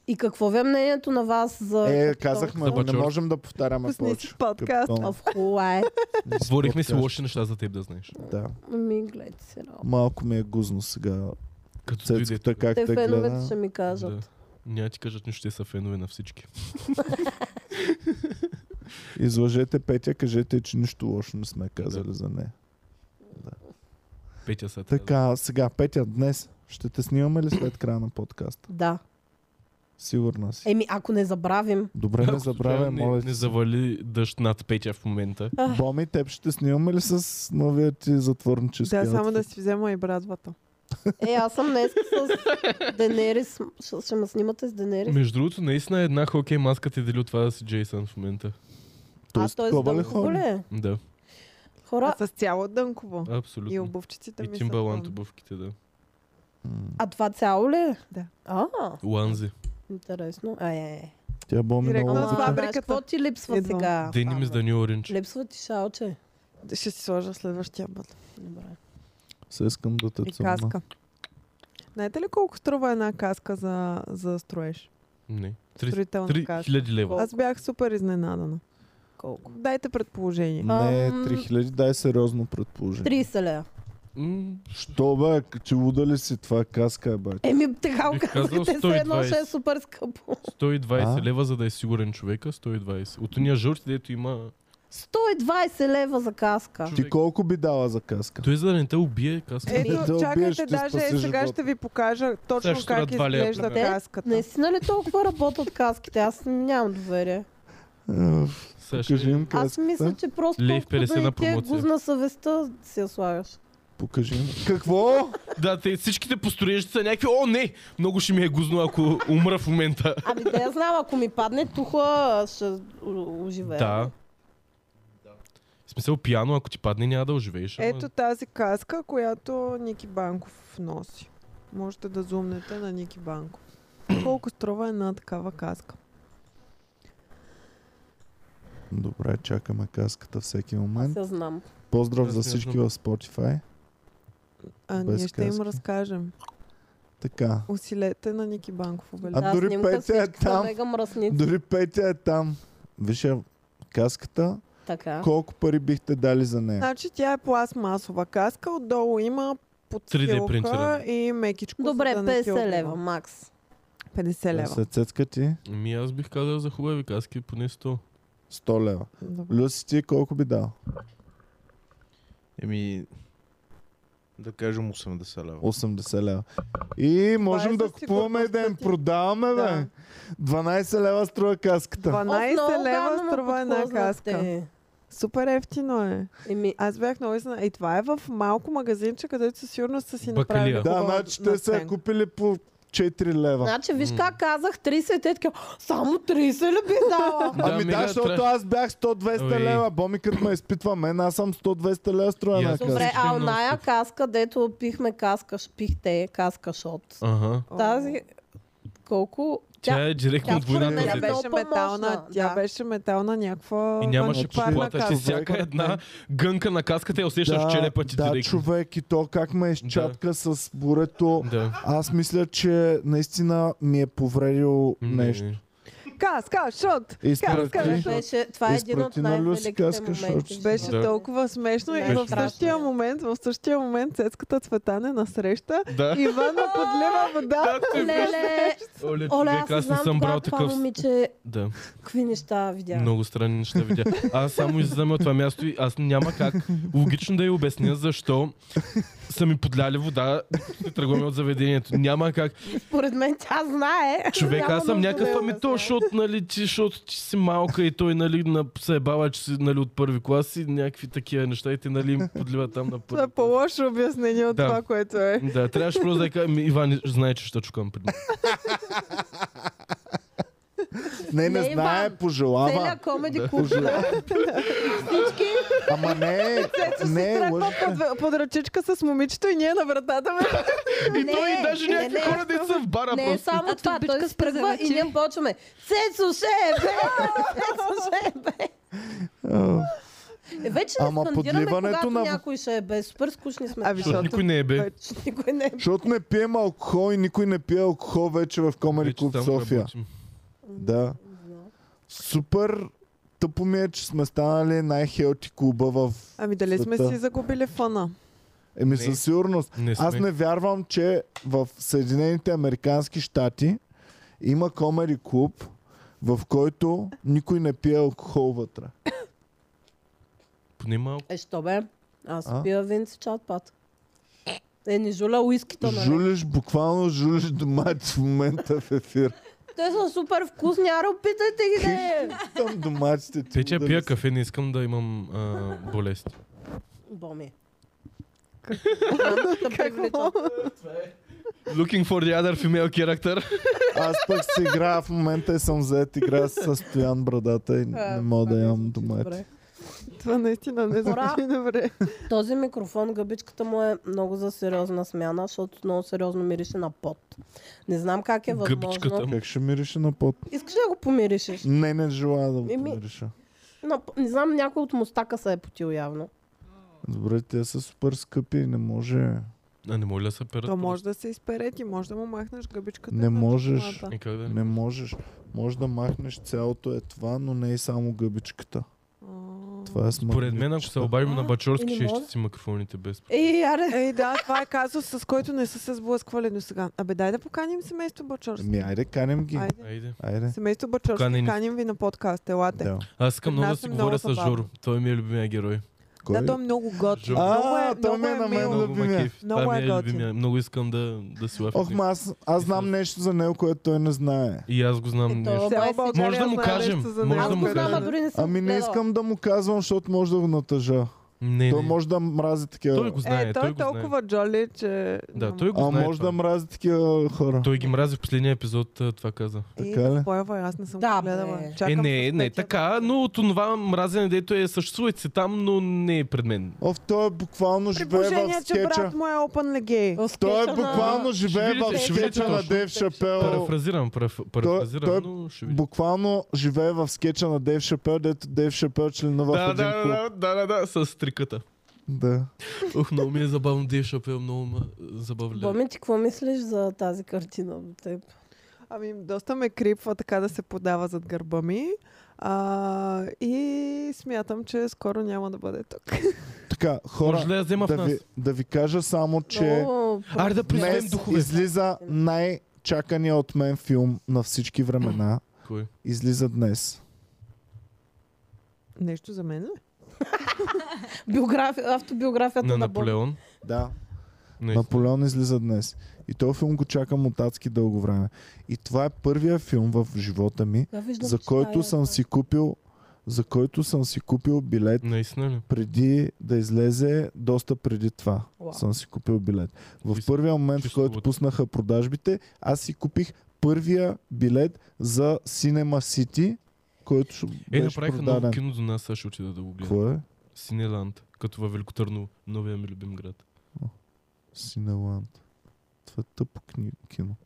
Speaker 7: И какво ви е мнението на вас за...
Speaker 1: Е,
Speaker 7: Капитон?
Speaker 1: казахме,
Speaker 3: Капитон.
Speaker 1: не можем да повтаряме
Speaker 2: Пусни си
Speaker 1: повече.
Speaker 2: подкаст.
Speaker 1: Капитон.
Speaker 7: А, в хула е.
Speaker 1: Не си
Speaker 3: Говорихме си
Speaker 1: подкаст.
Speaker 3: лоши неща за теб да знаеш.
Speaker 1: Да.
Speaker 7: Ми Ами, гледайте си работа.
Speaker 1: Малко ми е гузно сега.
Speaker 3: Като дойде
Speaker 1: Цецката
Speaker 3: тук.
Speaker 1: как
Speaker 7: Те
Speaker 1: те
Speaker 7: феновете
Speaker 1: гледа.
Speaker 7: ще ми кажат.
Speaker 3: Да. Няма ти кажат нищо, те са фенове на всички.
Speaker 1: Излъжете Петя, кажете, че нищо лошо не сме казали за нея.
Speaker 3: Петя са така.
Speaker 1: Така, сега, Петя, днес ще те снимаме ли след края на подкаста?
Speaker 7: Да.
Speaker 1: Сигурна си.
Speaker 7: Еми, ако не забравим,
Speaker 1: Добре, не забравяй,
Speaker 3: не,
Speaker 1: моля
Speaker 3: не
Speaker 1: ти.
Speaker 3: завали дъжд над Петя в момента.
Speaker 1: Боми, теб ще снимаме ли с новия ти затворнически
Speaker 2: Да, само да
Speaker 1: аутфит?
Speaker 2: си взема и брадвата.
Speaker 7: Е, аз съм днес с Денерис. Ще, ще ме снимате с Денерис.
Speaker 3: Между другото, наистина една хокей маска ти дели от това да си Джейсън в момента.
Speaker 1: Той
Speaker 7: а,
Speaker 1: с
Speaker 7: той е
Speaker 1: такова ли
Speaker 7: задълбоко
Speaker 1: ходи?
Speaker 7: ли е?
Speaker 3: Да,
Speaker 7: Хора,
Speaker 2: С цяло дънково.
Speaker 3: абсолютно.
Speaker 2: И обувчиците ми
Speaker 3: и
Speaker 2: са.
Speaker 3: Timberland
Speaker 2: тъмни.
Speaker 3: обувките, да.
Speaker 7: а това цяло ли е?
Speaker 2: Да.
Speaker 7: А,
Speaker 3: Ланзи.
Speaker 7: интересно. А, е, е.
Speaker 1: Тя Боми
Speaker 2: Директно
Speaker 1: много
Speaker 2: от
Speaker 7: Ама,
Speaker 1: обича.
Speaker 2: фабриката.
Speaker 7: знаеш, какво ти липсва
Speaker 2: Идвам.
Speaker 7: сега?
Speaker 3: Деним с
Speaker 7: Павле?
Speaker 3: Дани Оринч.
Speaker 7: Липсва ти шалче.
Speaker 2: Ще си сложа следващия път.
Speaker 7: Добре.
Speaker 1: Се искам да те
Speaker 2: И
Speaker 1: цъмна.
Speaker 2: каска. Знаете ли колко струва една каска за, за строеж?
Speaker 3: Не. Три-
Speaker 2: Строителна каска.
Speaker 3: 3000 лева.
Speaker 2: Аз бях супер изненадана.
Speaker 7: Колко?
Speaker 2: Дайте предположение.
Speaker 1: Не,
Speaker 7: Ам,
Speaker 1: 3000, дай сериозно предположение.
Speaker 7: 30 лея.
Speaker 3: М,
Speaker 1: Що бе, к- че луда ли си това каска, е, бе?
Speaker 7: Еми, така го
Speaker 3: Бих казал
Speaker 7: казахте, все едно
Speaker 3: 120.
Speaker 7: ще е супер скъпо.
Speaker 3: 120
Speaker 1: А?
Speaker 3: лева, за да е сигурен човека. 120. От уния жълти, дето има...
Speaker 7: 120 лева за каска.
Speaker 3: Ами-
Speaker 1: Ти колко би дала за каска?
Speaker 3: Той за да не те убие, казва.
Speaker 1: Е, да
Speaker 2: Ето,
Speaker 1: убиеш,
Speaker 2: чакайте,
Speaker 1: ще
Speaker 2: даже е,
Speaker 1: спаси
Speaker 2: сега
Speaker 1: живота.
Speaker 2: ще ви покажа точно
Speaker 3: ще
Speaker 2: как
Speaker 3: дадат два лева,
Speaker 2: изглежда
Speaker 3: примерно.
Speaker 2: каската.
Speaker 7: Наистина ли толкова работят каските? Аз нямам доверие.
Speaker 1: Уф,
Speaker 3: Сега ще-
Speaker 1: Покажи им
Speaker 7: Аз мисля,
Speaker 1: каската.
Speaker 7: че просто
Speaker 3: Лев
Speaker 7: колкото
Speaker 3: 50
Speaker 7: да
Speaker 3: на
Speaker 7: и ти е
Speaker 3: промоция.
Speaker 7: гузна съвестта, си я слагаш.
Speaker 1: Покажи им. Какво?
Speaker 3: Да, те всичките построежи са някакви. О, не! Много ще ми е гузно, ако умра в момента.
Speaker 7: Ами да я знам, ако ми падне туха, ще у- оживея.
Speaker 3: Да. В смисъл, пияно, ако ти падне, няма да оживееш. ама-
Speaker 2: Ето тази каска, която Ники Банков носи. Можете да зумнете на Ники Банков. Колко струва една такава каска?
Speaker 1: Добре, чакаме каската всеки
Speaker 7: Аз
Speaker 1: момент.
Speaker 7: я знам.
Speaker 1: Поздрав за
Speaker 3: Аз не
Speaker 1: всички
Speaker 3: знам.
Speaker 1: в Spotify.
Speaker 2: А,
Speaker 1: Без
Speaker 2: ние ще им
Speaker 1: каски.
Speaker 2: разкажем.
Speaker 1: Така.
Speaker 2: Усилете на Ники Банков
Speaker 1: А
Speaker 2: обележка.
Speaker 7: Да,
Speaker 1: дори
Speaker 7: снимката
Speaker 1: Петя е
Speaker 7: всички са
Speaker 1: там.
Speaker 7: Мега мръсници.
Speaker 1: Дори Петя е там. Виж я каската.
Speaker 7: Така.
Speaker 1: Колко пари бихте дали за нея?
Speaker 2: Значи тя е пластмасова каска, отдолу има
Speaker 3: 3D
Speaker 2: подсилка
Speaker 3: принтиране.
Speaker 2: и мекичко. за
Speaker 7: Добре,
Speaker 2: да не ти
Speaker 7: 50
Speaker 2: убива.
Speaker 7: лева, макс.
Speaker 2: 50 лева.
Speaker 1: Е, След цецка ти
Speaker 3: Ми аз бих казал за хубави каски, поне 100.
Speaker 1: 100 лева.
Speaker 2: Добре.
Speaker 1: Люси ти колко би дал?
Speaker 5: Еми, да кажем 80 лева.
Speaker 1: 80 лева. И можем
Speaker 2: е
Speaker 1: да
Speaker 2: за
Speaker 1: купуваме и да им
Speaker 2: сигурността ти.
Speaker 1: продаваме, бе.
Speaker 2: Да.
Speaker 1: 12 лева струва каската.
Speaker 2: 12 лева
Speaker 7: гадно ме
Speaker 2: струва една
Speaker 7: подхлъзнахте.
Speaker 2: каска. Супер ефтино е.
Speaker 7: Еми,
Speaker 2: Аз бях много изненадана. И това е в малко магазинче, където със сигурност са си направили
Speaker 3: Бакалия.
Speaker 1: Да,
Speaker 2: хубава
Speaker 1: значи те са я
Speaker 2: наценка.
Speaker 1: купили по 4 лева.
Speaker 7: значи виж
Speaker 3: М.
Speaker 7: как казах 30 и те така, само 30 ли би дала?
Speaker 3: Да,
Speaker 1: Ами
Speaker 3: ми
Speaker 1: да,
Speaker 3: да,
Speaker 1: защото
Speaker 3: трябва.
Speaker 1: аз бях 100-200
Speaker 3: Ой.
Speaker 1: лева. Боми като ме изпитва мен, аз съм 100-200 лева строя
Speaker 3: И
Speaker 1: на
Speaker 3: аз съм
Speaker 1: каска.
Speaker 7: Добре,
Speaker 3: Всички
Speaker 7: а
Speaker 3: много
Speaker 7: оная
Speaker 3: скъпи.
Speaker 7: каска, дето пихме каска, ш- пихте каска шот.
Speaker 3: Ага.
Speaker 2: О,
Speaker 7: Тази, колко?
Speaker 3: Тя е
Speaker 7: тя
Speaker 3: директно от
Speaker 7: според
Speaker 3: войната.
Speaker 7: мен
Speaker 2: Тя
Speaker 7: е
Speaker 3: след.
Speaker 2: беше
Speaker 7: много
Speaker 2: метална,
Speaker 7: мощна,
Speaker 2: тя
Speaker 7: да.
Speaker 2: беше метална някаква...
Speaker 3: И нямаше
Speaker 2: ванкопарна
Speaker 3: поплата. Ти
Speaker 2: каска.
Speaker 3: всяка една гънка на каската я усещаш в
Speaker 1: Да,
Speaker 3: челепа ти
Speaker 1: да
Speaker 3: директно.
Speaker 1: човек, и то как ме изчатка с бурето.
Speaker 3: Да.
Speaker 1: Аз мисля, че наистина ми е повредил
Speaker 3: Не,
Speaker 1: нещо.
Speaker 3: не.
Speaker 2: Каска, шот!
Speaker 1: И според
Speaker 2: Каска,
Speaker 1: мен-
Speaker 2: шот!
Speaker 7: Беше, това е един от
Speaker 1: Изпрати на Люси
Speaker 7: най-великите
Speaker 1: каска,
Speaker 7: моменти.
Speaker 1: защото-
Speaker 7: в
Speaker 2: Беше
Speaker 3: Да.
Speaker 7: живота.
Speaker 2: толкова смешно и в
Speaker 3: Най-страшно.
Speaker 2: същия момент, в същия момент цецката Цветане насреща
Speaker 3: Да.
Speaker 2: и вънна подлива вода.
Speaker 3: Да, той беше-
Speaker 7: Леле,
Speaker 3: Оле,
Speaker 7: Оле,
Speaker 3: човек,
Speaker 7: аз
Speaker 3: аз
Speaker 7: знам
Speaker 3: не съм
Speaker 7: това,
Speaker 3: брал
Speaker 7: това
Speaker 3: такъв.
Speaker 7: момиче,
Speaker 3: Да.
Speaker 7: какви неща видях.
Speaker 3: Много странни неща видя. Аз само излизам от това място и аз няма как логично да я обясня защо са ми подляли вода и тръгваме от заведението. Няма как.
Speaker 7: Според мен тя знае.
Speaker 3: Човек,
Speaker 7: Няма
Speaker 3: аз съм
Speaker 7: нужда да
Speaker 3: някакъв
Speaker 7: я
Speaker 3: ами то,
Speaker 7: обясня.
Speaker 3: защото нали, ти, защото ти си малка и той нали, на, се е бава, че си нали, от първи клас и някакви такива неща и ти нали, им подлива там
Speaker 2: Това
Speaker 3: на
Speaker 2: е
Speaker 3: първи. клас.
Speaker 2: по-лошо обяснение от
Speaker 3: Да.
Speaker 2: това, което е.
Speaker 3: Да, трябваше просто да я кажа, «Ми, Иван знае, че ще чукам при мен.
Speaker 1: Не, не,
Speaker 7: Не,
Speaker 1: знае,
Speaker 7: Иван.
Speaker 1: пожелава.
Speaker 7: Целият комеди клуб.
Speaker 1: Пожелава. Ама не, не, е
Speaker 2: Тръгва
Speaker 1: лъжа.
Speaker 2: под, под ръчичка с момичето и ние на вратата ме
Speaker 3: И той и даже
Speaker 7: не,
Speaker 3: някакви
Speaker 7: не,
Speaker 3: хора деца в бара
Speaker 7: Не е
Speaker 3: просто.
Speaker 7: само
Speaker 4: А
Speaker 7: това,
Speaker 4: турбичка
Speaker 7: той
Speaker 4: с
Speaker 7: спръгва и
Speaker 4: презервативи.
Speaker 7: ние почваме. Цецо, шебе! Цецо, е шебе!
Speaker 1: А,
Speaker 7: Е, вече не
Speaker 1: Ама
Speaker 7: скандираме,
Speaker 1: подливането
Speaker 7: когато
Speaker 1: на-
Speaker 7: някой ще е без. Супер скучни сме.
Speaker 2: Ами,
Speaker 3: Защото
Speaker 2: защото-
Speaker 3: никой не е бе.
Speaker 7: Никой не е.
Speaker 1: Защото не пием алкохол и никой не пие алкохол вече в Комери
Speaker 3: Вече
Speaker 1: Клуб
Speaker 3: само
Speaker 1: София.
Speaker 3: работим.
Speaker 1: Да. Супер тъпо ми е, че сме станали най-хелти клуба в...
Speaker 2: Ами дали сме
Speaker 1: света.
Speaker 2: си загубили фана?
Speaker 1: Еми
Speaker 5: Не.
Speaker 1: със сигурност.
Speaker 3: Не сме.
Speaker 1: Аз не вярвам, че в Съединените Американски щати има Комери Клуб, в който никой не пие алкохол вътре.
Speaker 3: Поне малко.
Speaker 7: Е, що бе? Аз
Speaker 1: А?
Speaker 7: пия винце чатпат. Е, не жуля уискито, нали?
Speaker 1: Жулиш, буквално жулиш домати в момента в ефир.
Speaker 7: Те са супер вкусни, аро, питайте ги да е.
Speaker 1: Там доматите ти.
Speaker 3: Те, че
Speaker 1: му да
Speaker 3: пия
Speaker 1: не са-
Speaker 3: кафе, не искам да имам а, болест.
Speaker 7: Боми.
Speaker 2: Какво?
Speaker 3: Looking for the other female character.
Speaker 1: Аз пък си играя в момента и съм заед игра с Стоян брадата и не мога
Speaker 7: Е,
Speaker 1: да ям домати.
Speaker 2: Това наистина не
Speaker 7: Ура!
Speaker 2: звучи добре.
Speaker 7: Този микрофон, гъбичката му е много за сериозна смяна, защото много сериозно мирише на пот. Не знам как е възможно.
Speaker 3: Гъбичката.
Speaker 1: Как ще мирише на пот?
Speaker 7: Искаш ли да го помиришеш?
Speaker 1: Не, не желая да го
Speaker 7: Еми-
Speaker 1: мириша.
Speaker 7: На, не знам, някой от мустака се е потил явно.
Speaker 1: Добре, те са супер скъпи и не може.
Speaker 3: А не може ли да се перат?
Speaker 2: То може да се изпере, ти може да му махнеш гъбичката.
Speaker 1: Не
Speaker 2: на
Speaker 1: можеш.
Speaker 2: чешмата.
Speaker 3: И Е, как да не?
Speaker 1: Не можеш. Може да махнеш цялото е това, но не и само гъбичката.
Speaker 2: А.
Speaker 1: Това е смъртно.
Speaker 3: Поред мен, ако се обадим на Бачорски,
Speaker 7: Или
Speaker 3: ще
Speaker 7: може-
Speaker 3: изчисти микрофоните без.
Speaker 7: Ей, аре,
Speaker 2: Ей, да, това е казус, с който не са се сблъсквали до сега. Абе, дай да поканим семейство Бачорски.
Speaker 1: Ами, айде, канем ги.
Speaker 2: Айде.
Speaker 3: Айде.
Speaker 1: Айде.
Speaker 2: Семейство Бачорски,
Speaker 3: Поканени.
Speaker 2: каним ви на подкаст. Елате.
Speaker 1: Да.
Speaker 3: Аз искам
Speaker 2: При
Speaker 3: много да
Speaker 2: нас
Speaker 3: си
Speaker 2: е много
Speaker 3: говоря с
Speaker 2: забавно.
Speaker 3: Жоро. Той ми е любимия герой.
Speaker 1: Кой?
Speaker 2: Да, той е много готин.
Speaker 3: А,
Speaker 2: Много е,
Speaker 1: той
Speaker 2: много
Speaker 1: ми е на мен
Speaker 2: мил.
Speaker 1: любим.
Speaker 3: Много ме
Speaker 1: любимия.
Speaker 3: кефи.
Speaker 2: Много
Speaker 3: Това
Speaker 2: е
Speaker 3: ми е
Speaker 2: готин.
Speaker 3: любимия. Много искам да, да си лафя.
Speaker 1: Ох, ма аз, аз знам нещо за него, което той не знае.
Speaker 3: И аз го знам
Speaker 7: Ето,
Speaker 3: нещо.
Speaker 2: Цяла
Speaker 7: Може да
Speaker 2: България
Speaker 3: му
Speaker 2: знае
Speaker 3: кажем,
Speaker 2: е нещо за него.
Speaker 3: може да
Speaker 7: аз
Speaker 3: му
Speaker 7: го знам,
Speaker 3: кажа.
Speaker 7: а дори не съм
Speaker 1: Ами не
Speaker 7: гледала.
Speaker 1: искам да му казвам, защото може да го натъжа.
Speaker 3: Не,
Speaker 1: Той
Speaker 3: не.
Speaker 1: може да мрази
Speaker 3: Той
Speaker 1: такива.
Speaker 3: го знае.
Speaker 2: Е,
Speaker 3: той,
Speaker 2: той е
Speaker 3: го знае.
Speaker 2: толкова джоли, че...
Speaker 3: Да, той го
Speaker 1: А
Speaker 3: знае.
Speaker 1: може
Speaker 3: това.
Speaker 1: да мрази такива хора.
Speaker 3: Той ги мрази в последния епизод, а, това каза.
Speaker 2: И
Speaker 1: Така ли?
Speaker 2: спойва, аз не съм
Speaker 7: Да,
Speaker 2: го гледала.
Speaker 7: бе.
Speaker 3: е,
Speaker 2: Чакам с
Speaker 3: не, не е
Speaker 2: петия.
Speaker 3: така, но от това мразене, дето е съществува си там, но не е пред мен.
Speaker 1: О, той е буквално
Speaker 2: При
Speaker 1: живее в
Speaker 2: положение, че
Speaker 1: скетча.
Speaker 2: брат му е open легей.
Speaker 7: В скетча
Speaker 1: Той е
Speaker 7: на-
Speaker 1: буквално живее
Speaker 3: видите,
Speaker 1: в
Speaker 3: ще
Speaker 1: скетча
Speaker 3: видите
Speaker 1: на
Speaker 3: точно.
Speaker 1: Дев Шапел.
Speaker 3: Парафразирам, параф, парафразирам,
Speaker 1: той-
Speaker 3: но ще видим.
Speaker 1: Буквално живее в скетча на Дев Шапел, дето Дев Шапел членува в
Speaker 3: Да,
Speaker 1: един
Speaker 3: да,
Speaker 1: клуб.
Speaker 3: да, да, да, да, с триката.
Speaker 1: Да.
Speaker 3: Ох, много ми е забавно, Дейв Шапел, много ме забавля.
Speaker 7: Боми, ти какво мислиш за тази картина до теб?
Speaker 2: Ами, доста ме крипва така да се подава зад гърба ми. А, и смятам, че скоро няма да бъде тук.
Speaker 1: Така,
Speaker 3: Може ли да
Speaker 1: хора,
Speaker 3: я взема в
Speaker 1: да
Speaker 3: нас?
Speaker 1: ви, да ви кажа само, че
Speaker 7: Много
Speaker 3: Аре да призовем
Speaker 1: днес
Speaker 3: духове.
Speaker 1: излиза най-чакания от мен филм на всички времена.
Speaker 3: Кой?
Speaker 1: Излиза днес.
Speaker 2: Нещо за мен ли?
Speaker 7: Биография, автобиографията
Speaker 3: На
Speaker 7: на Боми.
Speaker 3: Наполеон?
Speaker 1: Да.
Speaker 3: Не.
Speaker 1: Наполеон излиза днес. И този филм го чакам от адски дълго време. И това е първия филм в живота ми,
Speaker 7: Да, виждам,
Speaker 1: за
Speaker 7: че
Speaker 1: който
Speaker 7: тая-
Speaker 1: съм си купил за който съм си купил билет
Speaker 3: Наистина ли? Е,
Speaker 1: преди да излезе, доста преди това
Speaker 7: Уау.
Speaker 1: съм си купил билет. В
Speaker 3: Чисто-
Speaker 1: първия момент, в
Speaker 3: чисто
Speaker 1: който
Speaker 3: луд.
Speaker 1: пуснаха продажбите, аз си купих първия билет за Cinema City, който ще
Speaker 3: Е,
Speaker 1: беше
Speaker 3: направиха ново
Speaker 1: продаден.
Speaker 3: кино до нас, аз ще отида да го гледам.
Speaker 1: Какво е?
Speaker 3: Синеланд, като във Велико Търново, новия ми любим град.
Speaker 1: Синеланд. Това е тъпо кни- кино.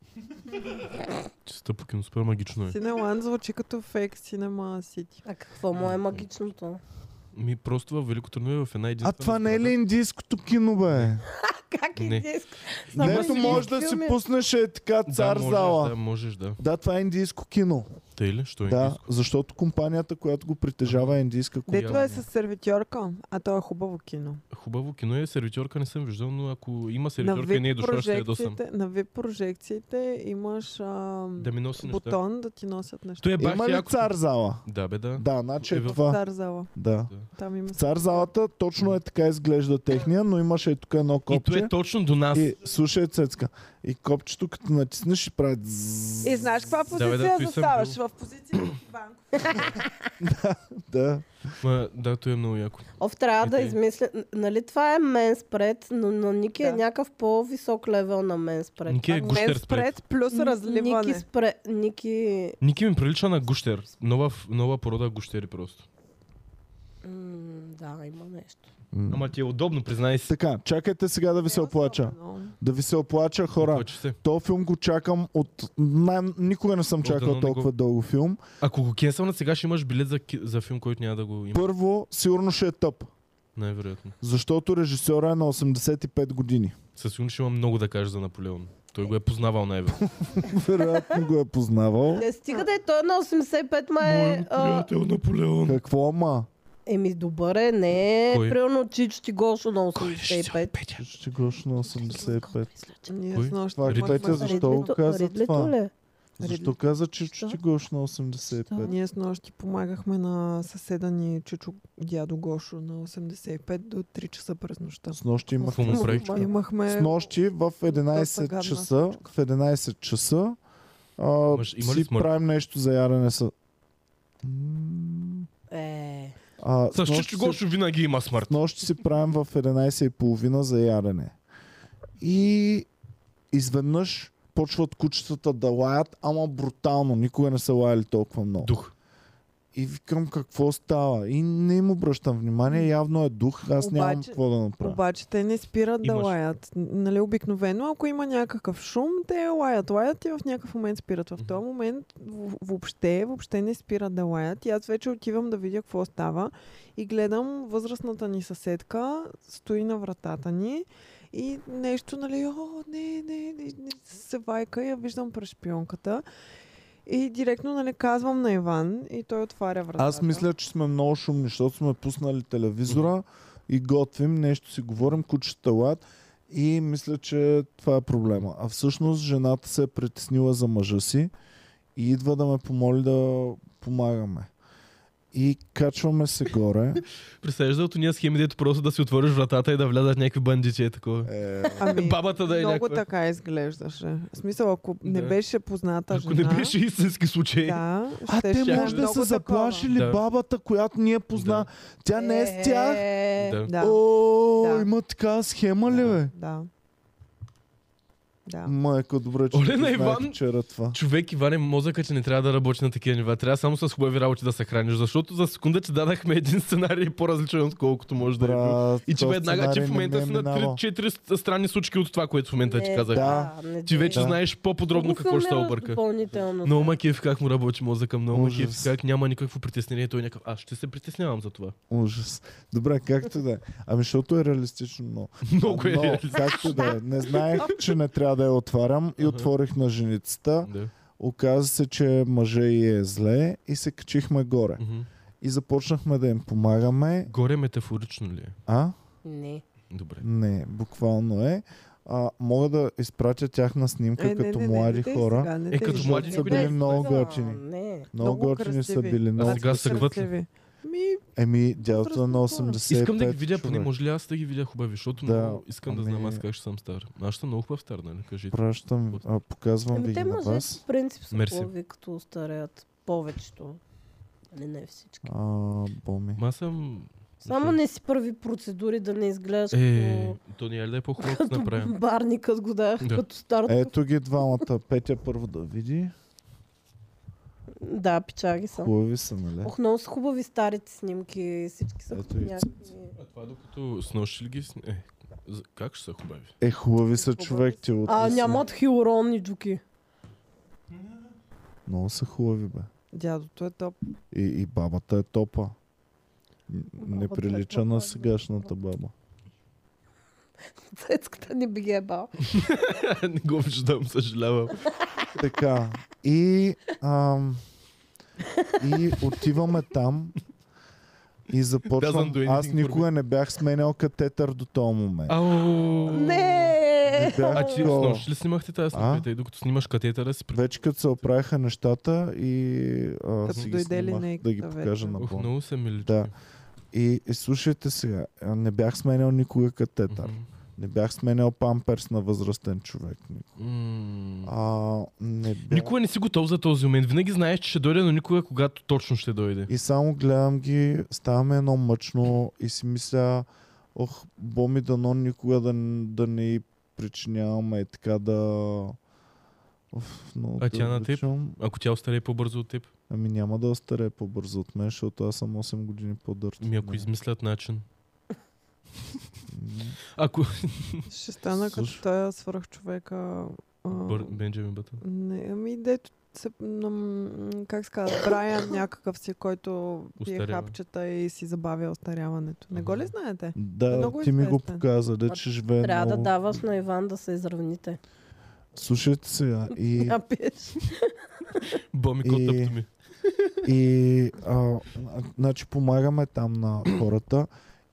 Speaker 3: Чиста по кино, супер магично е.
Speaker 2: Синелан звучи като фейк Cinema City.
Speaker 7: А какво му е магичното?
Speaker 3: Ми просто във Велико Търново е в една
Speaker 1: А
Speaker 3: единствена
Speaker 1: това не е ли
Speaker 3: сграда.
Speaker 1: индийското кино, бе?
Speaker 7: Как
Speaker 3: Не.
Speaker 7: индийско? Само
Speaker 1: Дето
Speaker 7: си
Speaker 1: е може да си
Speaker 7: филми.
Speaker 1: пуснеш е така цар
Speaker 3: да, можеш,
Speaker 1: зала.
Speaker 3: Да, можеш, да.
Speaker 1: Да, това е индийско кино.
Speaker 3: Те ли? Що е
Speaker 1: Да,
Speaker 3: индийско?
Speaker 1: защото компанията, която го притежава е индийска компания.
Speaker 2: Дето е с сервитьорка, а то е хубаво кино.
Speaker 3: Хубаво кино е, сервитьорка не съм виждал, но ако има
Speaker 2: На
Speaker 3: сервитьорка и
Speaker 2: вип,
Speaker 3: не е дошла, ще я досам.
Speaker 2: прожекциите, на вип прожекциите имаш а,
Speaker 3: Да ми носи неща.
Speaker 2: бутон да ти носят неща.
Speaker 3: Той е бах
Speaker 1: Има ли
Speaker 3: яко.
Speaker 1: цар зала?
Speaker 3: Да, бе, да.
Speaker 1: Да, значи
Speaker 3: Е,
Speaker 1: е
Speaker 3: в-
Speaker 1: това.
Speaker 2: Стар зала.
Speaker 1: Да.
Speaker 2: Там има
Speaker 1: В цар залата точно е така изглежда техния, но имаше и тук едно
Speaker 3: И то е
Speaker 1: копче.
Speaker 3: точно до нас.
Speaker 1: И слушай, Цецка. И копчето, като натиснеш, ще прави дззз.
Speaker 2: И знаеш каква
Speaker 3: Да, бе, да,
Speaker 2: позиция
Speaker 3: той съм
Speaker 2: заставаш?
Speaker 3: бил.
Speaker 2: В позиция банков.
Speaker 1: Да.
Speaker 3: Ма, да, той е много яко.
Speaker 7: Оф, трябва да
Speaker 3: Ете.
Speaker 7: измисля. Н- Нали това е менспред, но на Ники е
Speaker 2: Да.
Speaker 7: някакъв по-висок левел на менспред.
Speaker 3: Ники е гущер
Speaker 2: Мен
Speaker 3: спред.
Speaker 2: спред плюс
Speaker 7: Н-
Speaker 2: разливане.
Speaker 7: Ники, спре... Ники...
Speaker 3: Ники ми прилича на гущер. Нова, нова порода гущери просто.
Speaker 7: М, да, има нещо.
Speaker 1: М.
Speaker 3: Ама ти е удобно, признай си.
Speaker 1: Така, чакайте сега да ви се оплача. Да ви се оплача, хора.
Speaker 3: Оплачи се.
Speaker 1: То филм го чакам от... Най- Никога не съм
Speaker 3: От едно
Speaker 1: чакал
Speaker 3: не
Speaker 1: толкова
Speaker 3: го-
Speaker 1: дълго филм.
Speaker 3: Ако го кенсълнат сега, ще имаш билет за, ки- за филм, който няма да го има.
Speaker 1: Първо, сигурно ще е тъп,
Speaker 3: Най-вероятно.
Speaker 1: защото режисьора е на 85 години.
Speaker 3: Със сигурност ще има много да кажа за Наполеон. Той го е познавал най-вероятно.
Speaker 1: Вероятно го е познавал.
Speaker 7: Не стига да е той на 85, ма е... а,
Speaker 3: Наполеон.
Speaker 1: Какво ама?
Speaker 7: Еми добър е, не е
Speaker 3: Кой?
Speaker 7: примерно Чичо ти Гошо на
Speaker 3: Кой е режисьор?
Speaker 7: 85.
Speaker 3: Петя.
Speaker 1: Ще гош на 85.
Speaker 2: Ние
Speaker 3: Кой?
Speaker 4: е
Speaker 2: с нощи
Speaker 1: Това
Speaker 3: Ридли
Speaker 1: Петя
Speaker 2: имахме-
Speaker 1: защо го
Speaker 7: Ридлито,
Speaker 1: каза
Speaker 7: Ридлито
Speaker 1: това?
Speaker 7: ли?
Speaker 1: Защо
Speaker 2: Редно.
Speaker 1: каза, че
Speaker 7: Що?
Speaker 1: ще гош на 85?
Speaker 2: Ние с нощи помагахме на съседа ни Чичо дядо Гошо на 85 до 3 часа през нощта.
Speaker 1: С нощи имах
Speaker 3: Какво му правихте?
Speaker 2: Имахме...
Speaker 1: С нощи в 11
Speaker 2: Е, гадна
Speaker 1: часа, в 11 часа а,
Speaker 3: Мъж, има ли
Speaker 1: си
Speaker 3: смърт?
Speaker 1: правим нещо за ядене с...
Speaker 7: Е,
Speaker 1: А,
Speaker 3: С
Speaker 1: нощи
Speaker 3: Чичо
Speaker 1: си-
Speaker 3: Гошо винаги има смърт.
Speaker 1: С нощи си правим в 11.30 за ядене. И изведнъж почват кучетата да лаят, ама брутално. Никога не са лаяли толкова много.
Speaker 3: Дух.
Speaker 1: И викам какво става. И не им обръщам внимание. Явно е дух. Аз нямам
Speaker 2: Обаче-
Speaker 1: какво да направя.
Speaker 2: Обаче те не спират да
Speaker 3: Имаш.
Speaker 2: лаят. Н- Нали, обикновено, ако има някакъв шум, те лаят, лаят и в някакъв момент спират. В този момент в- въобще, въобще не спират да лаят. И аз вече отивам да видя какво става. И гледам възрастната ни съседка, стои на вратата ни и нещо, нали, о, не, не, не, не се вайка, я виждам през шпионката. И директно, нали, казвам на Иван и той отваря вратата.
Speaker 1: Аз мисля, че сме много шумни, защото сме пуснали телевизора и готвим, нещо си говорим, кучета лад и мисля, че това е проблема. А всъщност жената се е притеснила за мъжа си и идва да ме помоли да помагаме. И качваме се горе.
Speaker 3: Представяш да от уния схеми, дето просто да си отвориш вратата и да влязат някакви бандити е такова.
Speaker 1: Е,
Speaker 2: Ами,
Speaker 3: Бабата да е
Speaker 2: Много
Speaker 3: някаква.
Speaker 2: така изглеждаше. В смисъл, ако не
Speaker 3: Да.
Speaker 2: беше позната
Speaker 3: Ако
Speaker 2: жена,
Speaker 3: не беше истински случай.
Speaker 2: да,
Speaker 1: а
Speaker 2: щеше
Speaker 1: те
Speaker 2: е
Speaker 1: може да
Speaker 2: много
Speaker 1: са заплашили
Speaker 3: Да.
Speaker 1: бабата, която ние позна.
Speaker 3: Да.
Speaker 1: Тя не е с тях.
Speaker 7: Е,
Speaker 3: Да.
Speaker 2: Такова. Да,
Speaker 1: О,
Speaker 2: Да.
Speaker 1: има така схема ли, бе?
Speaker 2: да. Да.
Speaker 1: Майко, добре, че
Speaker 3: Оле,
Speaker 1: не
Speaker 3: на
Speaker 1: знаех
Speaker 3: Иван-
Speaker 1: вчера това.
Speaker 3: Човек Иване, мозъкът ти не трябва да работи на такива нива. Трябва само с хубави работи да се храниш, защото за секунда ти дадахме един сценарий по-различен, отколкото може да е. бил.
Speaker 1: Брат,
Speaker 3: И че
Speaker 1: този
Speaker 3: веднага ти в
Speaker 1: сценарий не ми
Speaker 3: момента
Speaker 1: е
Speaker 3: си на
Speaker 1: минавал.
Speaker 3: 3-4 странни случки от това, което в момента ти
Speaker 7: е,
Speaker 3: казах.
Speaker 1: Да.
Speaker 7: не
Speaker 3: Ти
Speaker 7: дей.
Speaker 3: вече
Speaker 1: Да.
Speaker 3: знаеш по-подробно
Speaker 7: Го
Speaker 3: какво ще се
Speaker 7: формираш
Speaker 3: обърка.
Speaker 7: Допълнително.
Speaker 3: Много ма кеф как му работи мозъка, много ма
Speaker 1: Ужас.
Speaker 3: кеф как няма никакво притеснение, той е някакъв. Аз ще се притеснявам за това.
Speaker 1: Ужас. Добре, както и да е. Ами, защото е реалистично много.
Speaker 3: Много е.
Speaker 1: Но,
Speaker 3: реалистично.
Speaker 1: Както и да е. Не знаех, че не трябва да я отварям и
Speaker 3: Ага.
Speaker 1: отворих на женицата.
Speaker 3: Да.
Speaker 1: Оказа се, че мъже и е зле и се качихме горе.
Speaker 3: Мгм.
Speaker 1: И започнахме да им помагаме.
Speaker 3: Горе метафорично ли е?
Speaker 1: А?
Speaker 7: Не.
Speaker 3: Добре.
Speaker 1: Не, буквално е. А, мога да изпратя тяхна снимка
Speaker 2: Е, не,
Speaker 1: като
Speaker 2: не, не,
Speaker 1: млади
Speaker 2: не те
Speaker 1: хора.
Speaker 2: сега, не
Speaker 3: Е,
Speaker 2: те
Speaker 3: като
Speaker 2: сега.
Speaker 3: млади
Speaker 1: са
Speaker 3: никой
Speaker 1: били
Speaker 3: не-
Speaker 1: много
Speaker 7: Да,
Speaker 1: готини.
Speaker 7: Не.
Speaker 1: Много,
Speaker 2: Много
Speaker 1: готини са
Speaker 2: красиви.
Speaker 1: били. Много...
Speaker 3: А сега се гвътли.
Speaker 2: Красиви. Ми,
Speaker 1: Еми, дялото на
Speaker 2: Възрастни хора.
Speaker 1: 85
Speaker 3: Искам да ги видя, поне
Speaker 1: човек.
Speaker 3: може ли аз да ги видя хубави, защото
Speaker 1: Да,
Speaker 3: много искам да
Speaker 1: ами-
Speaker 3: знам аз как ще съм стар. Аз ще съм много хубав стар, нали? Кажи.
Speaker 1: Пращам, а, показвам
Speaker 7: Ами
Speaker 1: ви
Speaker 7: те
Speaker 1: ги на
Speaker 7: мъжете
Speaker 1: вас.
Speaker 7: в принцип са
Speaker 3: Мерси.
Speaker 7: хубави, като стареят. Повечето. Не, не всички.
Speaker 1: А, боми.
Speaker 3: Ма аз съм...
Speaker 7: Само не си първи процедури да не изглеждаш
Speaker 3: Е,
Speaker 7: като...
Speaker 3: то ни е ли да е по-хубаво да
Speaker 7: Като
Speaker 3: направим?
Speaker 7: барникът го дах,
Speaker 3: Да.
Speaker 7: като старото.
Speaker 1: Ето ги двамата. Петя първо да види.
Speaker 7: Да, пичаги са.
Speaker 1: Хубави са, нали?
Speaker 7: Ох, много са хубави старите снимки. Всички са
Speaker 1: Ето
Speaker 7: като
Speaker 1: и
Speaker 7: някакви...
Speaker 3: А това докато с нощ ли ги... сни- Е, за- как ще са хубави?
Speaker 1: Е, хубави са човек ти от
Speaker 7: А, нямат хилоронни джуки.
Speaker 1: Много са хубави, бе.
Speaker 2: дядото е топ.
Speaker 1: И, и бабата е топа. Н- Не
Speaker 7: Бабата е
Speaker 1: прилича
Speaker 7: топа,
Speaker 1: на
Speaker 7: да.
Speaker 1: сегашната баба.
Speaker 7: Цецката не би ги ебал.
Speaker 3: не го виждам, съжалявам.
Speaker 1: Така. И, ам, и отиваме там и започвам.
Speaker 3: Doesn't do
Speaker 1: Аз
Speaker 3: anything for
Speaker 1: никога не бях сменял катетър до този момент.
Speaker 3: Ау!
Speaker 7: Не!
Speaker 1: Не бях
Speaker 3: А ти с
Speaker 1: такова.
Speaker 3: нощ ли снимахте тази снимката? И докато снимаш катетъра си... при-
Speaker 1: Вече като се оправиха нещата и а,
Speaker 2: Като
Speaker 1: си ги
Speaker 2: дойде ли
Speaker 1: снимах, да ги
Speaker 2: нейката
Speaker 1: покажа
Speaker 2: вече?
Speaker 1: на
Speaker 3: Ох,
Speaker 1: Бон.
Speaker 3: много са милички.
Speaker 1: Да. И, и слушайте сега, а, не бях сменял никога катетър.
Speaker 3: Мгм.
Speaker 1: Не бях сменял памперс на възрастен човек.
Speaker 3: М.
Speaker 1: А, не бях.
Speaker 3: Никога не си готов за този момент. Винаги знаеш, че ще дойде, но никога когато точно ще дойде.
Speaker 1: И само гледам ги, ставаме едно мъчно и си мисля, ох, боми дано никога да, н- да не й причиняваме и така да... Оф, много
Speaker 3: А
Speaker 1: те
Speaker 3: тя на теб?
Speaker 1: обичам.
Speaker 3: Ако тя остарее по-бързо от теб,
Speaker 1: Ами няма да остарее по-бързо от мен, защото аз съм 8 години по-дърт.
Speaker 3: ми Ами ако измислят начин. Ако...
Speaker 2: Ще стана
Speaker 1: Слушай.
Speaker 2: като той свърх човека.
Speaker 3: Бър... Бенджамин Бътън.
Speaker 2: Не, ами дето се, на, м, как се казва, Брайан някакъв си, който пие
Speaker 3: Остарява.
Speaker 2: хапчета и си забавя остаряването. Не го ли
Speaker 3: Мгм.
Speaker 2: знаете?
Speaker 1: Да,
Speaker 2: Много
Speaker 1: ти ми го
Speaker 2: известен.
Speaker 1: показа, да че живее
Speaker 7: Трябва да
Speaker 1: много.
Speaker 7: даваш на Иван да се изравните.
Speaker 1: Слушайте сега и,
Speaker 7: А, пиеш.
Speaker 3: Боми
Speaker 1: И-
Speaker 3: и... тъпто ми.
Speaker 1: и а, а, значи помагаме там на хората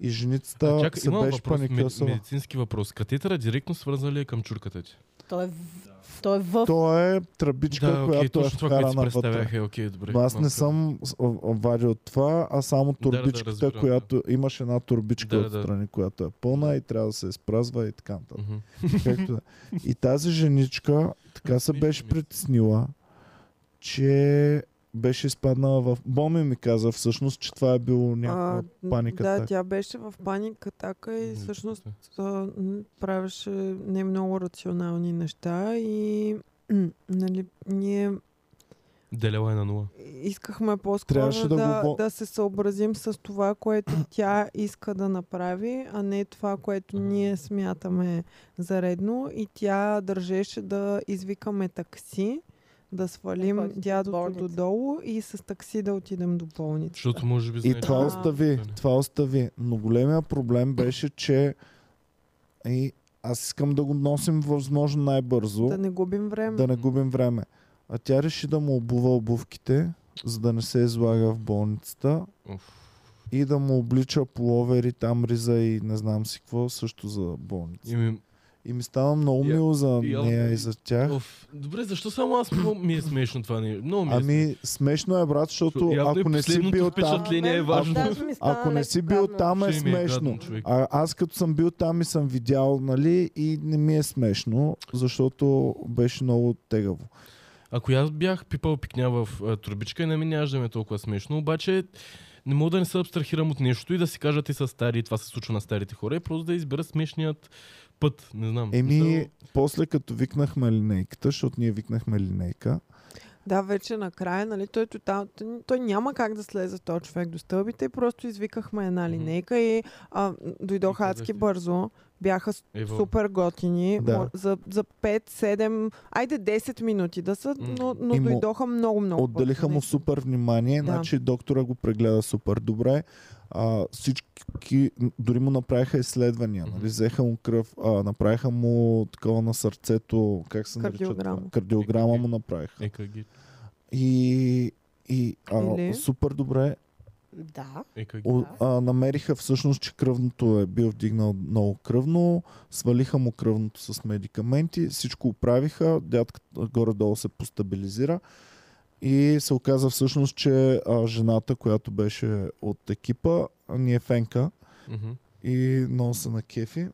Speaker 1: И
Speaker 3: А,
Speaker 1: женицата
Speaker 3: чакай,
Speaker 1: се
Speaker 3: имам
Speaker 1: беше
Speaker 3: въпрос, мед,
Speaker 1: паникосала.
Speaker 3: медицински въпрос. Катетъра директно свърза ли е към чурката ти?
Speaker 7: Той е, в... той е в...
Speaker 1: То е тръбичка,
Speaker 3: да, окей,
Speaker 1: която е
Speaker 3: точно това, което си
Speaker 1: вкарана вътре.
Speaker 3: представях. Е, окей, добре.
Speaker 1: Но аз не
Speaker 3: малко-
Speaker 1: съм с- а- а- вадил това, а само
Speaker 3: Да, да, да,
Speaker 1: турбичката,
Speaker 3: разбирам, да.
Speaker 1: която имаш една турбичка
Speaker 3: Да,
Speaker 1: да,
Speaker 3: да.
Speaker 1: отстрани, която е пълна и трябва да се изпразва и така нататък.
Speaker 3: Мгм.
Speaker 1: Както да. И тази женичка така се
Speaker 3: Мишо,
Speaker 1: беше
Speaker 3: Мишо.
Speaker 1: притеснила, че беше изпаднала в... Боми ми каза всъщност, че това е било някаква...
Speaker 2: м,
Speaker 1: паника
Speaker 2: Да,
Speaker 1: атака.
Speaker 2: тя беше в паника атака и
Speaker 3: М,
Speaker 2: Е, всъщност
Speaker 3: така.
Speaker 2: а, м, правеше не много рационални неща и м, нали, ние
Speaker 3: Делела е на нула.
Speaker 2: искахме по-скоро
Speaker 1: Трябваше да
Speaker 2: да, да,
Speaker 1: го во-
Speaker 2: да се съобразим с това, което тя иска да направи, а не това, което ние смятаме за редно. И тя държеше да извикаме такси, да свалим
Speaker 7: ходите в
Speaker 2: дядото
Speaker 7: болница.
Speaker 2: додолу и с такси да отидем до болница.
Speaker 3: Защото може би
Speaker 1: И
Speaker 3: знаеш, е
Speaker 1: това
Speaker 2: да.
Speaker 3: че-
Speaker 1: остави, това остави. Но големия проблем беше, че и аз искам да го носим възможно най-бързо.
Speaker 2: Да не губим време.
Speaker 1: да не губим време. А тя реши да му обува обувките, за да не се излага в болницата
Speaker 3: Уф.
Speaker 1: и да му облича половери, там риза и не знам си какво, също за болница.
Speaker 3: Ими,
Speaker 1: И ми става много
Speaker 3: Я-
Speaker 1: мило за
Speaker 3: я-
Speaker 1: нея и за тях.
Speaker 3: Оф, добре, защо само аз много ми е смешно това не? Много ми е смешно.
Speaker 1: Ами смешно е, брат, защото
Speaker 3: Явно е
Speaker 1: ако не си
Speaker 3: последното
Speaker 1: бил там,
Speaker 3: впечатление е
Speaker 7: мен
Speaker 3: важно.
Speaker 7: даже ми стана
Speaker 1: ако не
Speaker 7: леко
Speaker 1: си бил
Speaker 7: гадно.
Speaker 1: там е
Speaker 3: Ще ми е гадно,
Speaker 1: смешно.
Speaker 3: човек.
Speaker 1: А, аз като съм бил там и съм видял, нали, и не ми е смешно, защото беше много тегаво.
Speaker 3: Ако и аз бях пипал пикня в а, трубичка, не ми нямаше да ми е толкова смешно, обаче не мога да не се абстрахирам от нещо и да си кажа те са стари и това се случва на старите хора и просто да избера смешният път, не знам.
Speaker 1: Еми,
Speaker 3: Мисъл,
Speaker 1: после като викнахме линейката, защото ние викнахме линейка,
Speaker 2: Да, вече накрая, нали, той, тотал, той, той няма как да слезе този човек до стълбите и просто извикахме една
Speaker 3: Мгм.
Speaker 2: линейка и а, м, дойдоха адски
Speaker 3: казахте.
Speaker 2: бързо. Бяха с-
Speaker 3: Ево.
Speaker 2: супер готини.
Speaker 1: Да.
Speaker 2: Мо- За, за 5-7, айде 10 минути да са,
Speaker 3: М.
Speaker 2: но, но
Speaker 1: И му-
Speaker 2: дойдоха много-много.
Speaker 1: Отделиха
Speaker 2: бързо,
Speaker 1: му супер внимание,
Speaker 2: Да.
Speaker 1: значи доктора го прегледа супер добре. А, всички, дори му направиха изследвания,
Speaker 3: Мгм.
Speaker 1: нали? взеха му кръв, а, направиха му такова на сърцето, как се нарича това?
Speaker 2: Кардиограма.
Speaker 1: Кардиограма му направиха.
Speaker 3: ЕКГ.
Speaker 1: И, и а,
Speaker 2: Или?
Speaker 1: супер добре
Speaker 7: Да.
Speaker 3: ЕКГ.
Speaker 1: О, а, намериха всъщност, че кръвното е бил вдигнал много кръвно, свалиха му кръвното с медикаменти, всичко оправиха, дядката горе-долу се постабилизира и се оказа всъщност, че а, жената, която беше от екипа, а, ни е фенка
Speaker 3: Мгм.
Speaker 1: и много се на кефи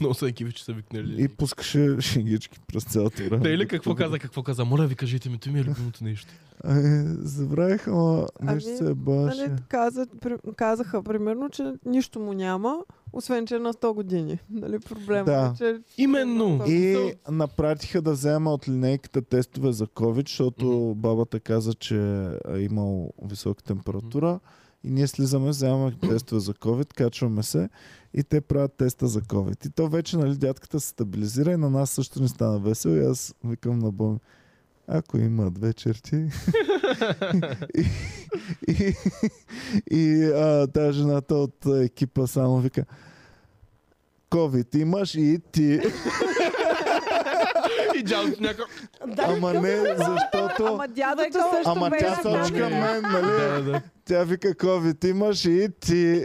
Speaker 3: Много са екипи, че са викнали.
Speaker 1: и пускаше шенгички през цялото време.
Speaker 3: Да, или какво каза, какво каза? Моля ви, кажете ми, той ми е любимото нещо.
Speaker 1: Е, забравих, ама нещо
Speaker 2: Ами,
Speaker 1: се баше.
Speaker 2: Нали, каза, при, казаха примерно, че нищо му няма, освен че е на 100 години. Нали, проблема
Speaker 1: Да.
Speaker 2: е, че
Speaker 3: Именно!
Speaker 1: И напратиха да взема от линейката тестове за COVID, защото
Speaker 3: Мгм.
Speaker 1: бабата каза, че е имал висока температура. И ние слизаме, вземаме тестове за COVID, качваме се и те правят теста за COVID. И то вече, нали, дядката се стабилизира и на нас също не стана весело. И аз викам на Боми, ако има две черти... и и, и а, та жената от а, екипа само вика COVID имаш и ти.
Speaker 3: И джалото някакъв.
Speaker 1: Ама не, защото...
Speaker 2: Ама дядото
Speaker 7: Ама
Speaker 2: също
Speaker 1: Ама
Speaker 2: беше
Speaker 1: тя
Speaker 2: там.
Speaker 1: сочи към мен,
Speaker 3: Да,
Speaker 1: нали?
Speaker 3: да.
Speaker 1: Тя вика, COVID имаш и ти.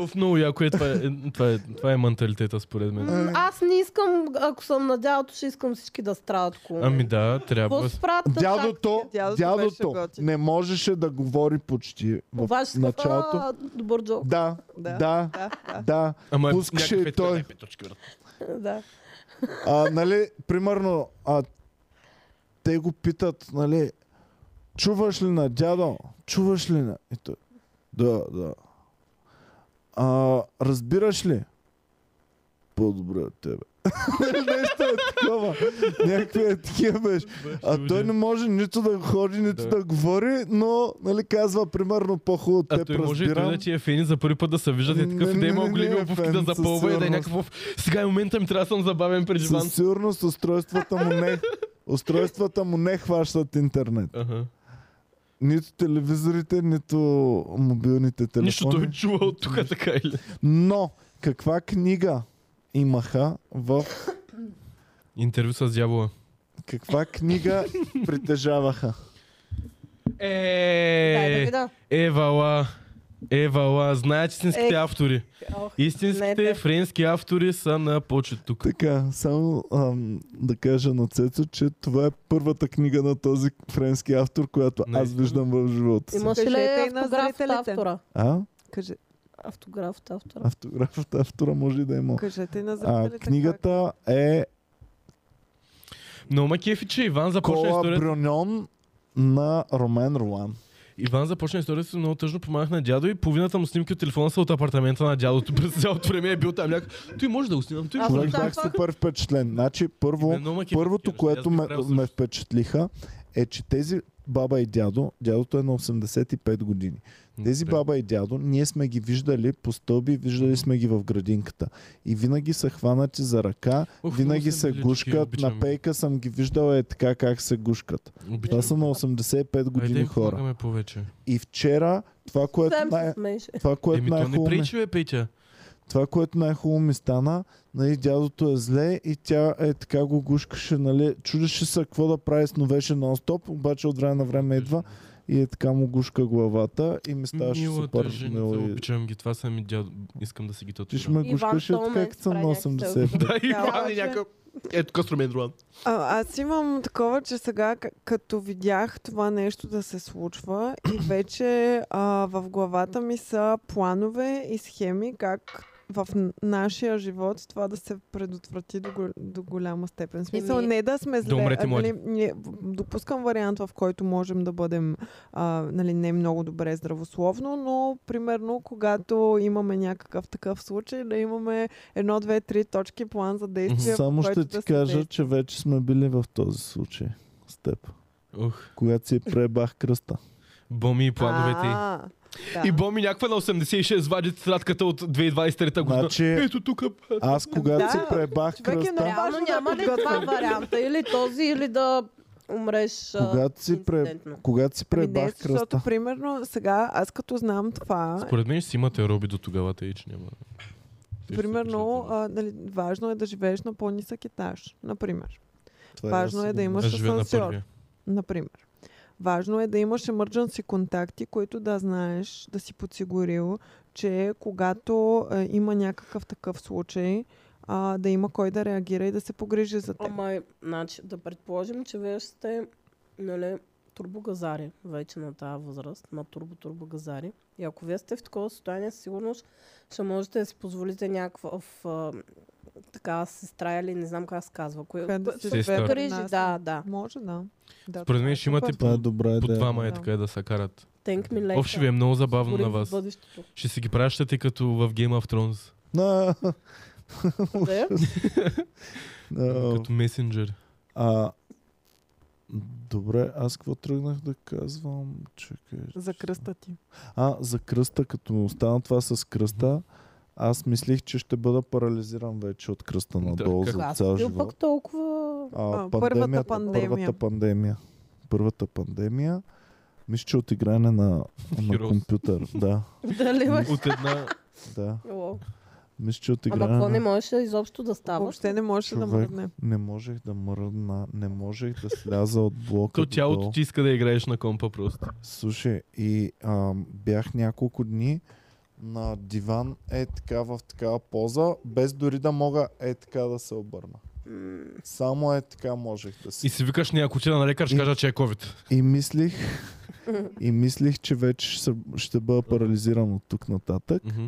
Speaker 3: Оф, много яко е това. е- Това е, това е менталитета, според мен.
Speaker 1: Е.
Speaker 7: М, Аз не искам, ако съм на дялото, ще искам всички да страдат около мен.
Speaker 3: Ами да, трябва.
Speaker 7: Какво
Speaker 3: с-
Speaker 7: се правят на
Speaker 1: Дядото,
Speaker 7: шахтите?
Speaker 2: Дядото беше
Speaker 1: дядото
Speaker 2: готин.
Speaker 1: не можеше да говори почти в
Speaker 7: Обаче,
Speaker 1: началото.
Speaker 7: а, добър джок.
Speaker 1: Да,
Speaker 2: Да,
Speaker 1: да,
Speaker 2: Да, да.
Speaker 1: да.
Speaker 3: Ама
Speaker 1: пускаше и
Speaker 3: някакъв е така,
Speaker 1: той.
Speaker 3: е, пет точки, брат.
Speaker 7: да.
Speaker 1: А, нали, примерно, а, те го питат, нали, чуваш ли на дядо? Чуваш ли на... И той, да, да. А, разбираш ли? По-добре от тебе. Нещо е такова. Някакви е такива беше. А той не може нито да ходи, нито да,
Speaker 3: Да.
Speaker 1: говори, но нали, казва примерно по-хубаво от
Speaker 3: А
Speaker 1: теб
Speaker 3: той може и той
Speaker 1: разбирам.
Speaker 3: да ти е фени за първи път да се виждат и такъв
Speaker 1: Не,
Speaker 3: и да
Speaker 1: не,
Speaker 3: има
Speaker 1: не,
Speaker 3: големи
Speaker 1: не е
Speaker 3: обувки
Speaker 1: фен,
Speaker 3: да
Speaker 1: със
Speaker 3: запълва и да е
Speaker 1: сигурност.
Speaker 3: някакъв. Сега е момента ми трябва да съм забавен пред диван.
Speaker 1: Със сигурност устройствата му не, устройствата му не хващат интернет.
Speaker 3: Аха.
Speaker 1: Нито телевизорите, нито мобилните телефони.
Speaker 3: Нищо той чува от тук така е. или.
Speaker 1: Но каква книга имаха в...
Speaker 3: Интервю с дявола.
Speaker 1: Каква книга притежаваха?
Speaker 7: Дай да
Speaker 3: Е,
Speaker 7: видя.
Speaker 3: евала. Евала, знаят истинските
Speaker 7: Е,
Speaker 3: автори.
Speaker 7: ох,
Speaker 3: Истинските
Speaker 7: не, да.
Speaker 3: френски автори са на почет тук.
Speaker 1: Така, само ам, да кажа на Цецо, че това е първата книга на този френски автор, която аз
Speaker 3: Наистина.
Speaker 1: виждам в живота си.
Speaker 7: Имаш ли
Speaker 2: Кажете и на
Speaker 7: автограф от
Speaker 2: зрителите.
Speaker 7: автора?
Speaker 1: А?
Speaker 2: Каже,
Speaker 7: Автограф от автора.
Speaker 1: Автограф от автора може и да има.
Speaker 2: кажете и на
Speaker 1: А,
Speaker 2: зрителите. как-
Speaker 1: книгата е
Speaker 3: Но ма кефи, че Иван започна
Speaker 1: Кола
Speaker 3: е историята.
Speaker 1: Брюньон на Ромен Ролан.
Speaker 3: Иван започна историята си много тъжно, помагах на дядо и половината му снимки от телефона са от апартамента на дядото. През цялото време е бил там някак. Той може да го снимам, той
Speaker 7: Аз
Speaker 3: може
Speaker 1: Човек
Speaker 3: да го
Speaker 7: очаквах-
Speaker 1: бях супер впечатлен. Значи първо,
Speaker 3: снимам. Много ма кефи
Speaker 1: Първото,
Speaker 3: такива неща.
Speaker 1: което
Speaker 3: Аз бих
Speaker 1: ме,
Speaker 3: правил
Speaker 1: ме
Speaker 3: също.
Speaker 1: впечатлиха, е, че тези баба и дядо, дядото е на 85 години. Тези
Speaker 3: Да.
Speaker 1: баба и дядо, ние сме ги виждали по стълби, виждали сме ги в градинката. И винаги са хванати за ръка,
Speaker 3: Ох,
Speaker 1: винаги
Speaker 3: много
Speaker 1: се
Speaker 3: милички,
Speaker 1: гушкат.
Speaker 3: обичам ги.
Speaker 1: На пейка съм ги виждал е така как се гушкат.
Speaker 3: Обичам
Speaker 1: Това са
Speaker 3: ги.
Speaker 1: на 85
Speaker 3: Айде
Speaker 1: години
Speaker 3: им
Speaker 1: хора.
Speaker 3: помагаме повече.
Speaker 1: И вчера това, което
Speaker 7: Сам се
Speaker 1: най-
Speaker 7: смееше.
Speaker 1: това, което е
Speaker 3: Еми то не
Speaker 1: най-хубаво ми-
Speaker 3: причи, бе, Петя.
Speaker 1: това, което най-хубаво ми стана, нали, дядото е зле и тя е така го гушкаше, нали, чудеше се какво да прави, сновеше нон-стоп, обаче от време на време идва и е така му гушка главата и ми ставаше
Speaker 3: Милата
Speaker 1: супер
Speaker 3: женица,
Speaker 1: мило. и-
Speaker 3: обичам ги. Това са ми дядо. Искам да си ги
Speaker 1: Ти ще
Speaker 3: татуирам.
Speaker 1: ме гушкаш е
Speaker 7: Иван
Speaker 1: така, като съм на
Speaker 7: Томев прави
Speaker 1: 80.
Speaker 3: Да, Иван
Speaker 2: обаче-
Speaker 3: е някакъв... Ето е, Костромен Руан.
Speaker 2: А, аз имам такова, че сега к- като видях това нещо да се случва и вече а, в главата ми са планове и схеми как в н- нашия живот това да се предотврати до, гол- до голяма степен. В смисъл,
Speaker 4: Еми-
Speaker 2: не да сме зле.
Speaker 3: умрете
Speaker 2: а,
Speaker 3: млади.
Speaker 2: нали, ние- допускам вариант, в който можем да бъдем а, нали, не много добре здравословно, но примерно когато имаме някакъв такъв случай, да имаме едно, две, три точки план за действие. в
Speaker 1: Само ще
Speaker 2: който да
Speaker 1: ти
Speaker 2: се
Speaker 1: кажа,
Speaker 2: действа.
Speaker 1: че вече сме били в този случай с теб,
Speaker 3: Ох,
Speaker 1: когато си пребах кръста.
Speaker 3: боми и плановете. й.
Speaker 2: А, да.
Speaker 3: И боми някаква на 86 вади тетрадката от 2023 година.
Speaker 1: Значи-
Speaker 3: Ето тук.
Speaker 1: Аз когато си
Speaker 2: Да,
Speaker 1: пребах
Speaker 2: човек е
Speaker 1: кръста,
Speaker 2: много-
Speaker 7: Реално
Speaker 2: Важно да
Speaker 7: няма ли два
Speaker 2: подготвим.
Speaker 7: варианта? Или този, или да умреш а,
Speaker 1: когато си, пре...
Speaker 7: инцидентно.
Speaker 1: когато си
Speaker 2: Ами не,
Speaker 1: пребах
Speaker 2: защото
Speaker 1: кръста,
Speaker 2: примерно сега аз като знам това,
Speaker 3: Според мен ще си имате роби до тогава, тъй че няма. Те ще се
Speaker 2: примерно
Speaker 3: обичат, да.
Speaker 2: а, нали, важно е да живееш на по-нисък етаж, например.
Speaker 1: това
Speaker 2: важно е
Speaker 1: сигурно.
Speaker 2: да имаш-
Speaker 3: Аз живея на
Speaker 2: асансьор.
Speaker 3: първия.
Speaker 2: например. Важно е да имаш emergency контакти, които да знаеш, да си подсигурил, че когато е, има някакъв такъв случай, а, да има кой да реагира и да се погрижи за теб.
Speaker 7: Ама, значи, да предположим, че вие сте, нали, турбогазари вече на тази възраст, на турбо-турбогазари. И ако вие сте в такова състояние, със сигурност ще можете да си позволите някакъв а, така сестра или не знам как се казва. Кое,
Speaker 2: Така да си
Speaker 7: кое-
Speaker 3: Сестра.
Speaker 2: живее при
Speaker 7: Грижи,
Speaker 2: нас.
Speaker 7: да, да.
Speaker 2: Може да. да
Speaker 3: Според мен
Speaker 2: това е
Speaker 3: ще имате
Speaker 2: супер.
Speaker 1: Това е добра
Speaker 3: По
Speaker 1: идея.
Speaker 3: двама е
Speaker 2: Да.
Speaker 3: така е да се карат.
Speaker 7: Тенк ми лека.
Speaker 3: Ов ще ви е много забавно
Speaker 7: Дори
Speaker 3: на
Speaker 7: в
Speaker 3: вас.
Speaker 7: бъдещето.
Speaker 3: Ще си ги пращате като в Game of Thrones.
Speaker 1: На-
Speaker 7: Да е?
Speaker 1: На-
Speaker 3: Като месенджер.
Speaker 1: А, добре, аз какво тръгнах да казвам? Чакай.
Speaker 2: За кръста ти.
Speaker 1: А, за кръста, като ми остана това с кръста, аз мислих, че ще бъда парализиран вече от кръста надолу
Speaker 3: как?
Speaker 1: за
Speaker 7: Аз
Speaker 1: цял
Speaker 7: бил пък
Speaker 1: живот.
Speaker 7: толкова...
Speaker 1: А,
Speaker 2: А, първата
Speaker 1: пандемията,
Speaker 2: пандемия.
Speaker 1: първата пандемия. Първата пандемия. Мисля, че от игране на, на
Speaker 3: Heroes.
Speaker 1: компютър. Да,
Speaker 7: Дали имаш?
Speaker 3: От една...
Speaker 1: да.
Speaker 7: О,
Speaker 1: Мисля, че от
Speaker 7: Ама
Speaker 1: игране
Speaker 7: какво не
Speaker 1: на...
Speaker 7: можеше изобщо да става?
Speaker 2: Въобще не можеш да
Speaker 1: Човек.
Speaker 2: мръдне.
Speaker 1: Не можех да мръдна, не можех да сляза от блока.
Speaker 3: То тялото
Speaker 1: додолу.
Speaker 3: ти иска да играеш на компа просто.
Speaker 1: Слушай, и а, бях няколко дни на диван е така в такава поза, без дори да мога е така да се обърна.
Speaker 7: М,
Speaker 1: Само е така можех да
Speaker 3: И
Speaker 1: си.
Speaker 3: си викаш някой отида на лекар, ще
Speaker 1: И-
Speaker 3: кажа, че е COVID.
Speaker 1: И мислих, и мислих, че вече ще, съм- ще бъда парализиран от тук нататък.
Speaker 3: Мгм.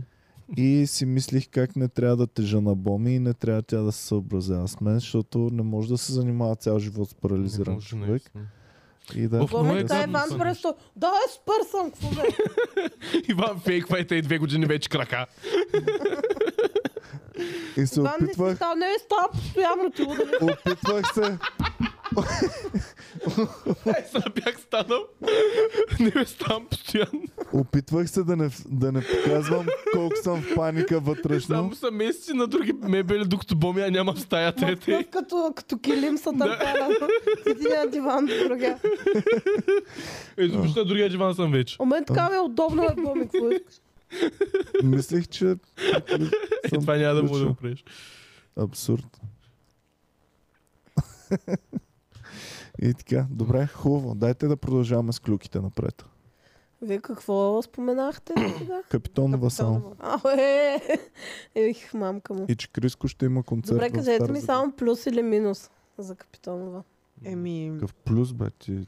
Speaker 1: И си мислих как не трябва да тежа на боми и не трябва тя да се съобразява с мен, защото не може да се занимава цял живот с
Speaker 3: Не
Speaker 1: парализиран
Speaker 3: може, не.
Speaker 1: човек. И да,
Speaker 3: Оф,
Speaker 7: Боми,
Speaker 3: Много е
Speaker 7: това е
Speaker 3: гадно
Speaker 7: Иван
Speaker 3: това
Speaker 7: Бръсто. Да, е спър съм, какво бе?
Speaker 3: Иван фейквайте и две години вече крака.
Speaker 1: и се
Speaker 7: Иван не си
Speaker 1: опитвах,
Speaker 7: стал, не е стал постоянно ти луда.
Speaker 1: опитвах се,
Speaker 3: Е, сега бях станал. Не бе ставам постоянно.
Speaker 1: Опитвах се да не, да не показвам колко съм в паника вътрешно.
Speaker 3: Само са месеци на други мебели, докато бомя няма в стаята. Е,
Speaker 7: Такъв
Speaker 3: те.
Speaker 7: като, като килим са търпена. Седи на диван до другия.
Speaker 3: Ето, виж Е, на другия диван съм вече.
Speaker 7: У
Speaker 1: Ами.
Speaker 7: мен така ми е удобно, е боми, какво искаш.
Speaker 1: Мислих, че
Speaker 3: Е,
Speaker 1: съм
Speaker 3: това няма да му да
Speaker 1: включил.
Speaker 3: го правиш.
Speaker 1: абсурд. И така, добре, хубаво. Дайте да продължаваме с клюките напред.
Speaker 7: Вие какво споменахте сега?
Speaker 1: Капитонова само.
Speaker 7: Ауе! Ех, мамка му.
Speaker 1: И че Криско ще има концерт
Speaker 7: Добре,
Speaker 1: в
Speaker 7: кажете
Speaker 1: Стара
Speaker 7: ми
Speaker 1: Загора.
Speaker 7: само плюс или минус за Капитонова.
Speaker 2: Еми,
Speaker 1: Какъв плюс, бе, ти,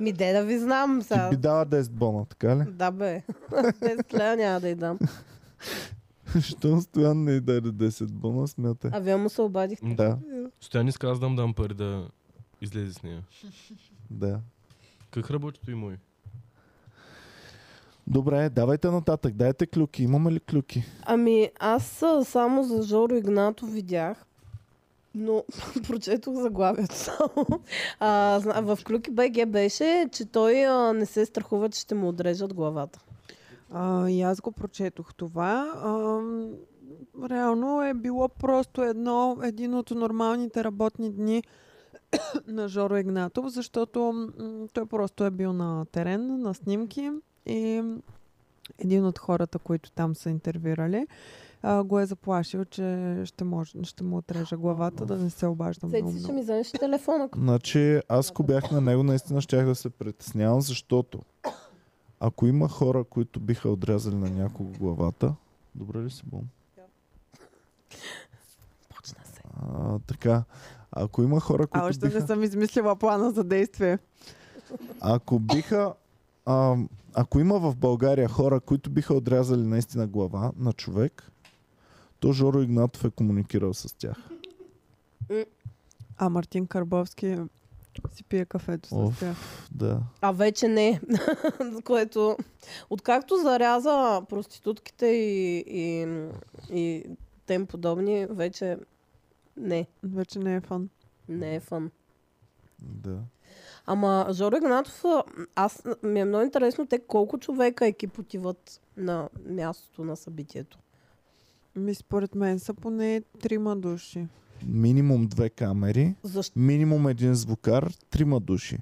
Speaker 7: Ми де да ви знам
Speaker 1: ти
Speaker 7: сега.
Speaker 1: би дала 10 бона, така ли?
Speaker 7: Да бе. Без лева няма да й дам.
Speaker 1: Що стоян не й даде 10 бона, смятай.
Speaker 7: А вие му се обадихте.
Speaker 1: Да,
Speaker 3: Стоян иска аз да му дам пари да излезе с нея.
Speaker 1: да.
Speaker 3: Как работи и мой?
Speaker 1: Добре, давайте нататък. Дайте клюки. Имаме ли клюки?
Speaker 7: Ами аз а, само за Жоро Игнатов видях. Но прочетох заглавието само. А, зна- в Клюки БГ беше, че той а, не се страхува, че ще му отрежат главата.
Speaker 2: А, и аз го прочетох това. Ам, реално е било просто едно, един от нормалните работни дни на Жоро Игнатов, защото м, той просто е бил на терен, на снимки и един от хората, които там са интервюирали, а, го е заплашил, че ще, може, ще му отрежа главата, да не се обажда много.
Speaker 7: Цеци ще ми
Speaker 2: много.
Speaker 7: вземеш ли телефона.
Speaker 1: Значи, аз ако бях на него, наистина щях да се притеснявам, защото ако има хора, които биха отрязали на някого главата, добре ли си, Бом?
Speaker 7: Почна се.
Speaker 1: А, така, ако има хора,
Speaker 2: А
Speaker 1: които
Speaker 2: още не
Speaker 1: биха...
Speaker 2: съм измислила плана за действие.
Speaker 1: Ако биха... А, ако има в България хора, които биха отрязали наистина глава на човек, то Жоро Игнатов е комуникирал с тях.
Speaker 2: А Мартин Карбовски си пие кафето с
Speaker 1: Оф.
Speaker 2: тях.
Speaker 1: Да.
Speaker 7: А вече не. За Което, откакто заряза проститутките и, и, и тем подобни, вече не,
Speaker 2: Вече не е фан.
Speaker 7: не е фън.
Speaker 1: Да.
Speaker 7: Ама Жоро Игнатов, а, аз, ми е много интересно те колко човека екип отиват на мястото на събитието.
Speaker 2: Ми според мен са поне трима души.
Speaker 1: Минимум две камери.
Speaker 7: Защо?
Speaker 1: Минимум един звукар, трима души.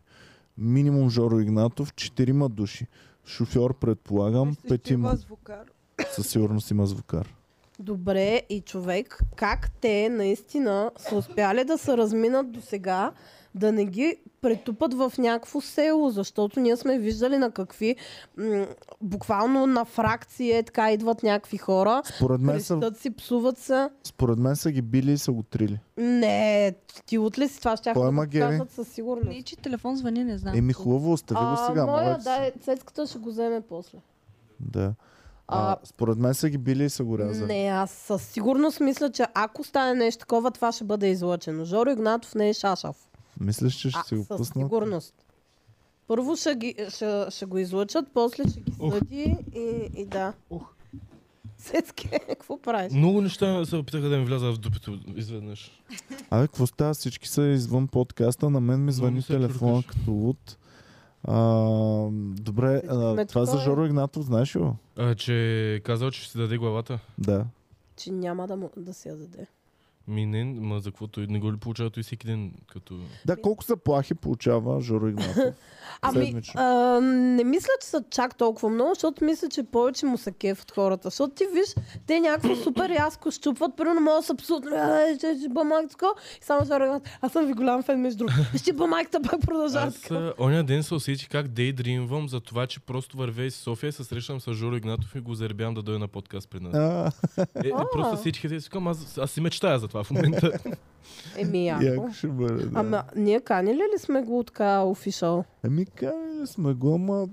Speaker 1: Минимум Жоро Игнатов, четирима души. Шофьор, предполагам, петима.
Speaker 2: звукар.
Speaker 1: Със сигурност има звукар.
Speaker 7: Добре, и човек, как те наистина са успяли да се разминат до сега, да не ги претупат в някакво село, защото ние сме виждали на какви, м- буквално на фракции, е, така идват някакви хора,
Speaker 1: Според мен, са,
Speaker 7: крещат си, псуват се.
Speaker 1: според мен са ги били и са го трили.
Speaker 7: Не, ти от ли си това? Ще
Speaker 1: Кой е
Speaker 7: да
Speaker 1: ма
Speaker 7: го
Speaker 1: гери?
Speaker 7: кажат със сигурност.
Speaker 4: Не, че телефон звъни, не знам.
Speaker 1: Еми хубаво, остави го сега. моля
Speaker 7: моля,
Speaker 1: ти се.
Speaker 7: дай, цецката ще го вземе после.
Speaker 1: Да.
Speaker 7: А,
Speaker 1: А, според мен са ги били и са го рязали.
Speaker 7: Не, аз със сигурност мисля, че ако стане нещо такова, това ще бъде излъчено. Жоро Игнатов не е шашав.
Speaker 1: Мислиш, че ще
Speaker 7: А,
Speaker 1: си го
Speaker 7: със
Speaker 1: пуснат?
Speaker 7: сигурност. Първо ще, ги, ще, ще го излъчат, после ще ги
Speaker 3: Ух.
Speaker 7: съди и, и да.
Speaker 3: Ух.
Speaker 7: Сецке, какво правиш?
Speaker 3: Много неща се опитаха да ми влязат в дупито изведнъж.
Speaker 1: Абе, какво става? Всички са извън подкаста. На мен ми звъни
Speaker 3: се
Speaker 1: телефона
Speaker 3: чуркаш. като
Speaker 1: като луд. добре,
Speaker 7: Ме
Speaker 1: а, това за
Speaker 7: такова е.
Speaker 1: Жоро Игнатов, знаеш ли? го?
Speaker 3: А, че казал, че ще си даде главата.
Speaker 1: Да.
Speaker 7: Че няма да, му, да си я даде.
Speaker 3: Ми не, ма за каквото и не го ли получава той всеки ден, като...
Speaker 1: Да, колко заплахи получава Жоро Игнатов?
Speaker 7: Ами,
Speaker 1: Седмично.
Speaker 7: а, не мисля, че са чак толкова много, защото мисля, че повече му са кеф от хората. Защото ти виж, те някакво супер рязко щупват, примерно мога да са абсолютно, «Ай, ще ще бъм майка такова. И само ще ръгнат, аз съм ви голям фен между другото. Ще бъм майката пак продължава
Speaker 3: Аз
Speaker 7: така.
Speaker 3: а, оня ден се усетих как дейдримвам за това, че просто вървя из София, се срещам с Жоро Игнатов и го заребявам да дойде на подкаст при нас.
Speaker 1: А,
Speaker 3: Е, е, просто всички те си казвам, аз, аз си мечтая за това в момента.
Speaker 7: Еми, яко.
Speaker 1: Яко ще бъде, да.
Speaker 7: Ама, ние канили ли сме го от така офишъл?
Speaker 1: Ами кай, сме го, ама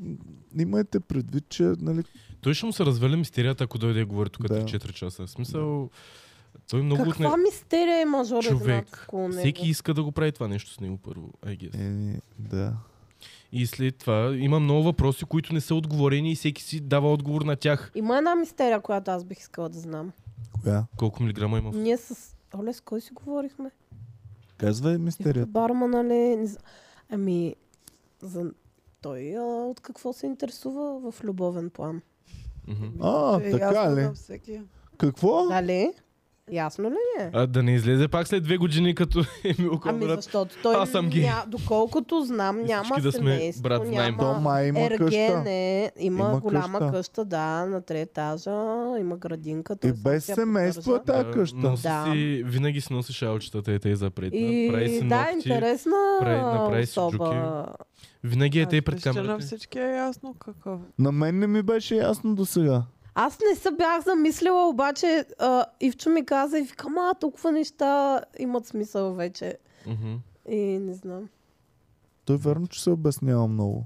Speaker 1: имайте предвид, че нали,
Speaker 3: Той ще му се развали мистерията, ако дойде и говори тук
Speaker 1: Да.
Speaker 3: 3-4 часа. В смисъл, той много отне...
Speaker 7: Каква мистерия има Жоро Игнатов
Speaker 3: човек.
Speaker 7: около него?
Speaker 3: Всеки иска да го прави това нещо с него първо, I guess.
Speaker 1: е, да.
Speaker 3: И след това има много въпроси, които не са отговорени и всеки си дава отговор на тях.
Speaker 7: Има една мистерия, която аз бих искала да знам.
Speaker 1: Коя?
Speaker 3: Колко милиграма има в...
Speaker 7: Ние с... Оле, с кой си говорихме?
Speaker 1: Казвай мистерията.
Speaker 7: Барма, нали? не зн- Ами, за... той а, от какво се интересува в любовен план?
Speaker 3: Мгм.
Speaker 1: А,
Speaker 2: Е,
Speaker 1: така
Speaker 2: ясно
Speaker 1: ли?
Speaker 2: на всеки.
Speaker 1: Какво?
Speaker 7: Дали? Нали? Ясно ли не?
Speaker 3: А, да не излезе пак след две години като Емил
Speaker 7: Ами
Speaker 3: Конрад.
Speaker 7: защото той,
Speaker 3: е, аз съм ги.
Speaker 7: ня- доколкото знам,
Speaker 3: И
Speaker 7: няма
Speaker 3: всички да сме
Speaker 7: семейство,
Speaker 3: брат, знаем.
Speaker 1: То
Speaker 7: няма...
Speaker 1: май има къща.
Speaker 7: ергене, има,
Speaker 1: Има
Speaker 7: голяма
Speaker 1: къща.
Speaker 7: къща. да, на три етажа, има градинка. той
Speaker 1: И
Speaker 7: сам
Speaker 1: без
Speaker 7: си я
Speaker 1: семейство е
Speaker 7: поддържа.
Speaker 1: тази къща.
Speaker 3: Носи
Speaker 7: Да.
Speaker 3: си, винаги си носиш алчетата и те запред. Прави
Speaker 7: И
Speaker 3: си
Speaker 7: да, е
Speaker 3: ногти.
Speaker 7: интересна
Speaker 3: прави- направи си
Speaker 7: особа.
Speaker 3: Винаги е те пред
Speaker 2: Мисля, че На
Speaker 3: камерата.
Speaker 2: всички е ясно какъв.
Speaker 1: На мен не ми беше ясно до сега.
Speaker 7: Аз не се бях замислила, обаче а, Ивчо ми каза и викам, а толкова неща имат смисъл вече.
Speaker 3: Мгм.
Speaker 7: И не знам.
Speaker 1: Той верно, че се обяснява много.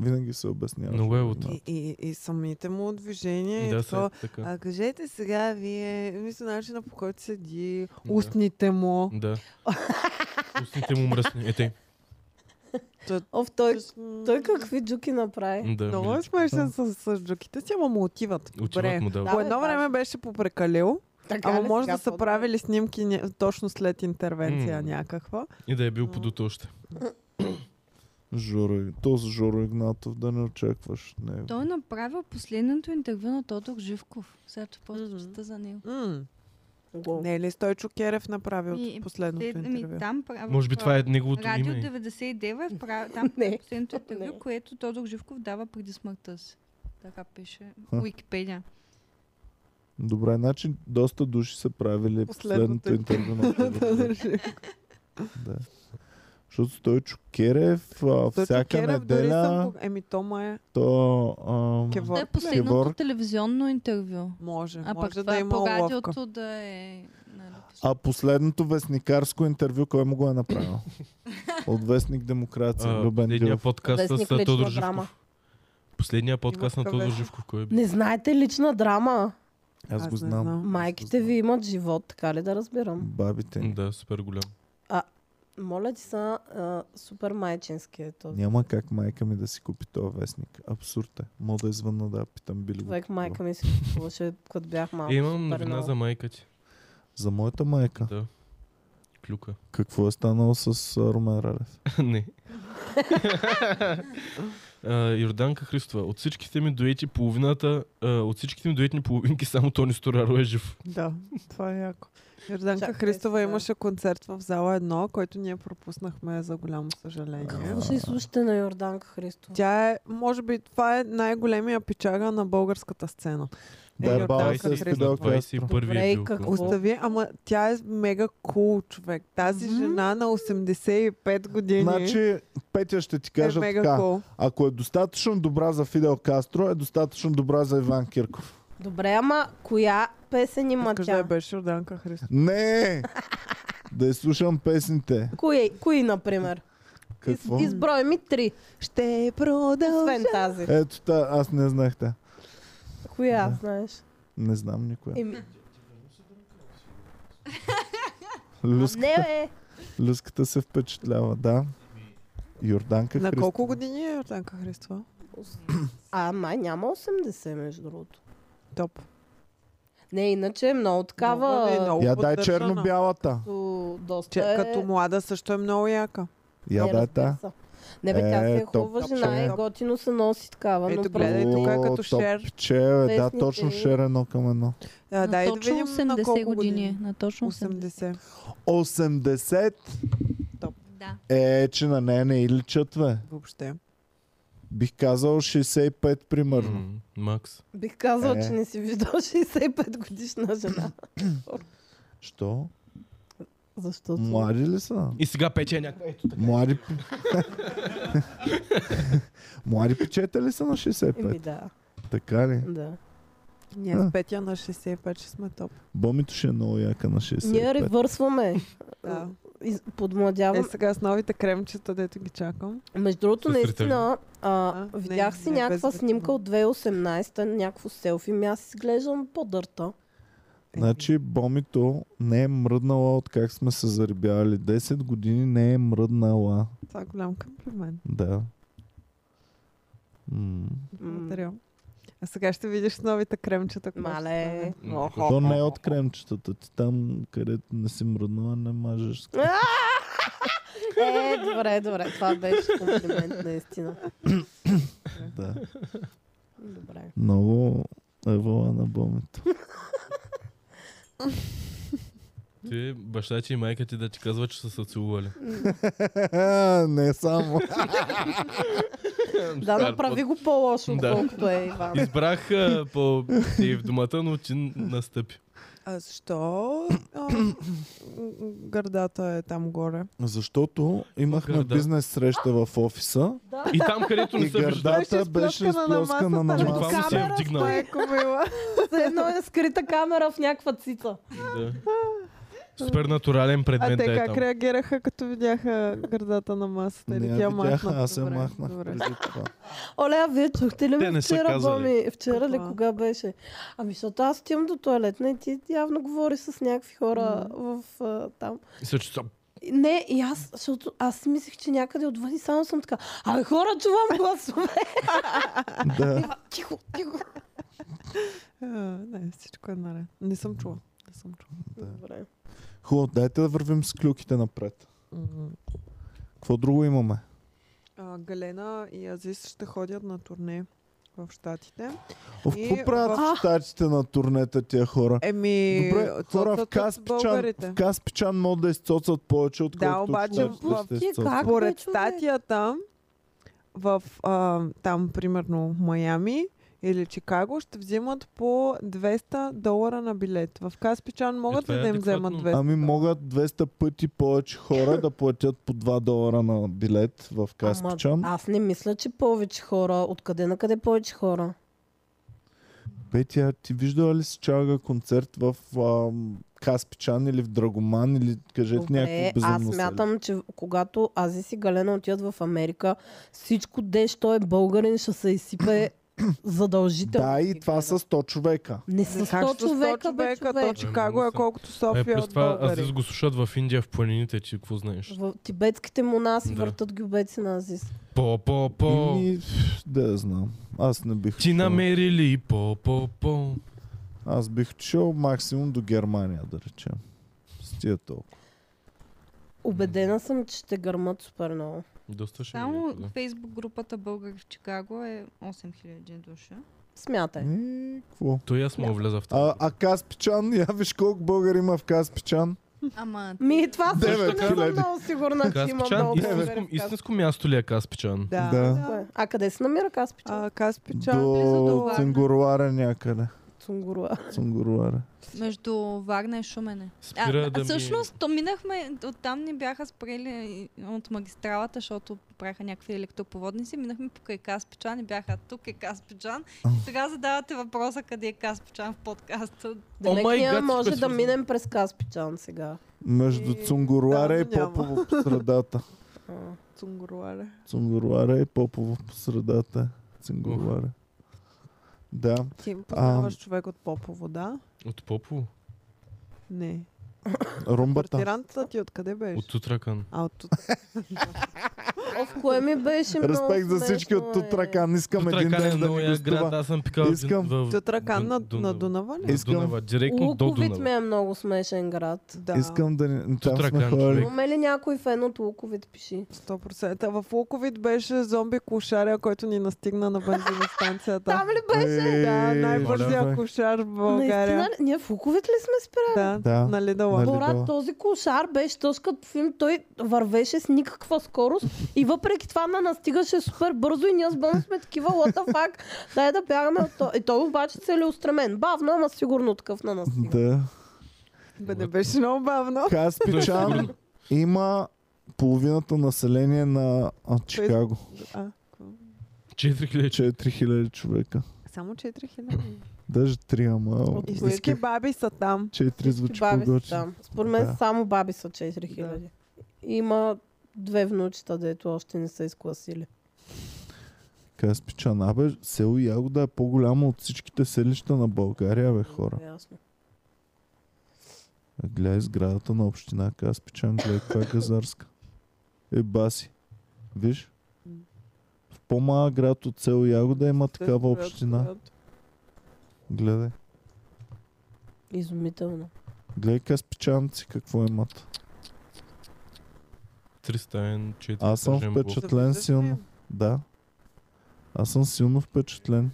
Speaker 1: Винаги се обяснява.
Speaker 3: Много е от-
Speaker 2: И, и, и самите му движения.
Speaker 3: Да,
Speaker 2: и такова.
Speaker 3: са, така.
Speaker 2: Е, А кажете сега вие, мисля, начина по който седи, устните му.
Speaker 3: Да. Устните му мръсни. Ете.
Speaker 7: Оф, той, той какви джуки направи.
Speaker 3: Да,
Speaker 2: Много е
Speaker 3: милички.
Speaker 2: смешен с, с джуките си, ама му отиват. Добре.
Speaker 3: Отиват му да.
Speaker 2: По едно време беше попрекалил,
Speaker 7: Така
Speaker 2: ама
Speaker 7: ли
Speaker 2: може
Speaker 7: сега
Speaker 2: да са
Speaker 7: по-добре?
Speaker 2: правили снимки ня- точно след интервенция
Speaker 3: М.
Speaker 2: някаква.
Speaker 3: И да е бил подут още.
Speaker 1: Жоро, този Жоро Игнатов да не очакваш. Не.
Speaker 4: Той направил последното интервю на Тодор Живков. Сега ще
Speaker 2: Мгм.
Speaker 4: просто чета за него.
Speaker 2: М.
Speaker 7: Го.
Speaker 2: Не е ли Стойчо Керев направил
Speaker 4: Ми,
Speaker 2: последното
Speaker 4: Те, ами,
Speaker 2: интервю?
Speaker 4: там прави,
Speaker 3: Може би това е неговото
Speaker 4: Радио
Speaker 3: име.
Speaker 4: 99 е прави, там
Speaker 7: Не.
Speaker 4: последното интервю,
Speaker 7: Не.
Speaker 4: което Тодор Живков дава преди смъртта си. Така пише
Speaker 1: Хм.
Speaker 4: Уикипедия.
Speaker 1: Добре, значи доста души са правили
Speaker 2: Последното
Speaker 1: последното интервю на Тодор.
Speaker 2: Държи.
Speaker 1: Да. Защото Стойчо Керев а,
Speaker 2: Стойчо
Speaker 1: всяка
Speaker 2: Керев дори съм
Speaker 1: неделя,
Speaker 2: го- Еми то ма е
Speaker 1: то... ам,
Speaker 2: кевор.
Speaker 4: Това е последното телевизионно интервю.
Speaker 2: Може,
Speaker 4: А пък
Speaker 2: може
Speaker 4: това
Speaker 2: да
Speaker 4: е
Speaker 2: има
Speaker 4: по
Speaker 2: уловка.
Speaker 4: радиото да е... Нали,
Speaker 1: А последното вестникарско интервю, кой му го е направил? От Вестник Демокрация,
Speaker 3: А,
Speaker 1: Любен
Speaker 3: Последния
Speaker 1: Дилов.
Speaker 3: подкаст с
Speaker 7: Вестник е
Speaker 3: а,
Speaker 7: лична
Speaker 3: Тодор
Speaker 7: драма.
Speaker 3: Живков. Последния подкаст на
Speaker 2: такъв
Speaker 3: Тодор
Speaker 2: вече.
Speaker 3: Живков, кой е бил?
Speaker 7: Не знаете лична драма.
Speaker 1: Аз го
Speaker 2: не
Speaker 1: знам.
Speaker 7: Майките ви имат живот, така ли да разбирам?
Speaker 1: Бабите.
Speaker 3: Да, супер голям.
Speaker 7: Моля ти са а, супер майчински е този.
Speaker 1: Няма как майка ми да си купи този вестник. Абсурд е. Мога да извънна да питам били го.
Speaker 7: Човек
Speaker 1: купила.
Speaker 7: майка ми си купуваше, като бях малка.
Speaker 3: Е, имам
Speaker 7: супер
Speaker 3: новина
Speaker 7: много.
Speaker 3: за майка ти.
Speaker 1: За моята майка.
Speaker 3: Да. Клюка.
Speaker 1: Какво е станало с а, Румен Ралев?
Speaker 3: Не. А, Йорданка Христова. От всичките ми дуети половината, а, от всичките ми дуетни половинки само Тони Стораро е жив.
Speaker 2: Да, това е яко. Йорданка
Speaker 7: Чакай
Speaker 2: Христова
Speaker 7: сега.
Speaker 2: имаше концерт в зала едно, който ние пропуснахме за голямо съжаление.
Speaker 7: Слушай, слушайте на Йорданка Христова.
Speaker 2: Тя е, може би, това е най-големия пичага на българската сцена. Е,
Speaker 1: Да, бал
Speaker 2: Йорданка
Speaker 1: се с
Speaker 2: Христова.
Speaker 1: педалка.
Speaker 7: Добре,
Speaker 3: 21
Speaker 7: и
Speaker 3: е бил.
Speaker 7: какво?
Speaker 3: Какво?
Speaker 2: Остави, ама тя е мега кул човек. Тази
Speaker 7: Мгм.
Speaker 2: жена на 85 години
Speaker 1: Значи, Петя ще ти
Speaker 2: е
Speaker 1: кажа
Speaker 2: мега
Speaker 1: така.
Speaker 2: кул.
Speaker 1: Ако е достатъчно добра за Фидел Кастро, е достатъчно добра за Иван Кирков.
Speaker 7: Добре, ама коя песен има
Speaker 2: Искаш да
Speaker 7: тя?
Speaker 2: я беше Йорданка Христова.
Speaker 1: Не! да изслушам песните.
Speaker 7: Кои, кои, например?
Speaker 1: Какво?
Speaker 7: Из, изброй ми три,
Speaker 2: Ще продължа.
Speaker 7: освен тази.
Speaker 1: Ето, та, аз не знаех те.
Speaker 7: Коя
Speaker 1: Да.
Speaker 7: знаеш?
Speaker 1: Не знам никоя.
Speaker 7: Еми,
Speaker 1: Люска,
Speaker 7: не е, бе,
Speaker 1: люската се впечатлява, да. Йорданка
Speaker 2: На
Speaker 1: Христова.
Speaker 2: колко години е Йорданка Христова?
Speaker 7: а май няма 80 между другото.
Speaker 2: Топ. Не,
Speaker 7: Не, иначе е много такава.
Speaker 2: е много
Speaker 1: Я дай
Speaker 2: поддържана.
Speaker 1: черно-бялата.
Speaker 7: Като, доста
Speaker 2: Че,
Speaker 7: е...
Speaker 2: Като млада също е много яка.
Speaker 1: Я
Speaker 7: не,
Speaker 1: дай
Speaker 7: разбира
Speaker 1: та.
Speaker 7: се. Не бе, тя
Speaker 1: Е,
Speaker 7: си е
Speaker 1: топ,
Speaker 7: хубава
Speaker 1: топ,
Speaker 7: жена и
Speaker 1: топ.
Speaker 7: готино се носи такава.
Speaker 2: Ето,
Speaker 7: но
Speaker 2: гледай
Speaker 7: просто-
Speaker 2: тук. тука е като шер.
Speaker 1: Че, бе, да,
Speaker 7: Вестник
Speaker 1: точно
Speaker 7: е.
Speaker 1: шер едно към едно.
Speaker 2: Да,
Speaker 4: на
Speaker 2: дай да
Speaker 4: точно
Speaker 2: видим на
Speaker 4: 80
Speaker 2: колко
Speaker 4: години. На точно 80.
Speaker 1: 80
Speaker 2: 80.
Speaker 4: Да.
Speaker 1: е, че на нея не и личат, бе.
Speaker 2: Въобще.
Speaker 1: Бих казал 65 примерно.
Speaker 3: М, Макс.
Speaker 7: Бих казал,
Speaker 1: Е.
Speaker 7: че не си виждал 65 годишна жена.
Speaker 1: Що?
Speaker 7: Защото...
Speaker 1: Млади ли са?
Speaker 3: И сега е пече някаква. Ето така.
Speaker 1: Млади... пи- Млади печета ли са на 65?
Speaker 7: Еми да,
Speaker 1: Така ли?
Speaker 7: да.
Speaker 2: Ние
Speaker 1: Да.
Speaker 2: с Петя на 65 ще сме топ.
Speaker 1: Бомито ще е много яка на 65.
Speaker 7: Ние ревърсваме.
Speaker 2: Да.
Speaker 7: Из-
Speaker 2: Е,
Speaker 7: Подмладяваме.
Speaker 2: сега с новите кремчета, дето ги чакам.
Speaker 7: Между другото,
Speaker 3: Сестрите
Speaker 7: наистина, а,
Speaker 2: А,
Speaker 7: видях
Speaker 2: не,
Speaker 7: си
Speaker 2: не,
Speaker 7: някаква
Speaker 2: без
Speaker 7: снимка
Speaker 2: гръбна.
Speaker 7: от 2018-та, някакво селфи. Ми аз изглеждам по-дърта.
Speaker 2: Е,
Speaker 1: Значи бомито не е мръднала от как сме се заребявали. 10 години не е мръднала.
Speaker 2: Това е голям комплимент.
Speaker 1: Да. М.
Speaker 2: Благодаря. А сега ще видиш новите кремчета. какво ще
Speaker 7: Мале.
Speaker 2: стане.
Speaker 3: М,
Speaker 1: То не е от кремчетата ти. Там, където не си мръднала, не мажеш. с крем.
Speaker 7: Е, добре, добре. Това беше комплимент, наистина.
Speaker 1: Да.
Speaker 7: Добре.
Speaker 1: е Много евала на бомито.
Speaker 3: Ти, баща ти и майка ти да ти казват, че са се целували.
Speaker 1: Не само.
Speaker 7: Да, направи го по-лошо,
Speaker 3: Да.
Speaker 7: отколкото е Иван.
Speaker 3: Избрах а, по ти в думата, но ти настъпи.
Speaker 2: А защо а, гърдата е там горе?
Speaker 1: Защото имахме
Speaker 3: Гърда.
Speaker 1: бизнес среща в офиса
Speaker 3: И там, където не
Speaker 1: и
Speaker 3: се вижда.
Speaker 1: гърдата
Speaker 2: Беше
Speaker 1: беше
Speaker 2: изплъскана е на
Speaker 1: изплъскана на
Speaker 2: масата.
Speaker 3: Че това му се е
Speaker 1: масата.
Speaker 7: камера
Speaker 3: вдигнал.
Speaker 2: Е, кобила.
Speaker 7: За едно е скрита камера в някаква цица.
Speaker 3: Да. Супер натурален
Speaker 2: А
Speaker 3: предмет
Speaker 2: те
Speaker 3: да е
Speaker 2: как
Speaker 3: там.
Speaker 2: реагираха, като видяха гърдата на масата? Или
Speaker 1: Не
Speaker 2: тя
Speaker 1: я видяха,
Speaker 2: махна?
Speaker 1: аз я
Speaker 2: Добре,
Speaker 1: махнах
Speaker 2: добре.
Speaker 1: преди това.
Speaker 7: Оля, а вие чухте ли
Speaker 5: Те
Speaker 7: ме
Speaker 5: не са
Speaker 7: вчера,
Speaker 5: казали.
Speaker 7: Боми? Вчера ли,
Speaker 2: Какво?
Speaker 7: кога беше? Ами, защото аз отивам до туалетна и ти явно говори с някакви хора в а, там.
Speaker 3: И се чувствам,
Speaker 7: И Не, и аз, защото аз си мислех, че някъде отвън и само съм така. Абе, хора, чувам гласове.
Speaker 1: Да.
Speaker 7: Тихо, тихо.
Speaker 2: А, Не, всичко е наред. Не съм чула. Не съм чула.
Speaker 7: Добре.
Speaker 1: Хубаво, дайте да вървим с клюките напред.
Speaker 2: Мгм.
Speaker 1: Какво друго имаме?
Speaker 2: А, Галена и Азис ще ходят на турне в Штатите.
Speaker 1: О,
Speaker 2: И
Speaker 1: какво правят
Speaker 2: в-
Speaker 1: в щатите на турнета тия хора?
Speaker 2: Еми,
Speaker 1: Добре, хора в
Speaker 2: цоцат с
Speaker 1: Каспичан,
Speaker 2: българите.
Speaker 1: в Каспичан могат да изцоцат повече, отколкото
Speaker 2: Е. обаче
Speaker 1: щатите
Speaker 2: в- е
Speaker 1: ще
Speaker 7: Ти
Speaker 1: изцоцат.
Speaker 7: как?
Speaker 2: Според
Speaker 7: бе, човек?
Speaker 2: статията в а, там, примерно, Майами или Чикаго ще взимат по 200 долара на билет. В Каспичан могат
Speaker 3: това
Speaker 2: ли
Speaker 3: е
Speaker 2: да им вземат
Speaker 3: адекватно.
Speaker 2: 200?
Speaker 1: Ами могат 200 пъти повече хора да платят по 2 долара на билет в Каспичан.
Speaker 7: Ама, аз не мисля, че повече хора. Откъде на къде повече хора?
Speaker 1: Петя, ти виждала ли си Чага концерт в ам, Каспичан или в Драгоман или кажете
Speaker 7: Добре,
Speaker 1: някакво
Speaker 7: аз
Speaker 1: Е, безумно селе?
Speaker 7: смятам, че когато Азис и Галена отидат в Америка, всичко дещо е българин ще се изсипе задължително.
Speaker 1: Да, и това са 100 човека.
Speaker 7: Не са
Speaker 2: Как
Speaker 7: 100
Speaker 2: сто
Speaker 7: човека, бе,
Speaker 2: то
Speaker 7: човек.
Speaker 2: Чикаго е колкото
Speaker 3: Е,
Speaker 2: София
Speaker 3: плюс
Speaker 2: от
Speaker 3: това Азис
Speaker 2: българи.
Speaker 3: го слушат в Индия в планините, че какво знаеш?
Speaker 7: В тибетските монаси
Speaker 3: Да.
Speaker 7: въртат гюбеци на Азис.
Speaker 3: По, по, по.
Speaker 1: Ими, да я знам. Аз не бих
Speaker 3: Ти
Speaker 1: отишъл.
Speaker 3: намери ли по, по, по.
Speaker 1: Аз бих чел максимум до Германия, да речем. С тия толкова.
Speaker 7: Обедена съм, че ще гърмат супер много.
Speaker 3: Доста ще ми е,
Speaker 4: Само
Speaker 3: да.
Speaker 4: фейсбук групата Българи в Чикаго е 8000 души.
Speaker 7: Смятай.
Speaker 1: Е, какво?
Speaker 3: Той аз му вляза в тази.
Speaker 1: А, а Каспичан, я виж колко българи има в Каспичан.
Speaker 4: Ама
Speaker 7: Ми, това също не
Speaker 1: Девет
Speaker 7: съм
Speaker 1: хиляди.
Speaker 7: много сигурна, че Значи има
Speaker 3: Каспичан,
Speaker 7: много
Speaker 3: истинско,
Speaker 7: българи в Каспичан.
Speaker 3: истинско място ли е Каспичан?
Speaker 2: Да.
Speaker 1: Да.
Speaker 2: да.
Speaker 7: А къде се намира Каспичан?
Speaker 2: А, Каспичан близо до
Speaker 1: До
Speaker 4: Варна.
Speaker 1: Цунгурларе някъде.
Speaker 7: Цунгуруа.
Speaker 1: Цунгурларе.
Speaker 4: между Варна и Шумене.
Speaker 3: Спира
Speaker 4: а,
Speaker 3: да
Speaker 4: да
Speaker 3: ми- е.
Speaker 4: всъщност, то минахме, оттам ни бяха спрели от магистралата, защото правиха някакви електроповодници, минахме покрай Каспичан и бяха тук е Каспичан. И сега задавате въпроса къде е Каспичан в подкаста.
Speaker 7: Демек
Speaker 3: my
Speaker 7: ние
Speaker 3: God,
Speaker 7: може да
Speaker 3: супер
Speaker 7: минем през Каспичан сега.
Speaker 1: Между
Speaker 2: Е,
Speaker 1: Цунгурларе и
Speaker 2: да, но няма.
Speaker 1: Попово по средата.
Speaker 7: А.
Speaker 2: Цунгурларе.
Speaker 1: Цунгурларе и Попово по средата. е Цунгурларе. Да.
Speaker 2: Ти познаваш човек от Попово, да?
Speaker 3: От Попо?
Speaker 2: Не.
Speaker 1: Румбата.
Speaker 2: Квартирантата ти откъде беше?
Speaker 3: От Тутракан.
Speaker 2: А, от тут.
Speaker 7: О, в кое ми беше много
Speaker 1: Е, Респект за всички
Speaker 7: смешно,
Speaker 1: от
Speaker 7: е.
Speaker 1: Тутракан. Искам един
Speaker 3: Тутракан е
Speaker 1: ден да
Speaker 3: много
Speaker 1: ми
Speaker 3: як град,
Speaker 1: гостува.
Speaker 3: аз съм пикал
Speaker 1: Искам-
Speaker 3: в
Speaker 2: Тутракан на,
Speaker 3: Дунав.
Speaker 2: на Дунава ли?
Speaker 3: На
Speaker 1: Искам-
Speaker 3: Дунава, директно до
Speaker 7: Луковит ми
Speaker 3: Дунава.
Speaker 7: е много смешен град.
Speaker 2: Да.
Speaker 1: Искам да ни... Там сме
Speaker 3: Тутракан,
Speaker 1: ходили.
Speaker 3: човек.
Speaker 7: Имаме ли някой фен от Луковит, пиши.
Speaker 2: 100%. В Луковит беше зомби кошаря, който ни настигна на бензиностанцията.
Speaker 7: Там ли беше?
Speaker 1: Е,
Speaker 2: да,
Speaker 1: моля, бе.
Speaker 2: най-бързия кошар в
Speaker 7: Наистина,
Speaker 2: България.
Speaker 7: ли? ние в Луковит ли сме спирали?
Speaker 2: Да,
Speaker 1: Да.
Speaker 2: на Лидъла.
Speaker 1: Нали?
Speaker 7: Борат,
Speaker 1: да.
Speaker 7: този кошар беше точно като филм. Той вървеше с никаква скорост и въпреки това на настигаше супер бързо и ние с Боми сме такива what the fuck. Дай да бягаме от то. И той обаче целеустремен. Бавно, ама сигурно такъв на настига.
Speaker 1: Да.
Speaker 2: Бе, не беше много бавно.
Speaker 3: е
Speaker 1: Каспичан има половината население на а,
Speaker 7: е
Speaker 1: Чикаго.
Speaker 2: А,
Speaker 3: 4000.
Speaker 1: 4000 човека.
Speaker 2: само 4000.
Speaker 1: Даже три, ама...
Speaker 7: От
Speaker 2: И
Speaker 7: Исках-
Speaker 2: всички баби са там.
Speaker 1: 4 звучи
Speaker 7: Всички Баби са
Speaker 1: по-гоче.
Speaker 7: там. Според мен
Speaker 1: Да.
Speaker 7: само баби са 4000. Има две внучета, дето още не са изкласили.
Speaker 1: Каспичан, абе, село Ягода е по-голямо от всичките селища на България, бе, хора.
Speaker 7: Е, Ясно.
Speaker 1: Гледай сградата на община Каспичан, гледай каква е газарска. Е, баси. Виж? В по-малък град от село Ягода има
Speaker 2: е
Speaker 1: такава община. Гледай.
Speaker 7: Изумително.
Speaker 1: Гледай каспичанци какво имат.
Speaker 3: 300, 400.
Speaker 1: Аз съм
Speaker 3: Женбов.
Speaker 1: впечатлен. Четлен силно. Да. Аз съм силно впечатлен.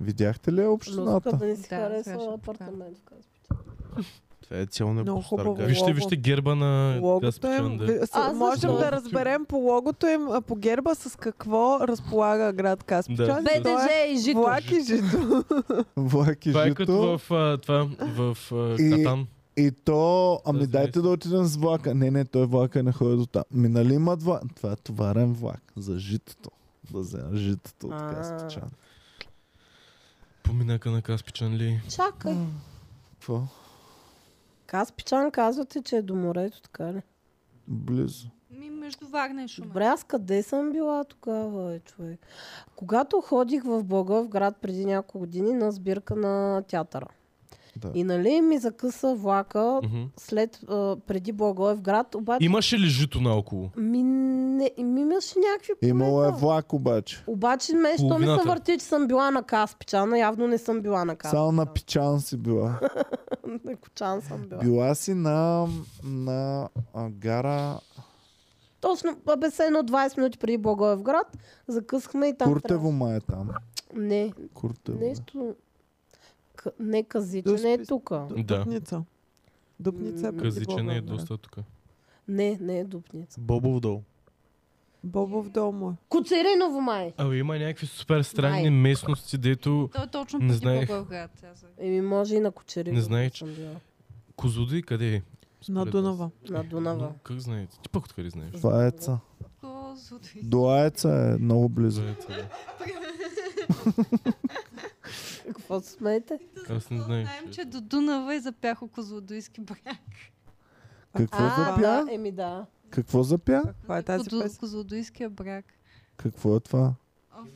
Speaker 1: Видяхте ли я
Speaker 7: Но тук
Speaker 1: общината?
Speaker 7: да не си
Speaker 4: Да, сега ще
Speaker 7: харесва
Speaker 4: покажа.
Speaker 7: апартамент в Каспича.
Speaker 5: Това е цяло не
Speaker 2: Много хубаво.
Speaker 3: Вижте, вижте герба на
Speaker 2: Ами, Логото им,
Speaker 3: Гаспичан. Да.
Speaker 2: ви- с-
Speaker 7: А,
Speaker 2: можем
Speaker 7: защо?
Speaker 2: да разберем по логото им, а, по герба с какво разполага град Каспичан.
Speaker 3: Да.
Speaker 2: И то е
Speaker 7: БДЖ и жито.
Speaker 2: Влак и жито.
Speaker 1: Влак и
Speaker 3: Това е
Speaker 1: жито.
Speaker 3: като в, а, това, е в а,
Speaker 1: И-
Speaker 3: Катан.
Speaker 1: И то, ами
Speaker 3: Тази
Speaker 1: дайте
Speaker 3: листа.
Speaker 1: да отидем с влака. Не, не, той влака не ходи до там. Ми нали има два? Това е товарен влак за житото. Да взема житото от
Speaker 7: А.
Speaker 1: Каспичан.
Speaker 3: Поминака на Каспичан ли?
Speaker 7: Чакай.
Speaker 1: Какво?
Speaker 7: Каспичан казвате, че е до морето, така ли?
Speaker 1: Близо.
Speaker 4: Ми между Варна и Шумен.
Speaker 7: Добре, аз къде съм била тогава, е, човек? Когато ходих в Благоевград преди няколко години на сбирка на театъра.
Speaker 1: Да.
Speaker 7: И нали ми закъса влака
Speaker 3: Мгм.
Speaker 7: след, а, преди Благоевград, обаче
Speaker 3: Имаше ли жито наоколо?
Speaker 7: ми, не, ми имаше някакви
Speaker 1: Имало е
Speaker 7: полета.
Speaker 1: влак обаче.
Speaker 7: Обаче мен, що ми се
Speaker 3: Половината.
Speaker 7: върти, че съм била на Каспичана, явно не съм била на Каспичана.
Speaker 1: Само на Пичан си била.
Speaker 7: на Кочан съм била.
Speaker 1: Била си на, на а, гара
Speaker 7: Точно, бе се едно 20 минути преди Благоевград, закъсахме и там
Speaker 1: Куртево май е там.
Speaker 7: трябва- Не,
Speaker 1: Куртево. е.
Speaker 7: нещо... К... Не казиче,
Speaker 1: Да
Speaker 7: не е
Speaker 1: спи-
Speaker 7: тук.
Speaker 3: Да.
Speaker 2: Дупница. Дупница е преди
Speaker 3: Казичен е
Speaker 2: Благоевград.
Speaker 3: доста тук.
Speaker 7: Не, не е дупница.
Speaker 5: Бобов дол.
Speaker 2: Бобов дол му е.
Speaker 7: Коцериново май!
Speaker 3: Абе, има някакви супер странни
Speaker 7: Май.
Speaker 3: местности, дето
Speaker 4: Той е точно
Speaker 3: Не
Speaker 4: преди
Speaker 3: знаех.
Speaker 4: Благоевград. аз за-
Speaker 7: Еми може и на Кочериново.
Speaker 3: Не знаех, че-
Speaker 7: съм била.
Speaker 3: Козуди къде е?
Speaker 2: На
Speaker 3: Според
Speaker 2: Дунава.
Speaker 3: вас.
Speaker 7: На Дунава.
Speaker 3: Но Как знаете? Ти пък откъде знаеш?
Speaker 1: Това е ца.
Speaker 4: Козлодуй.
Speaker 1: До Аеца е много близо.
Speaker 3: Знаете, да.
Speaker 7: Какво се смеете?
Speaker 3: Аз не знаех.
Speaker 4: Знаем,
Speaker 3: че-
Speaker 4: че до Дунава и запях Козлодуйски бряг.
Speaker 1: Какво
Speaker 7: а,
Speaker 1: запя?
Speaker 7: да, еми да.
Speaker 1: Какво запя?
Speaker 2: Каква е тази
Speaker 4: Козло-
Speaker 2: песен?
Speaker 4: Козлодуйския бряг.
Speaker 1: Какво е това?
Speaker 4: Оф.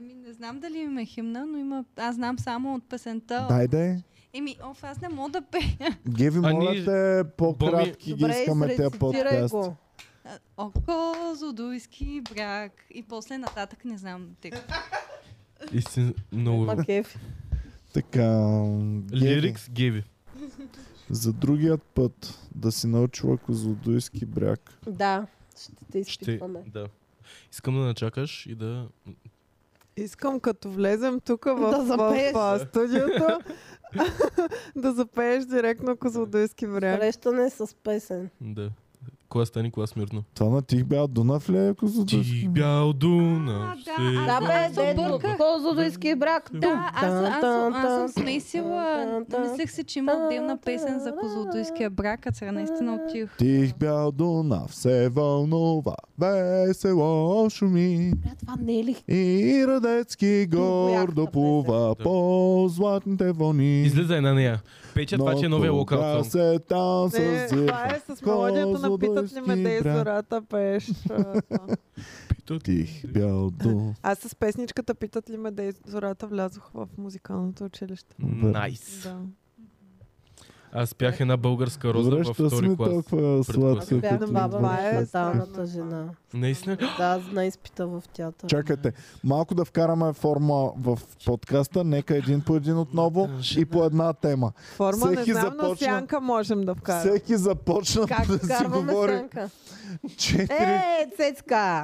Speaker 4: Еми, не знам дали има химна, но има... Аз знам само от песента.
Speaker 1: Дай да е.
Speaker 4: Еми, оф, аз не мога да пея.
Speaker 1: Геви,
Speaker 3: А
Speaker 1: моля
Speaker 3: ние-
Speaker 1: те, по-кратки ги
Speaker 7: Добре,
Speaker 1: искаме тези
Speaker 7: изрецитирай
Speaker 1: подкаст.
Speaker 7: го.
Speaker 4: О, Козлодуйски бряг. И после нататък не знам текст.
Speaker 3: Истин, много...
Speaker 7: Ма кеф.
Speaker 1: Така, м, Геви,
Speaker 3: Лирикс Геви.
Speaker 1: за другият път да си научила козлодуйски бряг.
Speaker 7: Да, ще те
Speaker 3: Ще...
Speaker 7: изпитваме.
Speaker 3: Да. Искам да начакаш и да...
Speaker 2: Искам като влезем тук в,
Speaker 7: Да
Speaker 2: в,
Speaker 7: запееш.
Speaker 2: а, студиото да запееш директно Козлодуйски вариант.
Speaker 7: Срещане с песен.
Speaker 3: Да. Кола стани, кола смирно.
Speaker 1: Това на тих бял Дунав ли е
Speaker 3: Ти
Speaker 1: козлодуйски?
Speaker 3: бял дуна.
Speaker 4: А, да,
Speaker 7: Да бе,
Speaker 4: се
Speaker 7: дедо,
Speaker 4: обърках.
Speaker 7: Козлодуйски брак.
Speaker 4: Да, аз, аз, аз, съм- аз съм
Speaker 7: Тан,
Speaker 4: смесила.
Speaker 7: тан, тан,
Speaker 4: Мислех си, че има отделна песен за Козлодуйския брак, а сега наистина отих.
Speaker 1: Тих бял Дунав се вълнува, весело шуми.
Speaker 7: Бля, това не е ли?
Speaker 1: И Радецки гордо
Speaker 7: Другоярката
Speaker 1: плува
Speaker 3: песен.
Speaker 1: по златните вълни.
Speaker 3: Излиза една нея. Пече, това, че е новия локал
Speaker 1: Кога
Speaker 3: сон.
Speaker 1: се там
Speaker 2: Не,
Speaker 1: с
Speaker 2: това е с мелодията на питат ли ме дей
Speaker 1: Козлодуйски брак.
Speaker 2: зората Е, пееш. а, това.
Speaker 1: Тих бял Дунав.
Speaker 2: Аз с песничката питат ли ме дей зората влязох в музикалното училище.
Speaker 3: Найс.
Speaker 2: Да.
Speaker 3: Аз пях една българска роза
Speaker 1: Добре,
Speaker 3: във
Speaker 1: що
Speaker 3: втори
Speaker 1: сме
Speaker 3: клас.
Speaker 1: толкова
Speaker 3: Предпоследък.
Speaker 1: сладки,
Speaker 7: Аз бях
Speaker 1: като
Speaker 2: Това
Speaker 7: баба
Speaker 1: това
Speaker 2: е
Speaker 7: на
Speaker 2: странно.
Speaker 7: тоталната жена.
Speaker 3: Наистина.
Speaker 7: Да, на изпита в театър.
Speaker 1: Чакайте, малко да вкараме форма в подкаста, нека един по един отново и по една тема.
Speaker 2: Форма не
Speaker 1: Всеки
Speaker 2: знам, но
Speaker 1: започна-
Speaker 2: сянка можем да вкарам.
Speaker 1: Всеки започна
Speaker 7: Как
Speaker 1: да си
Speaker 7: вкарваме
Speaker 1: говори
Speaker 7: сянка?
Speaker 1: четири...
Speaker 7: Е, Цецка!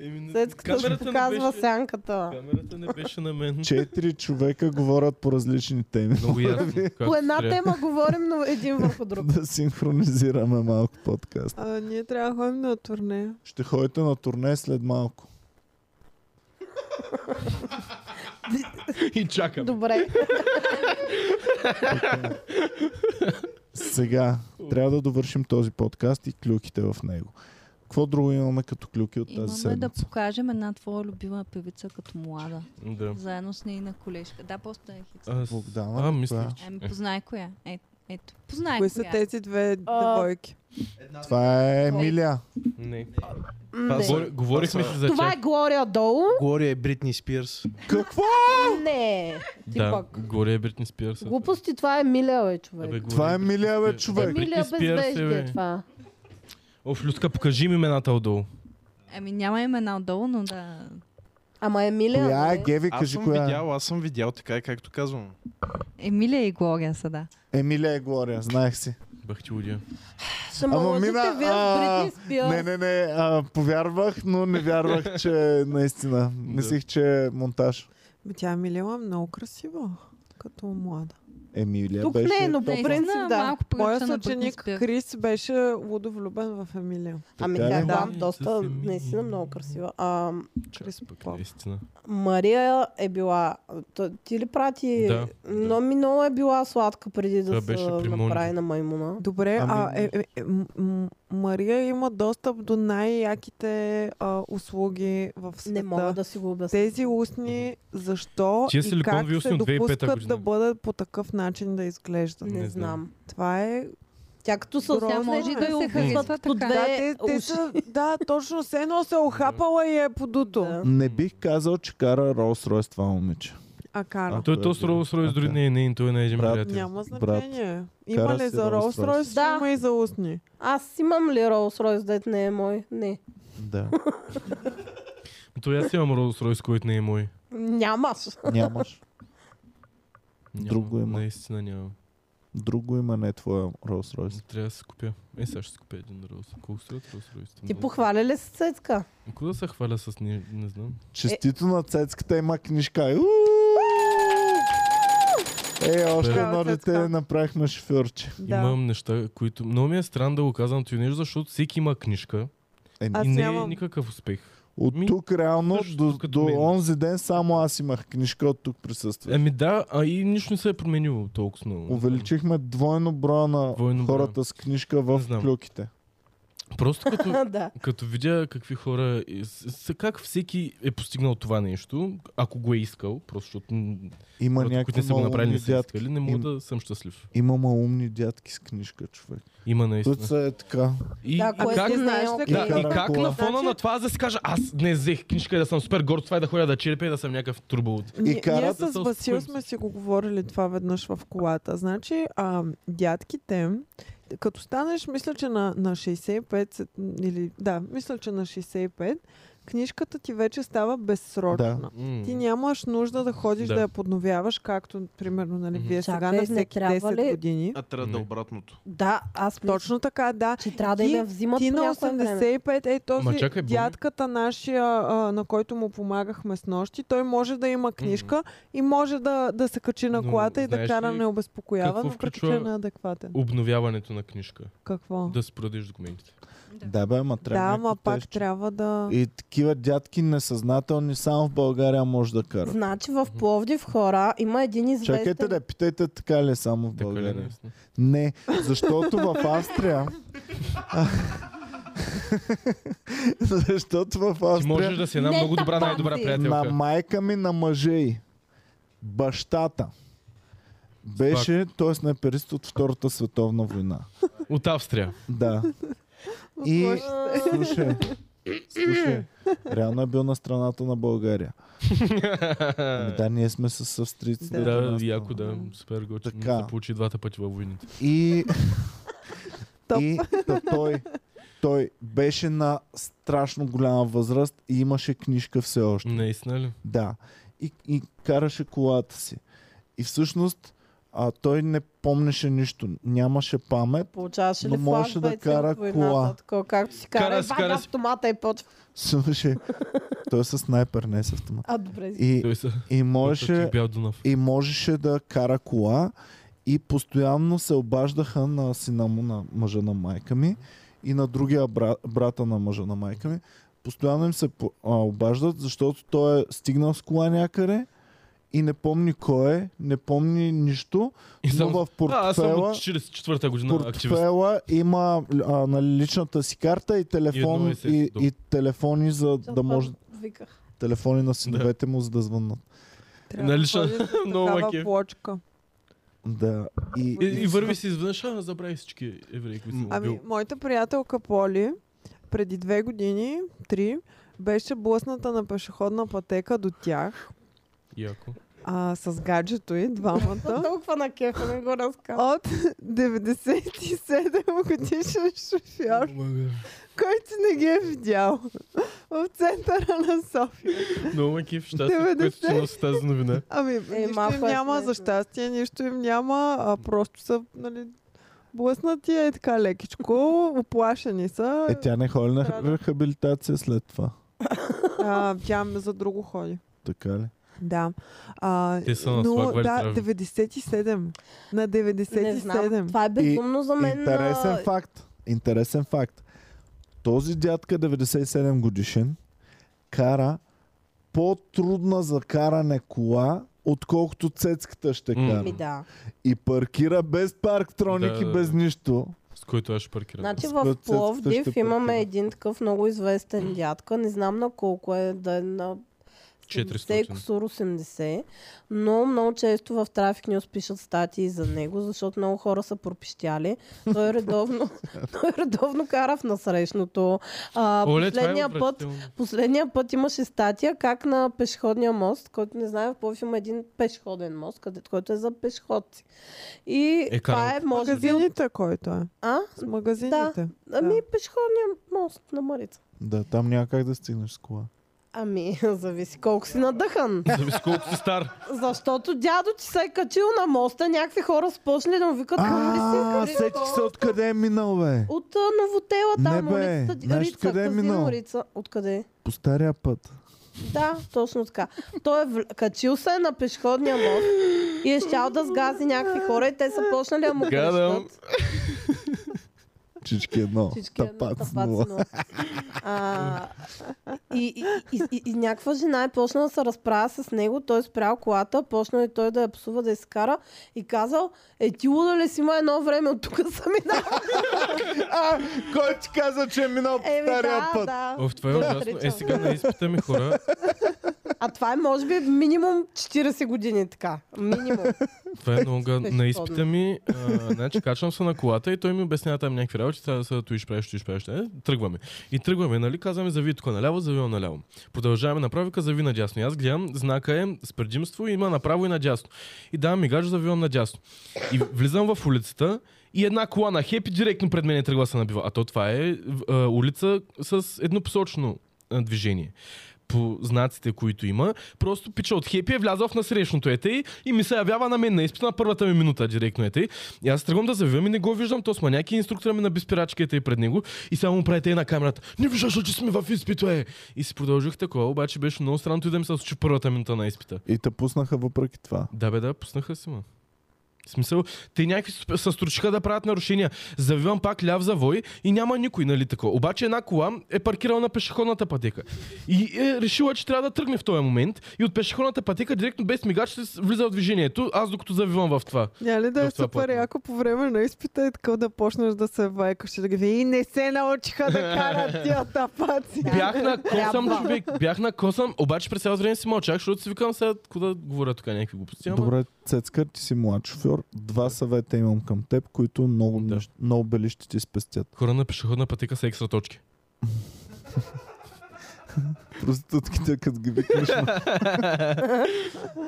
Speaker 3: Еми, не-
Speaker 7: Цецката ще
Speaker 3: камерата не
Speaker 7: показва
Speaker 3: беше-
Speaker 7: сянката.
Speaker 3: Камерата не беше на мен.
Speaker 1: Четири човека говорят по различни теми.
Speaker 3: Много
Speaker 1: Ами,
Speaker 3: ясно.
Speaker 7: По една
Speaker 3: трябва.
Speaker 7: тема говорим, но един върху друг.
Speaker 1: да синхронизираме малко подкаст.
Speaker 2: А, ние трябва да ходим на турне.
Speaker 1: Ще ходите на турне след малко.
Speaker 3: И чакам.
Speaker 7: Добре.
Speaker 1: Сега трябва да довършим този подкаст и клюките в него. Какво друго имаме като клюки от тази
Speaker 4: Имаме да
Speaker 1: седмица?
Speaker 4: покажем една твоя любима певица като млада.
Speaker 3: Да.
Speaker 4: Заедно с нейна колежка. Да, просто е хикс.
Speaker 3: Аз...
Speaker 1: Богдана,
Speaker 3: А,
Speaker 1: коя?
Speaker 3: мисля, че...
Speaker 4: Ами познай коя. Е, ето, познай
Speaker 2: Кои са
Speaker 4: коя.
Speaker 2: тези две
Speaker 7: А,
Speaker 2: девойки?
Speaker 1: Това е Емилия.
Speaker 3: Не.
Speaker 7: М,
Speaker 5: Това
Speaker 7: не.
Speaker 5: са-
Speaker 3: Говори- Говорихме си за
Speaker 7: Това е
Speaker 3: чак.
Speaker 7: Глория долу.
Speaker 5: Глория е Бритни Спирс.
Speaker 1: Какво?
Speaker 7: Не. Ти
Speaker 3: Да,
Speaker 7: пък.
Speaker 3: горе е Бритни Спирс.
Speaker 7: Глупости, това е Миля, бе,
Speaker 3: Абе,
Speaker 7: човек.
Speaker 3: горе
Speaker 1: Това е
Speaker 3: Бритни
Speaker 1: Емилия, бе,
Speaker 3: Спирс.
Speaker 1: човек.
Speaker 3: Бритни
Speaker 7: Емилия
Speaker 3: Спирс е,
Speaker 7: без
Speaker 3: бе.
Speaker 7: вежди е това.
Speaker 3: Оф, Людка, покажи ми имената отдолу.
Speaker 4: Ами няма имена отдолу, но да.
Speaker 7: Ама Емилия,
Speaker 1: Коя е
Speaker 7: бе.
Speaker 1: Геви?
Speaker 5: Аз
Speaker 1: Кажи
Speaker 5: съм
Speaker 1: коя е.
Speaker 5: видял, аз съм видял, така е както казвам.
Speaker 4: Емилия и Глория са, да.
Speaker 1: Емилия е Глория, знаех си.
Speaker 3: Бах ти удия.
Speaker 7: Ще ме
Speaker 1: Ама
Speaker 7: лъжете
Speaker 1: мина,
Speaker 7: вие
Speaker 1: а,
Speaker 7: с Бритни Спирс.
Speaker 1: Не, не, не, а, повярвах, но не вярвах, че наистина. Мислих, че е монтаж.
Speaker 2: Бе, Тя е милила много красива, като млада.
Speaker 1: Емилия
Speaker 7: Тук
Speaker 1: беше...
Speaker 7: не, но по
Speaker 4: Наистина,
Speaker 7: принцип да.
Speaker 4: Малко
Speaker 2: Моя
Speaker 4: прилича на Бритни
Speaker 2: съученик
Speaker 4: Спирс.
Speaker 2: Крис беше лудовлюбен в Емилия.
Speaker 7: Ами
Speaker 1: Така
Speaker 7: тя
Speaker 1: ли?
Speaker 7: е да,
Speaker 3: Да.
Speaker 7: доста, наистина много красива. А,
Speaker 2: Крис
Speaker 3: Пък
Speaker 2: Пак.
Speaker 3: наистина.
Speaker 7: Мария е била... то- Ти ли прати?
Speaker 3: Да,
Speaker 7: Но ми много е била сладка преди да
Speaker 3: Това
Speaker 7: се
Speaker 3: беше при Моника.
Speaker 7: направи на маймуна.
Speaker 2: Добре, а
Speaker 1: Ами-
Speaker 2: е, е, е, м- м- Мария има достъп до най-яките а, услуги в света.
Speaker 7: Не мога да си го обясня.
Speaker 2: Тези устни, защо
Speaker 3: Тия
Speaker 2: и
Speaker 3: силиконови
Speaker 2: как се
Speaker 3: устни от 2005
Speaker 2: допускат
Speaker 3: година.
Speaker 2: да бъдат по такъв начин да изглеждат?
Speaker 7: Не,
Speaker 3: Не знам.
Speaker 7: знам.
Speaker 2: Това е...
Speaker 7: Тя като се
Speaker 2: Тя
Speaker 7: усмихне,
Speaker 2: може и да
Speaker 7: я
Speaker 4: се
Speaker 7: обвиват
Speaker 4: харесва
Speaker 7: по
Speaker 4: така.
Speaker 7: две
Speaker 2: Да, те, те
Speaker 7: уши.
Speaker 2: са, да, точно се едно се охапала и е подуто.
Speaker 7: Да.
Speaker 1: Не бих казал, че кара Ролс Ройс това момиче.
Speaker 2: А кара.
Speaker 1: А,
Speaker 3: Той е то с Rolls Royce дори
Speaker 1: Така.
Speaker 3: не е неин, той не е един
Speaker 1: Брат,
Speaker 3: приятел.
Speaker 2: Няма
Speaker 1: брат,
Speaker 2: значение. има
Speaker 1: кара
Speaker 2: ли
Speaker 1: си
Speaker 2: за
Speaker 1: Rolls
Speaker 2: Rolls
Speaker 1: Royce.
Speaker 2: Royce,
Speaker 7: Да.
Speaker 2: има и за устни.
Speaker 7: Аз имам ли Ролс Ройс, дет не е мой? Не.
Speaker 1: Да.
Speaker 3: То аз имам Rolls Royce, който не е мой.
Speaker 7: Нямаш.
Speaker 1: Нямаш.
Speaker 3: Няма,
Speaker 1: Друго е има.
Speaker 3: Наистина няма.
Speaker 1: Друго има не е твоя Ролс Ройс.
Speaker 3: Трябва да се купя. Е, сега ще си купя един Rolls. Колко струва Rolls Royce?
Speaker 7: Ти похваля ли си Цецка?
Speaker 3: Ако да се хваля с не, не знам.
Speaker 1: Честито на цецката има книжка. Уу! Е, още
Speaker 2: Браво,
Speaker 1: едно дете
Speaker 2: Цецка.
Speaker 1: направихме шофьорче.
Speaker 2: Да.
Speaker 3: Имам неща, които... Много ми е странно да го казвам това нещо, защото всеки има книжка.
Speaker 1: Е,
Speaker 2: Аз
Speaker 3: и не е
Speaker 2: нямам.
Speaker 3: никакъв успех.
Speaker 1: От
Speaker 3: ми,
Speaker 1: тук реално
Speaker 3: също
Speaker 1: до,
Speaker 3: като
Speaker 1: до
Speaker 3: мен.
Speaker 1: онзи ден само аз имах книжка от тук присъствах.
Speaker 3: Еми Ами да, а и нищо не се е променило толкова много.
Speaker 1: Увеличихме двойно броя на
Speaker 3: Двойно броя.
Speaker 1: хората с книжка
Speaker 3: Не
Speaker 1: в
Speaker 3: знам.
Speaker 1: клюките.
Speaker 3: Просто като,
Speaker 7: да.
Speaker 3: Като видя какви хора, е- с- с- как всеки е постигнал това нещо, ако го е искал, просто защото м,
Speaker 1: Има
Speaker 3: хората, които
Speaker 1: някакви
Speaker 3: не са го
Speaker 1: много
Speaker 3: направили,
Speaker 1: умни
Speaker 3: не са
Speaker 1: дядки.
Speaker 3: искали, не мога
Speaker 1: Им-
Speaker 3: да съм щастлив.
Speaker 1: Има малумни дядки с книжка, човек.
Speaker 3: Има
Speaker 1: Които
Speaker 3: наистина.
Speaker 1: са е така.
Speaker 3: И,
Speaker 7: Да,
Speaker 3: и
Speaker 7: кое
Speaker 3: как,
Speaker 7: ти
Speaker 2: Ти
Speaker 7: не
Speaker 2: знаеш
Speaker 7: е
Speaker 2: ли
Speaker 7: окей.
Speaker 3: да,
Speaker 2: къде
Speaker 3: и
Speaker 1: кара
Speaker 3: как
Speaker 1: кола?
Speaker 3: на фона на това да си кажа, аз не взех книжка и да съм супер горд, това е да ходя да черепя и да съм някакъв турбо от...
Speaker 1: И
Speaker 2: Ние, ние
Speaker 1: карат
Speaker 3: да
Speaker 2: с
Speaker 3: се
Speaker 2: Васил
Speaker 3: успокоим
Speaker 2: сме си го говорили това веднъж в колата. Значи, а, дядките, като станеш, мисля, че на, на 65, се- или да, мисля, че на 65, книжката ти вече става безсрочна.
Speaker 3: М.
Speaker 2: Ти нямаш нужда да ходиш да,
Speaker 3: Да.
Speaker 2: я подновяваш, както, примерно, нали,
Speaker 3: Мгм.
Speaker 2: вие сега
Speaker 7: Чакай,
Speaker 2: на
Speaker 7: не
Speaker 2: всеки
Speaker 7: трябва
Speaker 2: 10
Speaker 7: ли-
Speaker 2: години.
Speaker 5: А трябва да
Speaker 3: Не.
Speaker 5: е обратното.
Speaker 7: Да, аз мисля,
Speaker 2: Точно така, да.
Speaker 7: че трябва да
Speaker 2: Ти-
Speaker 7: им я взимат
Speaker 2: Ти
Speaker 7: по
Speaker 2: на
Speaker 7: някое време.
Speaker 2: 85, е този
Speaker 3: Ама чакай, Боми.
Speaker 2: дядката нашия, а, на който му помагахме с нощи, той може да има книжка и може да, да се качи на
Speaker 3: Но
Speaker 2: колата и да
Speaker 3: знаеш
Speaker 2: кара
Speaker 3: ли
Speaker 2: необезпокояван,
Speaker 3: какво
Speaker 2: въпреки че
Speaker 3: включва-
Speaker 2: е неадекватен.
Speaker 3: Обновяването на книжка.
Speaker 2: Какво?
Speaker 3: Да си продиш документите.
Speaker 1: Да, бе, ама
Speaker 2: Да,
Speaker 1: трябва.
Speaker 2: ама
Speaker 1: някакво
Speaker 2: пак
Speaker 1: тежче.
Speaker 2: трябва да...
Speaker 1: И такива дядки несъзнателни само в България може да карат.
Speaker 7: Значи в Пловдив хора има един известен...
Speaker 1: Чакайте да питайте така ли е само в
Speaker 3: Така ли е
Speaker 1: България.
Speaker 3: наистина?
Speaker 1: Не, защото в Австрия... защото в
Speaker 3: Ти можеш
Speaker 1: Австрия
Speaker 3: да си една
Speaker 4: Не
Speaker 3: много добра,
Speaker 4: тапанци.
Speaker 3: най-добра
Speaker 1: на
Speaker 3: приятелка.
Speaker 1: майка ми на мъже й, бащата, беше, т.е. на перист от Втората световна война.
Speaker 3: От Австрия.
Speaker 1: Да. И слушай, слушай, реално е бил на страната на България. Ами да, ние сме с австрийците. от
Speaker 3: Е. Да,
Speaker 1: една
Speaker 3: яко
Speaker 1: страна.
Speaker 3: да, супер готино.
Speaker 1: Така.
Speaker 3: Се получи двата пъти във войните.
Speaker 1: И,
Speaker 2: Топ.
Speaker 1: и та той, той беше на страшно голяма възраст и имаше книжка все още.
Speaker 3: Наистина ли?
Speaker 1: Да. И, и караше колата си. И всъщност а, той не помнеше нищо. Нямаше памет.
Speaker 7: Получаваше ли
Speaker 1: Но можеше
Speaker 7: флаг
Speaker 1: да
Speaker 7: бейт
Speaker 1: кара
Speaker 7: след войната,
Speaker 1: кола.
Speaker 7: Такова, както си
Speaker 3: Кара
Speaker 7: кара,
Speaker 3: си,
Speaker 7: кара
Speaker 3: кара си.
Speaker 7: автомата и почва.
Speaker 1: Слушай, той е с снайпер, не е с автомат.
Speaker 7: А, добре.
Speaker 1: И,
Speaker 3: Той са.
Speaker 1: и
Speaker 3: Той
Speaker 1: можеше
Speaker 3: е Бял Дунав.
Speaker 1: и можеше да кара кола и постоянно се обаждаха на сина му, на мъжа на майка ми и на другия бра, брата на мъжа на майка ми. Постоянно им се по- а, обаждат, защото той е стигнал с кола някъде и не помни кой е, не помни нищо,
Speaker 3: И
Speaker 1: но
Speaker 3: само
Speaker 1: в
Speaker 3: А, аз съм
Speaker 1: портфела,
Speaker 3: от 44-та година активист.
Speaker 1: портфела има а, на личната си карта и телефон,
Speaker 3: СС
Speaker 1: и,
Speaker 3: до.
Speaker 1: и телефони, за да може
Speaker 7: Виках.
Speaker 1: телефони на синовете му, за да звънат.
Speaker 2: Трябва да
Speaker 3: Налична-
Speaker 2: ходиш с
Speaker 3: нали, Много
Speaker 2: такава
Speaker 3: макев.
Speaker 2: плочка.
Speaker 1: Да. И,
Speaker 3: И, и върви си изведнъж, а забрави всички евреи, които са
Speaker 2: Ами,
Speaker 3: убил.
Speaker 2: моята приятелка Поли преди две години, три, беше блъсната на пешеходна пътека до тях
Speaker 3: Яко.
Speaker 2: а, с гаджето и двамата.
Speaker 7: Толкова на кефа не го разказвам.
Speaker 2: от 97 годишен шофьор, който не ги е видял в центъра на София.
Speaker 3: Много ме кеф, щастлив, което ти
Speaker 2: 90.
Speaker 3: носи тази новина.
Speaker 2: Ами, нищо
Speaker 7: малко
Speaker 2: им
Speaker 7: е
Speaker 2: няма
Speaker 7: смешно.
Speaker 2: за щастие, нищо им няма, а просто са, нали, блъснати е така лекичко, оплашени са.
Speaker 1: Е, тя не ходи на
Speaker 2: Страда.
Speaker 1: рехабилитация след това.
Speaker 2: А, тя ме за друго ходи.
Speaker 1: Така ли?
Speaker 2: Да. А,
Speaker 3: Те са на
Speaker 2: но,
Speaker 3: свлаквали
Speaker 2: да,
Speaker 3: трави.
Speaker 2: 97. На
Speaker 7: Не знам.
Speaker 2: 97.
Speaker 7: Това е безумно за мен.
Speaker 1: Интересен
Speaker 7: а,
Speaker 1: факт. Интересен факт. Този дядка, 97 годишен, кара по-трудна за каране кола, отколкото цецката ще
Speaker 3: М.
Speaker 1: кара.
Speaker 7: Ми Ами да.
Speaker 1: И паркира без парктроник
Speaker 3: Да,
Speaker 1: и
Speaker 3: да,
Speaker 1: без нищо.
Speaker 3: с който аз ще паркирам.
Speaker 7: Значи
Speaker 1: С
Speaker 7: в
Speaker 1: което цецката
Speaker 7: Пловдив
Speaker 1: ще
Speaker 7: имаме
Speaker 1: паркира.
Speaker 7: един такъв много известен дядка. Не знам на колко е, да е на
Speaker 3: 400.
Speaker 7: 70 кусур 80, но много често в Traffic News пишат статии за него, защото много хора са пропищяли. Той редовно, той редовно кара в насрещното. А,
Speaker 3: Оле, това е
Speaker 7: последния път
Speaker 3: отвратително.
Speaker 7: Последния път имаше статия как на пешеходния мост, който не знае, в Пловдив има един пешеходен мост, къде, който е за пешеходци. И
Speaker 3: Е,
Speaker 7: е, това
Speaker 3: карал-
Speaker 7: е, може би... от-
Speaker 2: Магазините, който е.
Speaker 7: А?
Speaker 2: С магазините.
Speaker 7: Ами, пешеходния мост на Марица.
Speaker 1: Да, там няма как да стигнеш с кола.
Speaker 7: Ами, зависи колко си надъхан.
Speaker 3: Зависи колко си стар.
Speaker 7: Защото дядо ти се е качил на моста, някакви хора спочнали да му викат, «Ами ли
Speaker 1: А,
Speaker 7: си искали
Speaker 1: сетих се откъде е минал, бе.
Speaker 7: От а, новотела там,
Speaker 1: Не, бе,
Speaker 7: улицата Ди-
Speaker 1: знаеш
Speaker 7: Рица,
Speaker 1: къде е минал?
Speaker 7: казино Рица. Откъде?
Speaker 1: По стария път.
Speaker 7: Да, точно така. Той е вл- качил се на пешеходния мост и е щял да сгази някакви хора и те са почнали да му
Speaker 3: Гадам.
Speaker 7: крещат.
Speaker 1: Всички едно.
Speaker 7: Всички едно
Speaker 1: Тапак с
Speaker 7: тапаци
Speaker 1: нула.
Speaker 7: нула. А, и, и, и, и, и някаква жена е почнала да се разправя с него, той е спрял колата, почнал и той да я псува да изкара и казал, е ти луда ли си има едно време от тук съм минал.
Speaker 1: А, кой ти каза, че е минал по
Speaker 7: Еми
Speaker 1: стария
Speaker 7: да,
Speaker 1: път?
Speaker 7: да.
Speaker 3: Оф, това е ужасно. Е,
Speaker 7: Отричам.
Speaker 3: сега на изпита ми хора.
Speaker 7: А това е може би минимум 40 години така. Минимум.
Speaker 3: Това е много гадно. На
Speaker 7: Безспорно.
Speaker 3: изпита ми, а, значи качвам се на колата и той ми обяснява там е някакви работи, трябва да се туиш правиш, туиш правиш. Е, тръгваме. И тръгваме, нали? Казваме зави тук наляво, завивам наляво. Продължаваме направо, каза ви надясно. И аз гледам, знака е с предимство и има направо и надясно. И давам ми гаджо, завивам надясно. И влизам в улицата и една кола на хепи директно пред мен тръгва да се набива. А то това е а, улица с еднопосочно а, движение по знаците, които има. Просто пича от хепи е влязъл в насрещното ете и, и ми се явява на мен на изпит на първата ми минута директно ете. И аз тръгвам да завивам и не го виждам. То с маняки инструктора ми на биспирачка ете и пред него и само му правите на камерата. Не виждаш, ли, че сме в изпит, е! И си продължих такова, обаче беше много странно той да ми се случи първата минута на изпита.
Speaker 1: И те пуснаха въпреки това.
Speaker 3: Да, бе, да, пуснаха си, ма. В смисъл, те някакви сп- се стручиха да правят нарушения. Завивам пак ляв завой и няма никой, нали такова. Обаче една кола е паркирала на пешеходната пътека. И е решила, че трябва да тръгне в този момент. И от пешеходната пътека директно без мигач се с- влиза в движението. Аз докато завивам в това.
Speaker 2: Няма ли да е
Speaker 3: В това
Speaker 2: супер
Speaker 3: платно.
Speaker 2: яко по време на изпита и така да почнеш да се вайкаш и да ги ви и не се научиха да карат тия тапаци.
Speaker 3: Бях на косъм,
Speaker 7: Трябва.
Speaker 3: човек. Бях на косъм, обаче през цялото време си мълчах, защото си викам сега, кога да говоря тук някакви глупости. Ама...
Speaker 1: Добре, Цецка, ти си млад шофьор. Два съвета имам към теб, които много,
Speaker 3: Да.
Speaker 1: да. много бели ще ти спестят.
Speaker 3: Хора на пешеходна пътека са екстра точки.
Speaker 1: Проститутките, като ги викнеш. ма.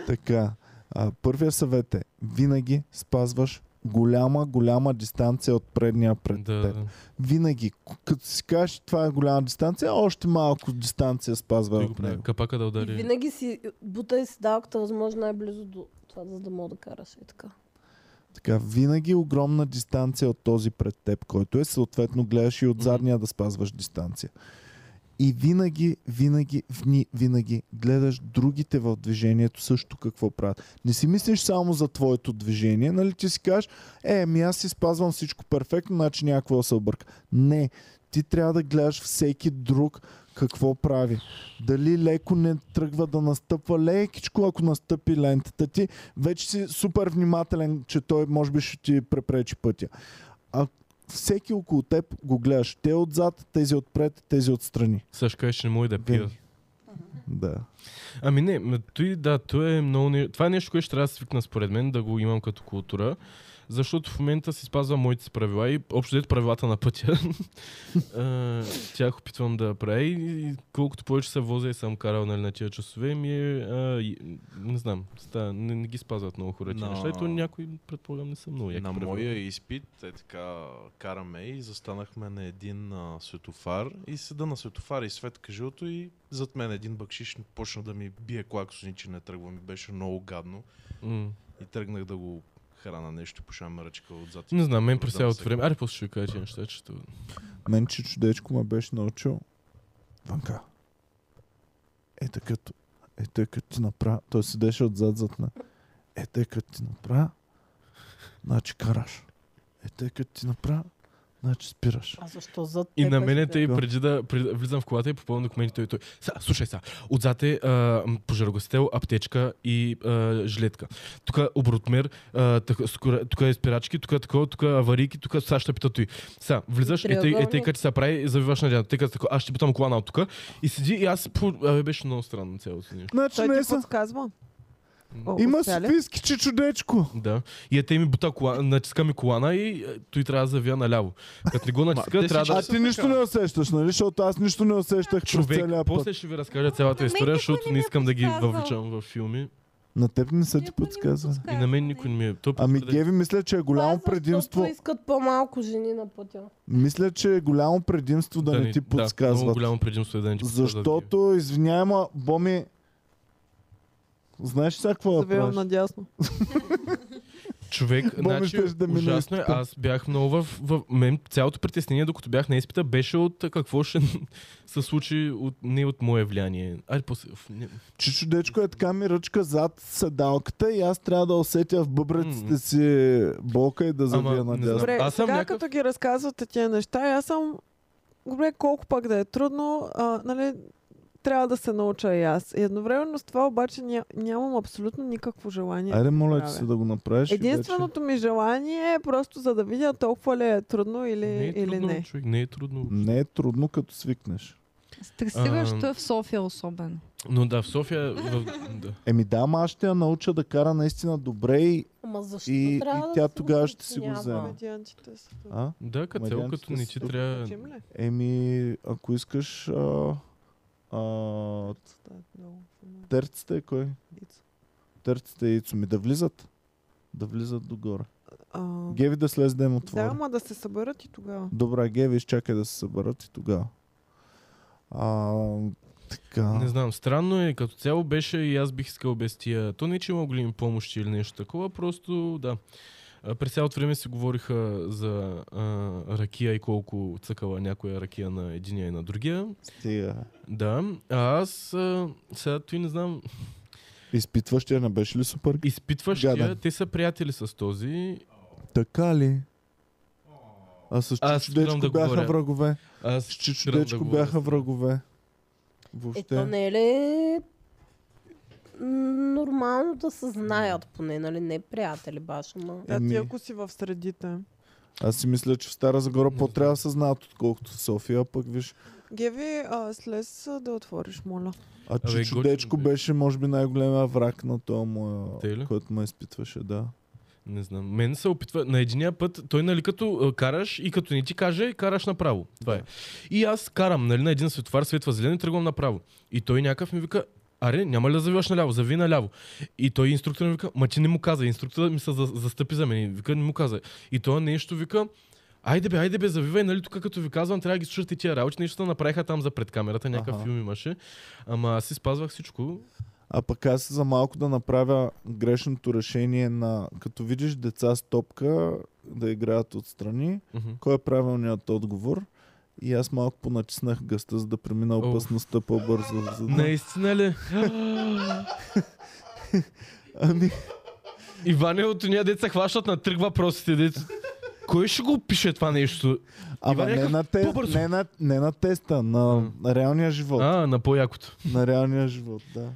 Speaker 1: така. А, първия съвет е, винаги спазваш голяма, голяма дистанция от предния пред
Speaker 3: Да,
Speaker 1: теб.
Speaker 3: да.
Speaker 1: Винаги, к- като си кажеш, това е голяма дистанция, още малко дистанция спазва
Speaker 3: Той го
Speaker 1: от
Speaker 3: прави.
Speaker 1: него.
Speaker 3: Капака да
Speaker 7: И
Speaker 3: удари.
Speaker 7: винаги си бутай си давката възможно най-близо до това, за да мога да караш и така.
Speaker 1: Така, винаги огромна дистанция от този пред теб, който е, съответно гледаш и от
Speaker 3: Мгм.
Speaker 1: задния да спазваш дистанция. И винаги, винаги, вни, винаги гледаш другите в движението също какво правят. Не си мислиш само за твоето движение, нали ти си кажеш, е, ми аз си спазвам всичко перфектно, значи някакво да се обърка. Не, ти трябва да гледаш всеки друг какво прави. Дали леко не тръгва да настъпва лекичко, ако настъпи лентата ти, вече си супер внимателен, че той може би ще ти препречи пътя. А всеки около теб го гледаш. Те отзад, тези отпред, тези отстрани.
Speaker 3: Също кажеш, не мога да пия.
Speaker 1: Винаги. Да.
Speaker 3: Ами не, м, той, да, той е много... Не... Това е нещо, което ще трябва да свикна според мен, да го имам като култура, защото в момента си спазвам моите си правила и общо дето правилата на пътя. А, Тях опитвам да правя и, и колкото повече се возя и съм карал нали, на тия часове, ми е... а, и- Не знам, ста, не, не ги спазват много хора. No.
Speaker 5: Но-
Speaker 3: Неща, ето някои, предполагам, не са много яки
Speaker 5: На
Speaker 3: правила.
Speaker 5: моя изпит, е така, караме и застанахме на един а, светофар и седа на светофара и светка жълто и зад мен един бакшиш почна да ми бие клаксони, че не тръгвам и беше много гадно
Speaker 3: М.
Speaker 5: и тръгнах да го храна нещо, пошам ръчка отзад. и
Speaker 3: Не знам, мен през
Speaker 5: продам
Speaker 3: цялото
Speaker 5: сега.
Speaker 3: време... Аре, после ще ви кажа тия неща, че... то-
Speaker 1: Мен, че чудечко ме беше научил. Ванка. Е, като. е тъй като ти направя, той седеше отзад зад мен, е тъй като ти направя, значи караш. Е тъй като ти направя, значи спираш.
Speaker 7: А защо зад
Speaker 3: И
Speaker 7: теб
Speaker 3: на
Speaker 7: е
Speaker 3: мен
Speaker 7: спрял?
Speaker 3: той,
Speaker 1: Да.
Speaker 3: преди да, преди да влизам в колата и попълвам документите, той, той са, слушай са, отзад е а, м, пожарогасител, аптечка и а, жилетка. Тук е оборотмер, а, так- скора- тук е спирачки, тук е такова, тук е аварийки, тук е САЩ пита той. Са, влизаш и тъй, е, тъй
Speaker 7: Триъгълник.
Speaker 3: като ти се прави, завиваш надяно. Тъй като аз ще питам кола на тук. И седи и аз по... Абе, беше много странно цялото нещо.
Speaker 1: Значи
Speaker 2: Той
Speaker 1: не
Speaker 2: ти
Speaker 1: са.
Speaker 2: подсказва. О,
Speaker 1: Има
Speaker 2: успя ли?
Speaker 1: софийски чичудечко.
Speaker 3: Да. И е, те ми бута кола, натиска ми колана и е, той трябва да завия наляво. Като не го натиска,
Speaker 5: те
Speaker 3: трябва
Speaker 5: си
Speaker 3: да...
Speaker 1: А ти нищо не усещаш, нали? Защото аз нищо не усещах през
Speaker 3: Човек,
Speaker 1: целия път.
Speaker 3: после ще ви разкажа цялата
Speaker 4: На мен никой
Speaker 3: история,
Speaker 4: не
Speaker 3: защото
Speaker 4: ми
Speaker 3: не
Speaker 4: е
Speaker 3: искам да ги
Speaker 4: подсказал.
Speaker 3: въвличам в филми.
Speaker 1: На теб не са ти
Speaker 4: Никой не ми
Speaker 1: подсказва.
Speaker 4: подсказва,
Speaker 3: И на мен
Speaker 4: не.
Speaker 3: никой не ми е. То
Speaker 1: Ами
Speaker 3: потвърди-
Speaker 1: Геви, мисля, че е
Speaker 7: Това е
Speaker 1: голямо
Speaker 7: защото
Speaker 1: предимство.
Speaker 7: искат по-малко жени на пътя.
Speaker 1: Мисля, че е голямо предимство да, не ти
Speaker 3: Нали, Да, много
Speaker 1: подсказват.
Speaker 3: голямо предимство е да не ти подсказват. Геви.
Speaker 1: Защото, извинявай, ма, Боми, знаеш ли сега какво да
Speaker 2: Завивам
Speaker 1: правиш?
Speaker 2: надясно.
Speaker 3: Човек,
Speaker 1: Боми,
Speaker 3: значи,
Speaker 1: щеш да ми
Speaker 3: ужасно е.
Speaker 1: наистина.
Speaker 3: Аз бях много в, в... Мен цялото притеснение, докато бях на изпита, беше от какво ще се случи от, не от мое влияние. Айде, после... в- Не,
Speaker 1: Чичо Дечко е така ми ръчка зад седалката и аз трябва да усетя в бъбреците
Speaker 3: М.
Speaker 1: си болка и да завия
Speaker 3: Ама, не
Speaker 1: надясно.
Speaker 2: Добре,
Speaker 3: Аз съм
Speaker 2: сега
Speaker 3: някакъв-
Speaker 2: като ги разказвате тия неща, аз съм... Добре, колко пък да е трудно, а, нали, трябва да се науча и аз. И едновременно с това обаче ня, нямам абсолютно никакво желание.
Speaker 1: Айде, моля ти
Speaker 2: правя.
Speaker 1: се да го направиш. и вече-
Speaker 2: Единственото ми желание е просто за да видя толкова ли е трудно или
Speaker 3: не е
Speaker 2: или
Speaker 3: трудно,
Speaker 2: не.
Speaker 3: човек, не е трудно.
Speaker 1: Не е трудно, като свикнеш.
Speaker 4: Стресиращо
Speaker 3: А,
Speaker 4: е в София особено.
Speaker 3: Но да, в Sophia, в... да.
Speaker 1: Еми да, ама аз ще я науча да кара наистина добре и...
Speaker 7: Ама защо
Speaker 1: И- и
Speaker 7: трябва да
Speaker 1: тя
Speaker 7: се Е,
Speaker 1: тогава ще си го
Speaker 7: подчинява?
Speaker 1: вземе.
Speaker 2: Медиантите са тук.
Speaker 1: А?
Speaker 3: Да, като цяло,
Speaker 1: Мадянците
Speaker 3: като не
Speaker 1: са
Speaker 3: ти
Speaker 1: тук.
Speaker 3: трябва...
Speaker 2: Чим ли?
Speaker 1: Еми, ако искаш... А... А...
Speaker 2: Стаят е много в едно.
Speaker 1: Терците е кой?
Speaker 2: Ицо.
Speaker 1: Терците и Ицуми. Да влизат. Да влизат догоре.
Speaker 2: А,
Speaker 1: Геви да слезе да им отвори.
Speaker 2: Да, ама да се съберат и тогава.
Speaker 1: Добре, Геви, изчакай да се съберат и тогава. А, така.
Speaker 3: Не знам, странно е, като цяло беше и аз бих искал без тия. То не, че има големи помощи или нещо такова, просто да. А, През цялото време си говориха за а, ракия и колко цъкала някоя ракия на единия и на другия.
Speaker 1: Стига.
Speaker 3: Да, а аз а, сега той не знам,
Speaker 1: Изпитващия не беше ли супер?
Speaker 3: изпитващия,
Speaker 1: Гаден.
Speaker 3: те са приятели с този.
Speaker 1: Така ли? А с
Speaker 3: Аз
Speaker 1: Чичо Дечко
Speaker 3: спирам да
Speaker 1: бяха
Speaker 3: говоря.
Speaker 1: врагове.
Speaker 3: Аз
Speaker 1: С Чичо
Speaker 3: спирам да
Speaker 1: Дечко
Speaker 3: говоря.
Speaker 1: бяха врагове. Въобще.
Speaker 7: Ето не е ли нормално да се знаят поне, нали? Не приятели баш, ама...
Speaker 2: Да,
Speaker 1: Еми.
Speaker 2: ти ако си в средите.
Speaker 1: Аз си мисля, че в Стара Загора
Speaker 3: Не
Speaker 1: по-трябва да се знаят, отколкото в София, пък виж.
Speaker 2: Геви, а, слез а, да отвориш, моля.
Speaker 1: А
Speaker 3: Абе,
Speaker 1: Чичо
Speaker 3: готино
Speaker 1: Дечко
Speaker 3: беше.
Speaker 1: беше, може би, най-големия враг на този моя,
Speaker 3: Те ли?
Speaker 1: който ме изпитваше, да.
Speaker 3: Не знам. Мен се опитва. На единия път, той нали като а, караш и като не ти каже, караш направо. Това е. И аз карам, нали, на един светофар, светва зелен и тръгвам направо. И той някакъв ми вика, аре, няма ли да завиваш наляво, зави наляво. И той инструктор ми вика, ма ти не му каза, инструктора ми се за- застъпи за мен, и вика, не му каза. И той нещо вика, Айде бе, айде бе, завивай, нали тук като ви казвам, трябва да ги слушате тия работи, нещо направиха там за пред камерата, някакъв
Speaker 1: Аха.
Speaker 3: филм имаше. Ама аз си спазвах всичко.
Speaker 1: А пък аз за малко да направя грешното решение на като видиш деца с топка да играят отстрани,
Speaker 3: Мгм.
Speaker 1: кой е правилният отговор? И аз малко понатиснах гъста, за да премина
Speaker 3: Оу.
Speaker 1: опасността по-бързо. За да...
Speaker 3: Наистина ли?
Speaker 1: Ами,
Speaker 3: Иване от уния деца хващат на тръг въпросите. Деца. Кой ще го пише това нещо?
Speaker 1: ама
Speaker 3: Иване,
Speaker 1: не
Speaker 3: как-
Speaker 1: на, те,
Speaker 3: по-бързо.
Speaker 1: не, на, не на теста, на, на реалния живот.
Speaker 3: А, на по-якото.
Speaker 1: На реалния живот, да.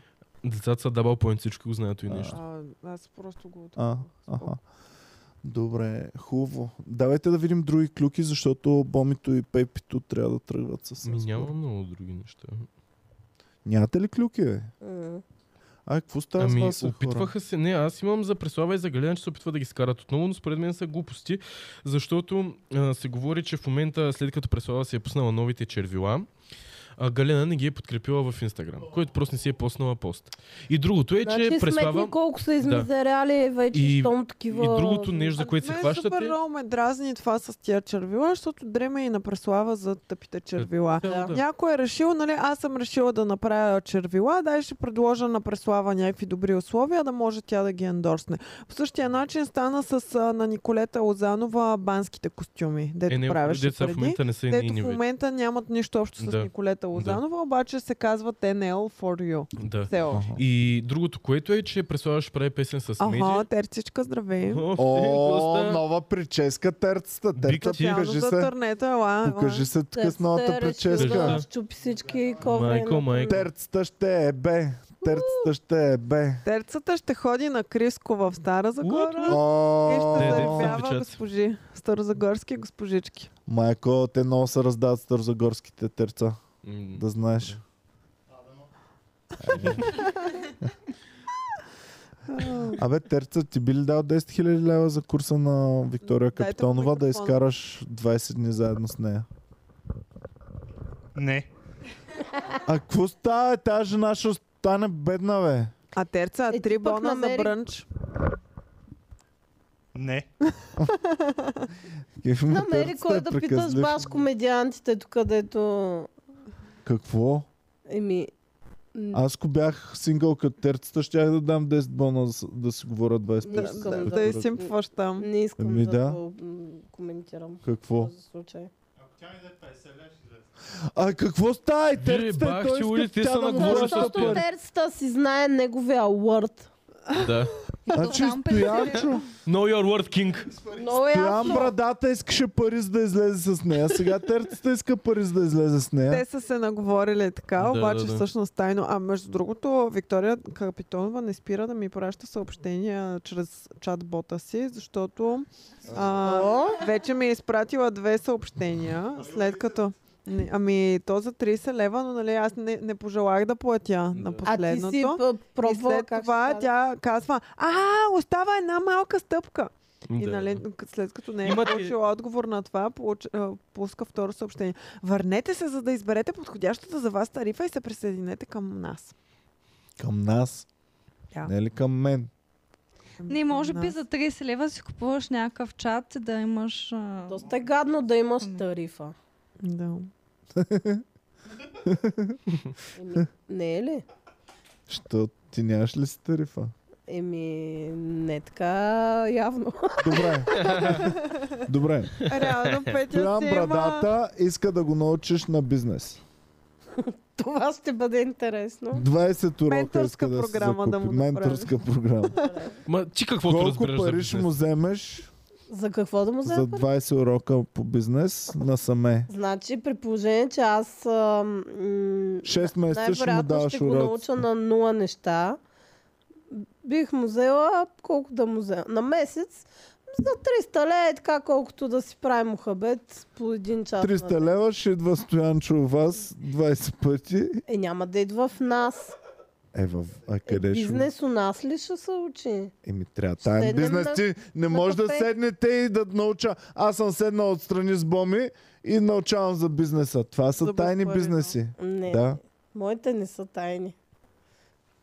Speaker 3: Децата са дабал по всички го знаят и нещо.
Speaker 2: А, аз просто го
Speaker 1: А,
Speaker 2: отворих.
Speaker 1: аха. Добре, хубаво. Давайте да видим други клюки, защото Бомито и Пепито трябва да тръгват със
Speaker 3: Ми Ами няма много други неща.
Speaker 1: Нямате ли клюки, бе?
Speaker 7: м.
Speaker 1: Ай, какво става с
Speaker 3: Ами,
Speaker 1: вас, бе, хора?
Speaker 3: опитваха се. Не, аз имам за Преслава и за Галена, че се опитват да ги скарат отново, но според мен са глупости, защото а, се говори, че в момента, след като Преслава си е пуснала новите червила, а Галена не ги е подкрепила в Инстаграм, който просто не си е поснала пост. И другото е,
Speaker 7: Значи
Speaker 3: че
Speaker 7: сметни
Speaker 3: Преслава...
Speaker 7: колко са измизеряли вече,
Speaker 3: И-
Speaker 7: щом такива...
Speaker 3: И другото нещо, за
Speaker 2: Ами,
Speaker 3: което се
Speaker 2: мен
Speaker 3: хващат
Speaker 2: Супер
Speaker 3: е...
Speaker 2: много ме дразни това с тия червила, защото дреме и на преслава за
Speaker 3: Е,
Speaker 2: тъпите червила.
Speaker 3: Да.
Speaker 2: Някой е решил, нали, аз съм решила да направя червила, дай ще предложа на Преслава някакви добри условия, да може тя да ги ендорсне. По същия начин стана с а, на Николета Лозанова банските костюми, дето
Speaker 3: Е, не,
Speaker 2: правеше
Speaker 3: деца в
Speaker 2: преди.
Speaker 3: момента не са и
Speaker 2: Дето
Speaker 3: нини
Speaker 2: в
Speaker 3: вече.
Speaker 2: момента нямат нищо общо с
Speaker 3: Да.
Speaker 2: Николета Маргарита Лозанова, обаче се казва NL for you.
Speaker 3: Да.
Speaker 2: Все още.
Speaker 3: И другото, което е, че Преслава ще прави песен с
Speaker 2: Аха,
Speaker 3: Меди.
Speaker 2: терцичка, здравей.
Speaker 3: О,
Speaker 1: О,
Speaker 3: Коста.
Speaker 1: нова прическа терцата.
Speaker 3: Биг
Speaker 1: Терца,
Speaker 3: ти.
Speaker 2: Специално
Speaker 1: покажи
Speaker 2: за
Speaker 1: се.
Speaker 2: търнето, ела. ела.
Speaker 1: Покажи се тук с
Speaker 7: е
Speaker 1: новата прическа.
Speaker 3: решила.
Speaker 7: Щупи всички коври.
Speaker 3: Майко,
Speaker 7: на-
Speaker 3: майко.
Speaker 1: Терцата ще е бе. Терцата ще е бе.
Speaker 2: Терцата ще ходи на Криско в Стара Загора и
Speaker 1: О,
Speaker 2: ще
Speaker 3: Де, де,
Speaker 2: заребява
Speaker 3: печат.
Speaker 2: госпожи, старозагорски госпожички.
Speaker 1: майко, те много се раздават старозагорските терца.
Speaker 3: М,
Speaker 1: Да знаеш. Абе, терца, ти би ли дал 10 000 лева за курса на Виктория
Speaker 2: Дайте му
Speaker 1: Капитонова да
Speaker 2: микрофон.
Speaker 1: изкараш 20 дни заедно с нея?
Speaker 8: Не.
Speaker 1: А какво става? бе? Тая жена ще остане бедна, бе.
Speaker 2: А терца,
Speaker 7: Е, ти
Speaker 2: три
Speaker 7: пък
Speaker 2: бона за
Speaker 7: намери-
Speaker 2: брънч.
Speaker 8: Не.
Speaker 1: Кефи му
Speaker 7: Намери
Speaker 1: терцата,
Speaker 7: кой
Speaker 1: е
Speaker 7: да питаш
Speaker 1: приказлив.
Speaker 7: баш комедиантите, тук където...
Speaker 1: Какво?
Speaker 7: Еми... м,
Speaker 1: Аз ако бях сингъл като терцата, щях да дам 10 бона за- да си говоря 25.
Speaker 7: Не
Speaker 2: Да, да,
Speaker 7: искам да Е.
Speaker 2: да
Speaker 7: бъда-
Speaker 2: изсимпваш там.
Speaker 7: Не искам
Speaker 1: Ами
Speaker 7: да,
Speaker 1: да.
Speaker 7: го, м, коментирам
Speaker 1: Какво?
Speaker 7: този случай.
Speaker 1: А какво става? И
Speaker 3: Вие
Speaker 1: терцата
Speaker 3: бах,
Speaker 1: е, той
Speaker 3: че улите
Speaker 1: иска тя
Speaker 3: са
Speaker 1: да
Speaker 3: на
Speaker 1: му
Speaker 3: говоря
Speaker 1: плаща
Speaker 3: с
Speaker 1: пари.
Speaker 7: Защото терцата си знае неговия word.
Speaker 3: Да.
Speaker 1: Значи
Speaker 4: Оттам
Speaker 1: Стоянчо,
Speaker 3: Know your word, king.
Speaker 7: Много е
Speaker 1: Стоян
Speaker 7: ясно.
Speaker 1: брадата искаше пари за да излезе с нея. Сега терцата иска пари за да излезе с нея.
Speaker 2: Те са се наговорили така,
Speaker 3: Да,
Speaker 2: обаче
Speaker 3: да, да.
Speaker 2: всъщност тайно. А между другото, Виктория Капитонова не спира да ми праща съобщения чрез чат-бота си, защото а, вече ми е изпратила две съобщения, след като... Не, Ами, то за 30 лева, но нали, аз не, не пожелах да платя на
Speaker 7: А ти
Speaker 2: последното.
Speaker 7: си п-
Speaker 2: и
Speaker 7: пробвала
Speaker 2: след
Speaker 7: как
Speaker 2: това
Speaker 7: ще стане.
Speaker 2: тя казва, а, остава една малка стъпка. И
Speaker 3: Да.
Speaker 2: нали, к- след като не е
Speaker 3: Имате-
Speaker 2: получил отговор на това, получ... а, пуска второ съобщение. Върнете се, за да изберете подходящата за вас тарифа и се присъединете към нас.
Speaker 1: Към нас.
Speaker 2: Да.
Speaker 1: Не ли към мен?
Speaker 4: Не, може
Speaker 2: Към
Speaker 4: би
Speaker 2: нас.
Speaker 4: за 30 лева си купуваш някакъв чат, да имаш... а,
Speaker 7: Доста е гадно да имаш тарифа.
Speaker 2: Да.
Speaker 7: Еми, не е ли?
Speaker 1: Що ти нямаш ли си тарифа?
Speaker 7: Еми, не така явно.
Speaker 1: Добре. Добре.
Speaker 2: Реално Петя
Speaker 1: Стоян
Speaker 2: си има...
Speaker 1: брадата иска да го научиш на бизнес.
Speaker 7: Това ще бъде интересно.
Speaker 1: 20 урока
Speaker 2: Менторска
Speaker 1: иска да се
Speaker 2: програма
Speaker 1: закупи.
Speaker 2: да му направи.
Speaker 1: Менторска програма.
Speaker 3: Ма ти каквото
Speaker 1: Колко
Speaker 3: разбираш за
Speaker 1: пари ще
Speaker 3: бизнес?
Speaker 1: му вземеш
Speaker 7: За какво да му
Speaker 1: за
Speaker 7: взема?
Speaker 1: 20 урока по бизнес насаме?
Speaker 7: Значи, при положение, че аз ам, м,
Speaker 1: 6 месеца ще е му
Speaker 7: най-вероятно ще
Speaker 1: даваш
Speaker 7: го
Speaker 1: уроци.
Speaker 7: науча на нула неща, бих му взела колко да му взема. На месец за 300 лея е така колкото да си правим мухабет по един час. на
Speaker 1: 300
Speaker 7: ден.
Speaker 1: лева ще идва Стоянчо у вас 20 пъти.
Speaker 7: Е, няма да идва в нас.
Speaker 1: Е, в, а
Speaker 7: Е,
Speaker 1: къде ще... му-
Speaker 7: бизнес у нас ли ще се учи?
Speaker 1: Еми, трябва.
Speaker 7: Ще
Speaker 1: Тайм
Speaker 7: седнем
Speaker 1: бизнес
Speaker 7: на-
Speaker 1: ти не
Speaker 7: на
Speaker 1: може да
Speaker 7: кафе.
Speaker 1: седнете и да науча. Аз съм седнал отстрани с боми и научавам за бизнеса. Това са
Speaker 2: За
Speaker 1: тайни
Speaker 2: безпарено.
Speaker 1: бизнеси.
Speaker 7: Не.
Speaker 1: Да.
Speaker 7: Моите не са тайни.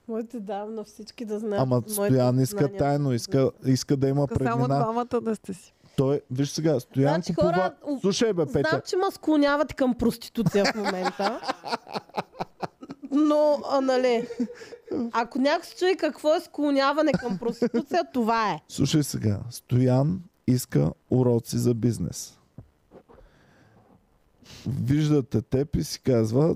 Speaker 7: Моите давам на всички да знаят.
Speaker 1: Ама
Speaker 7: моите
Speaker 1: Стоян иска
Speaker 7: знания.
Speaker 1: тайно, иска, иска да има
Speaker 2: Само
Speaker 1: преднина.
Speaker 2: двамата да сте си.
Speaker 1: Той, виж сега, Стоян
Speaker 7: Значи,
Speaker 1: купува...
Speaker 7: хора, у-
Speaker 1: Слушай бе, Петя,
Speaker 7: Знам, че ме склоняват към проституция в момента. Но, а, нали, ако някой се чуе какво е склоняване към проституция, това е.
Speaker 1: слушай сега. Стоян иска уроци за бизнес. Виждате теб и си казва,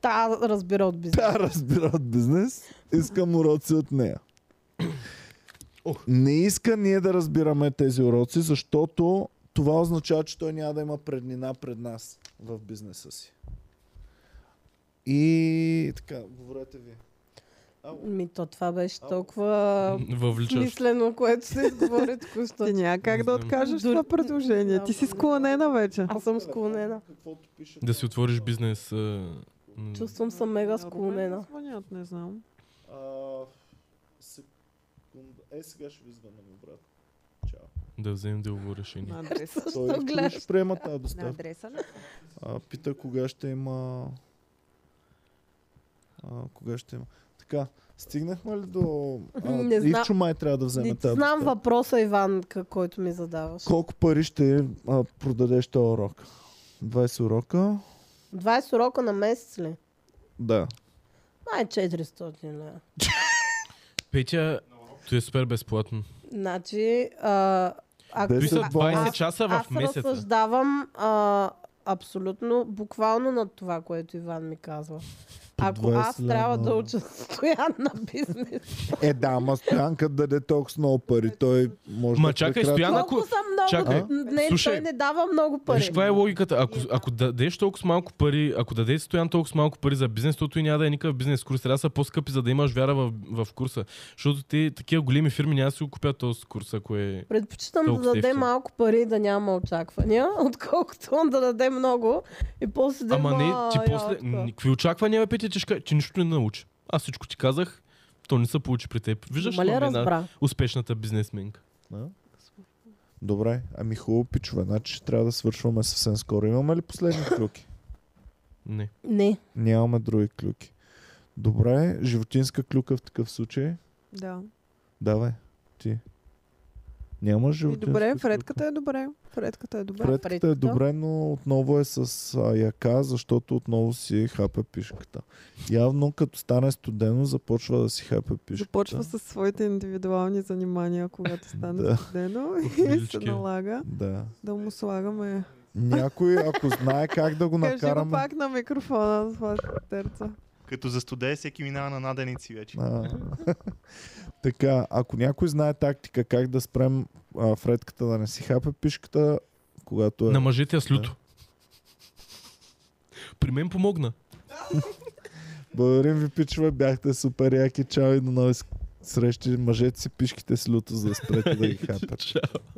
Speaker 7: Та разбира от бизнес.
Speaker 1: тя разбира от бизнес, искам уроци от нея. Не иска ние да разбираме тези уроци, защото това означава, че той няма да има преднина пред нас в бизнеса си. И така, говорете ви.
Speaker 7: Ми, то това беше толкова
Speaker 3: Въвличаш.
Speaker 7: смислено, което се изговори току-що.
Speaker 2: Ти няма как
Speaker 3: Не
Speaker 2: да
Speaker 3: знам.
Speaker 2: откажеш
Speaker 7: Дори-
Speaker 2: това предложение. Ти си склонена вече.
Speaker 7: Аз съм склонена.
Speaker 1: Каквото пише.
Speaker 3: Да си отвориш бизнес. а, м,
Speaker 7: Чувствам се мега
Speaker 2: На Румен
Speaker 7: склонена.
Speaker 2: ли звънят? Не знам.
Speaker 1: А, секунда. Е, сега ще ви звънем обратно. Чао.
Speaker 3: Да вземем делово решение.
Speaker 2: На адреса.
Speaker 1: Той ли
Speaker 7: гледаш?
Speaker 1: ще приема тази
Speaker 2: На
Speaker 1: доставка.
Speaker 2: адреса ли?
Speaker 1: А, пита кога ще има... А, кога ще има... Така, стигнахме ли до... А,
Speaker 7: Не знам.
Speaker 1: Ивчо май трябва да вземе
Speaker 7: Не
Speaker 1: тази
Speaker 7: знам
Speaker 1: доставка.
Speaker 7: въпроса, Иван, к- който ми задаваш.
Speaker 1: Колко пари ще а, продадеш този урок? 20 урока?
Speaker 7: 20 урока на месец ли?
Speaker 1: Да.
Speaker 7: Май 400 лева.
Speaker 3: Петя, то е супер безплатно.
Speaker 7: Значи, а, ако...
Speaker 1: Десет
Speaker 3: Той са
Speaker 1: Десет
Speaker 3: 20
Speaker 1: бона.
Speaker 3: часа в
Speaker 7: аз
Speaker 3: месеца.
Speaker 7: разсъждавам, а, абсолютно, буквално на това, което Иван ми казва.
Speaker 1: По
Speaker 7: Ако аз
Speaker 1: 20
Speaker 7: трябва да
Speaker 1: лева.
Speaker 7: уча стоян на бизнес,
Speaker 1: Е, да, ама Стоян като даде толкова с много пари, той може
Speaker 3: Ма
Speaker 1: да
Speaker 3: чакай,
Speaker 1: прекрати.
Speaker 3: Стоян, ако...
Speaker 7: толкова са много.
Speaker 3: Чакай.
Speaker 7: Не,
Speaker 3: Слушай.
Speaker 7: той не дава много пари.
Speaker 3: Виж, каква е логиката? Ако, ако дадеш толкова с малко пари, ако дадеш стоян толкова с малко пари за бизнес, то той няма да е никакъв бизнес курс. Трябва да са по-скъпи, за да имаш вяра в, в курса. Защото ти такива големи фирми няма да си го купят този курс, ако е...
Speaker 7: Предпочитам да
Speaker 3: Толкова
Speaker 7: даде
Speaker 3: ефтино.
Speaker 7: малко пари и да няма очаквания, отколкото он да даде много и после да
Speaker 3: Ама
Speaker 7: има...
Speaker 3: не, ти
Speaker 7: а,
Speaker 3: после...
Speaker 7: ядка.
Speaker 3: Никакви очаквания, бе, Петя, че, ще ка- че нищо не научи. Аз всичко ти казах, то не се получи при теб. Виждаш
Speaker 7: Ма
Speaker 3: ли
Speaker 7: ли
Speaker 3: една
Speaker 7: разбра?
Speaker 3: успешната бизнесменка?
Speaker 1: Добре, ами хубаво пичове, значи ще трябва да свършваме съвсем скоро. Имаме ли последни клюки?
Speaker 3: Не.
Speaker 7: Не.
Speaker 1: Нямаме други клюки. Добре, животинска клюка в такъв случай.
Speaker 2: Да.
Speaker 1: Давай, ти. Нямаш
Speaker 2: И
Speaker 1: животинска
Speaker 2: Ами, добре,
Speaker 1: клюка.
Speaker 2: Фредката е добре. Фредката е добре.
Speaker 1: Предката е
Speaker 7: Предката.
Speaker 1: добре, но отново е с а, яка, защото отново си хапе пишката. Явно като стане студено, започва да си хапе пишката.
Speaker 2: Започва с своите индивидуални занимания, когато стане
Speaker 1: Да.
Speaker 2: студено и се
Speaker 3: Хвилички.
Speaker 2: налага
Speaker 1: Да.
Speaker 2: да му слагаме.
Speaker 1: Някой, ако знае как да го
Speaker 2: Кажи го
Speaker 1: накараме...
Speaker 2: пак на микрофона, това терца.
Speaker 8: Като застудее всеки минава на наденици вече.
Speaker 1: А, така, ако някой знае тактика как да спрем а, Фредката да не си хапе пишката, когато е...
Speaker 3: На мъжете я с люто. При мен помогна.
Speaker 1: Благодарим ви, пичове, бяхте супер яки, чао и до нови с- срещи. Мъжете си пишките с люто, за да спрете да ги хапят.
Speaker 3: Чао.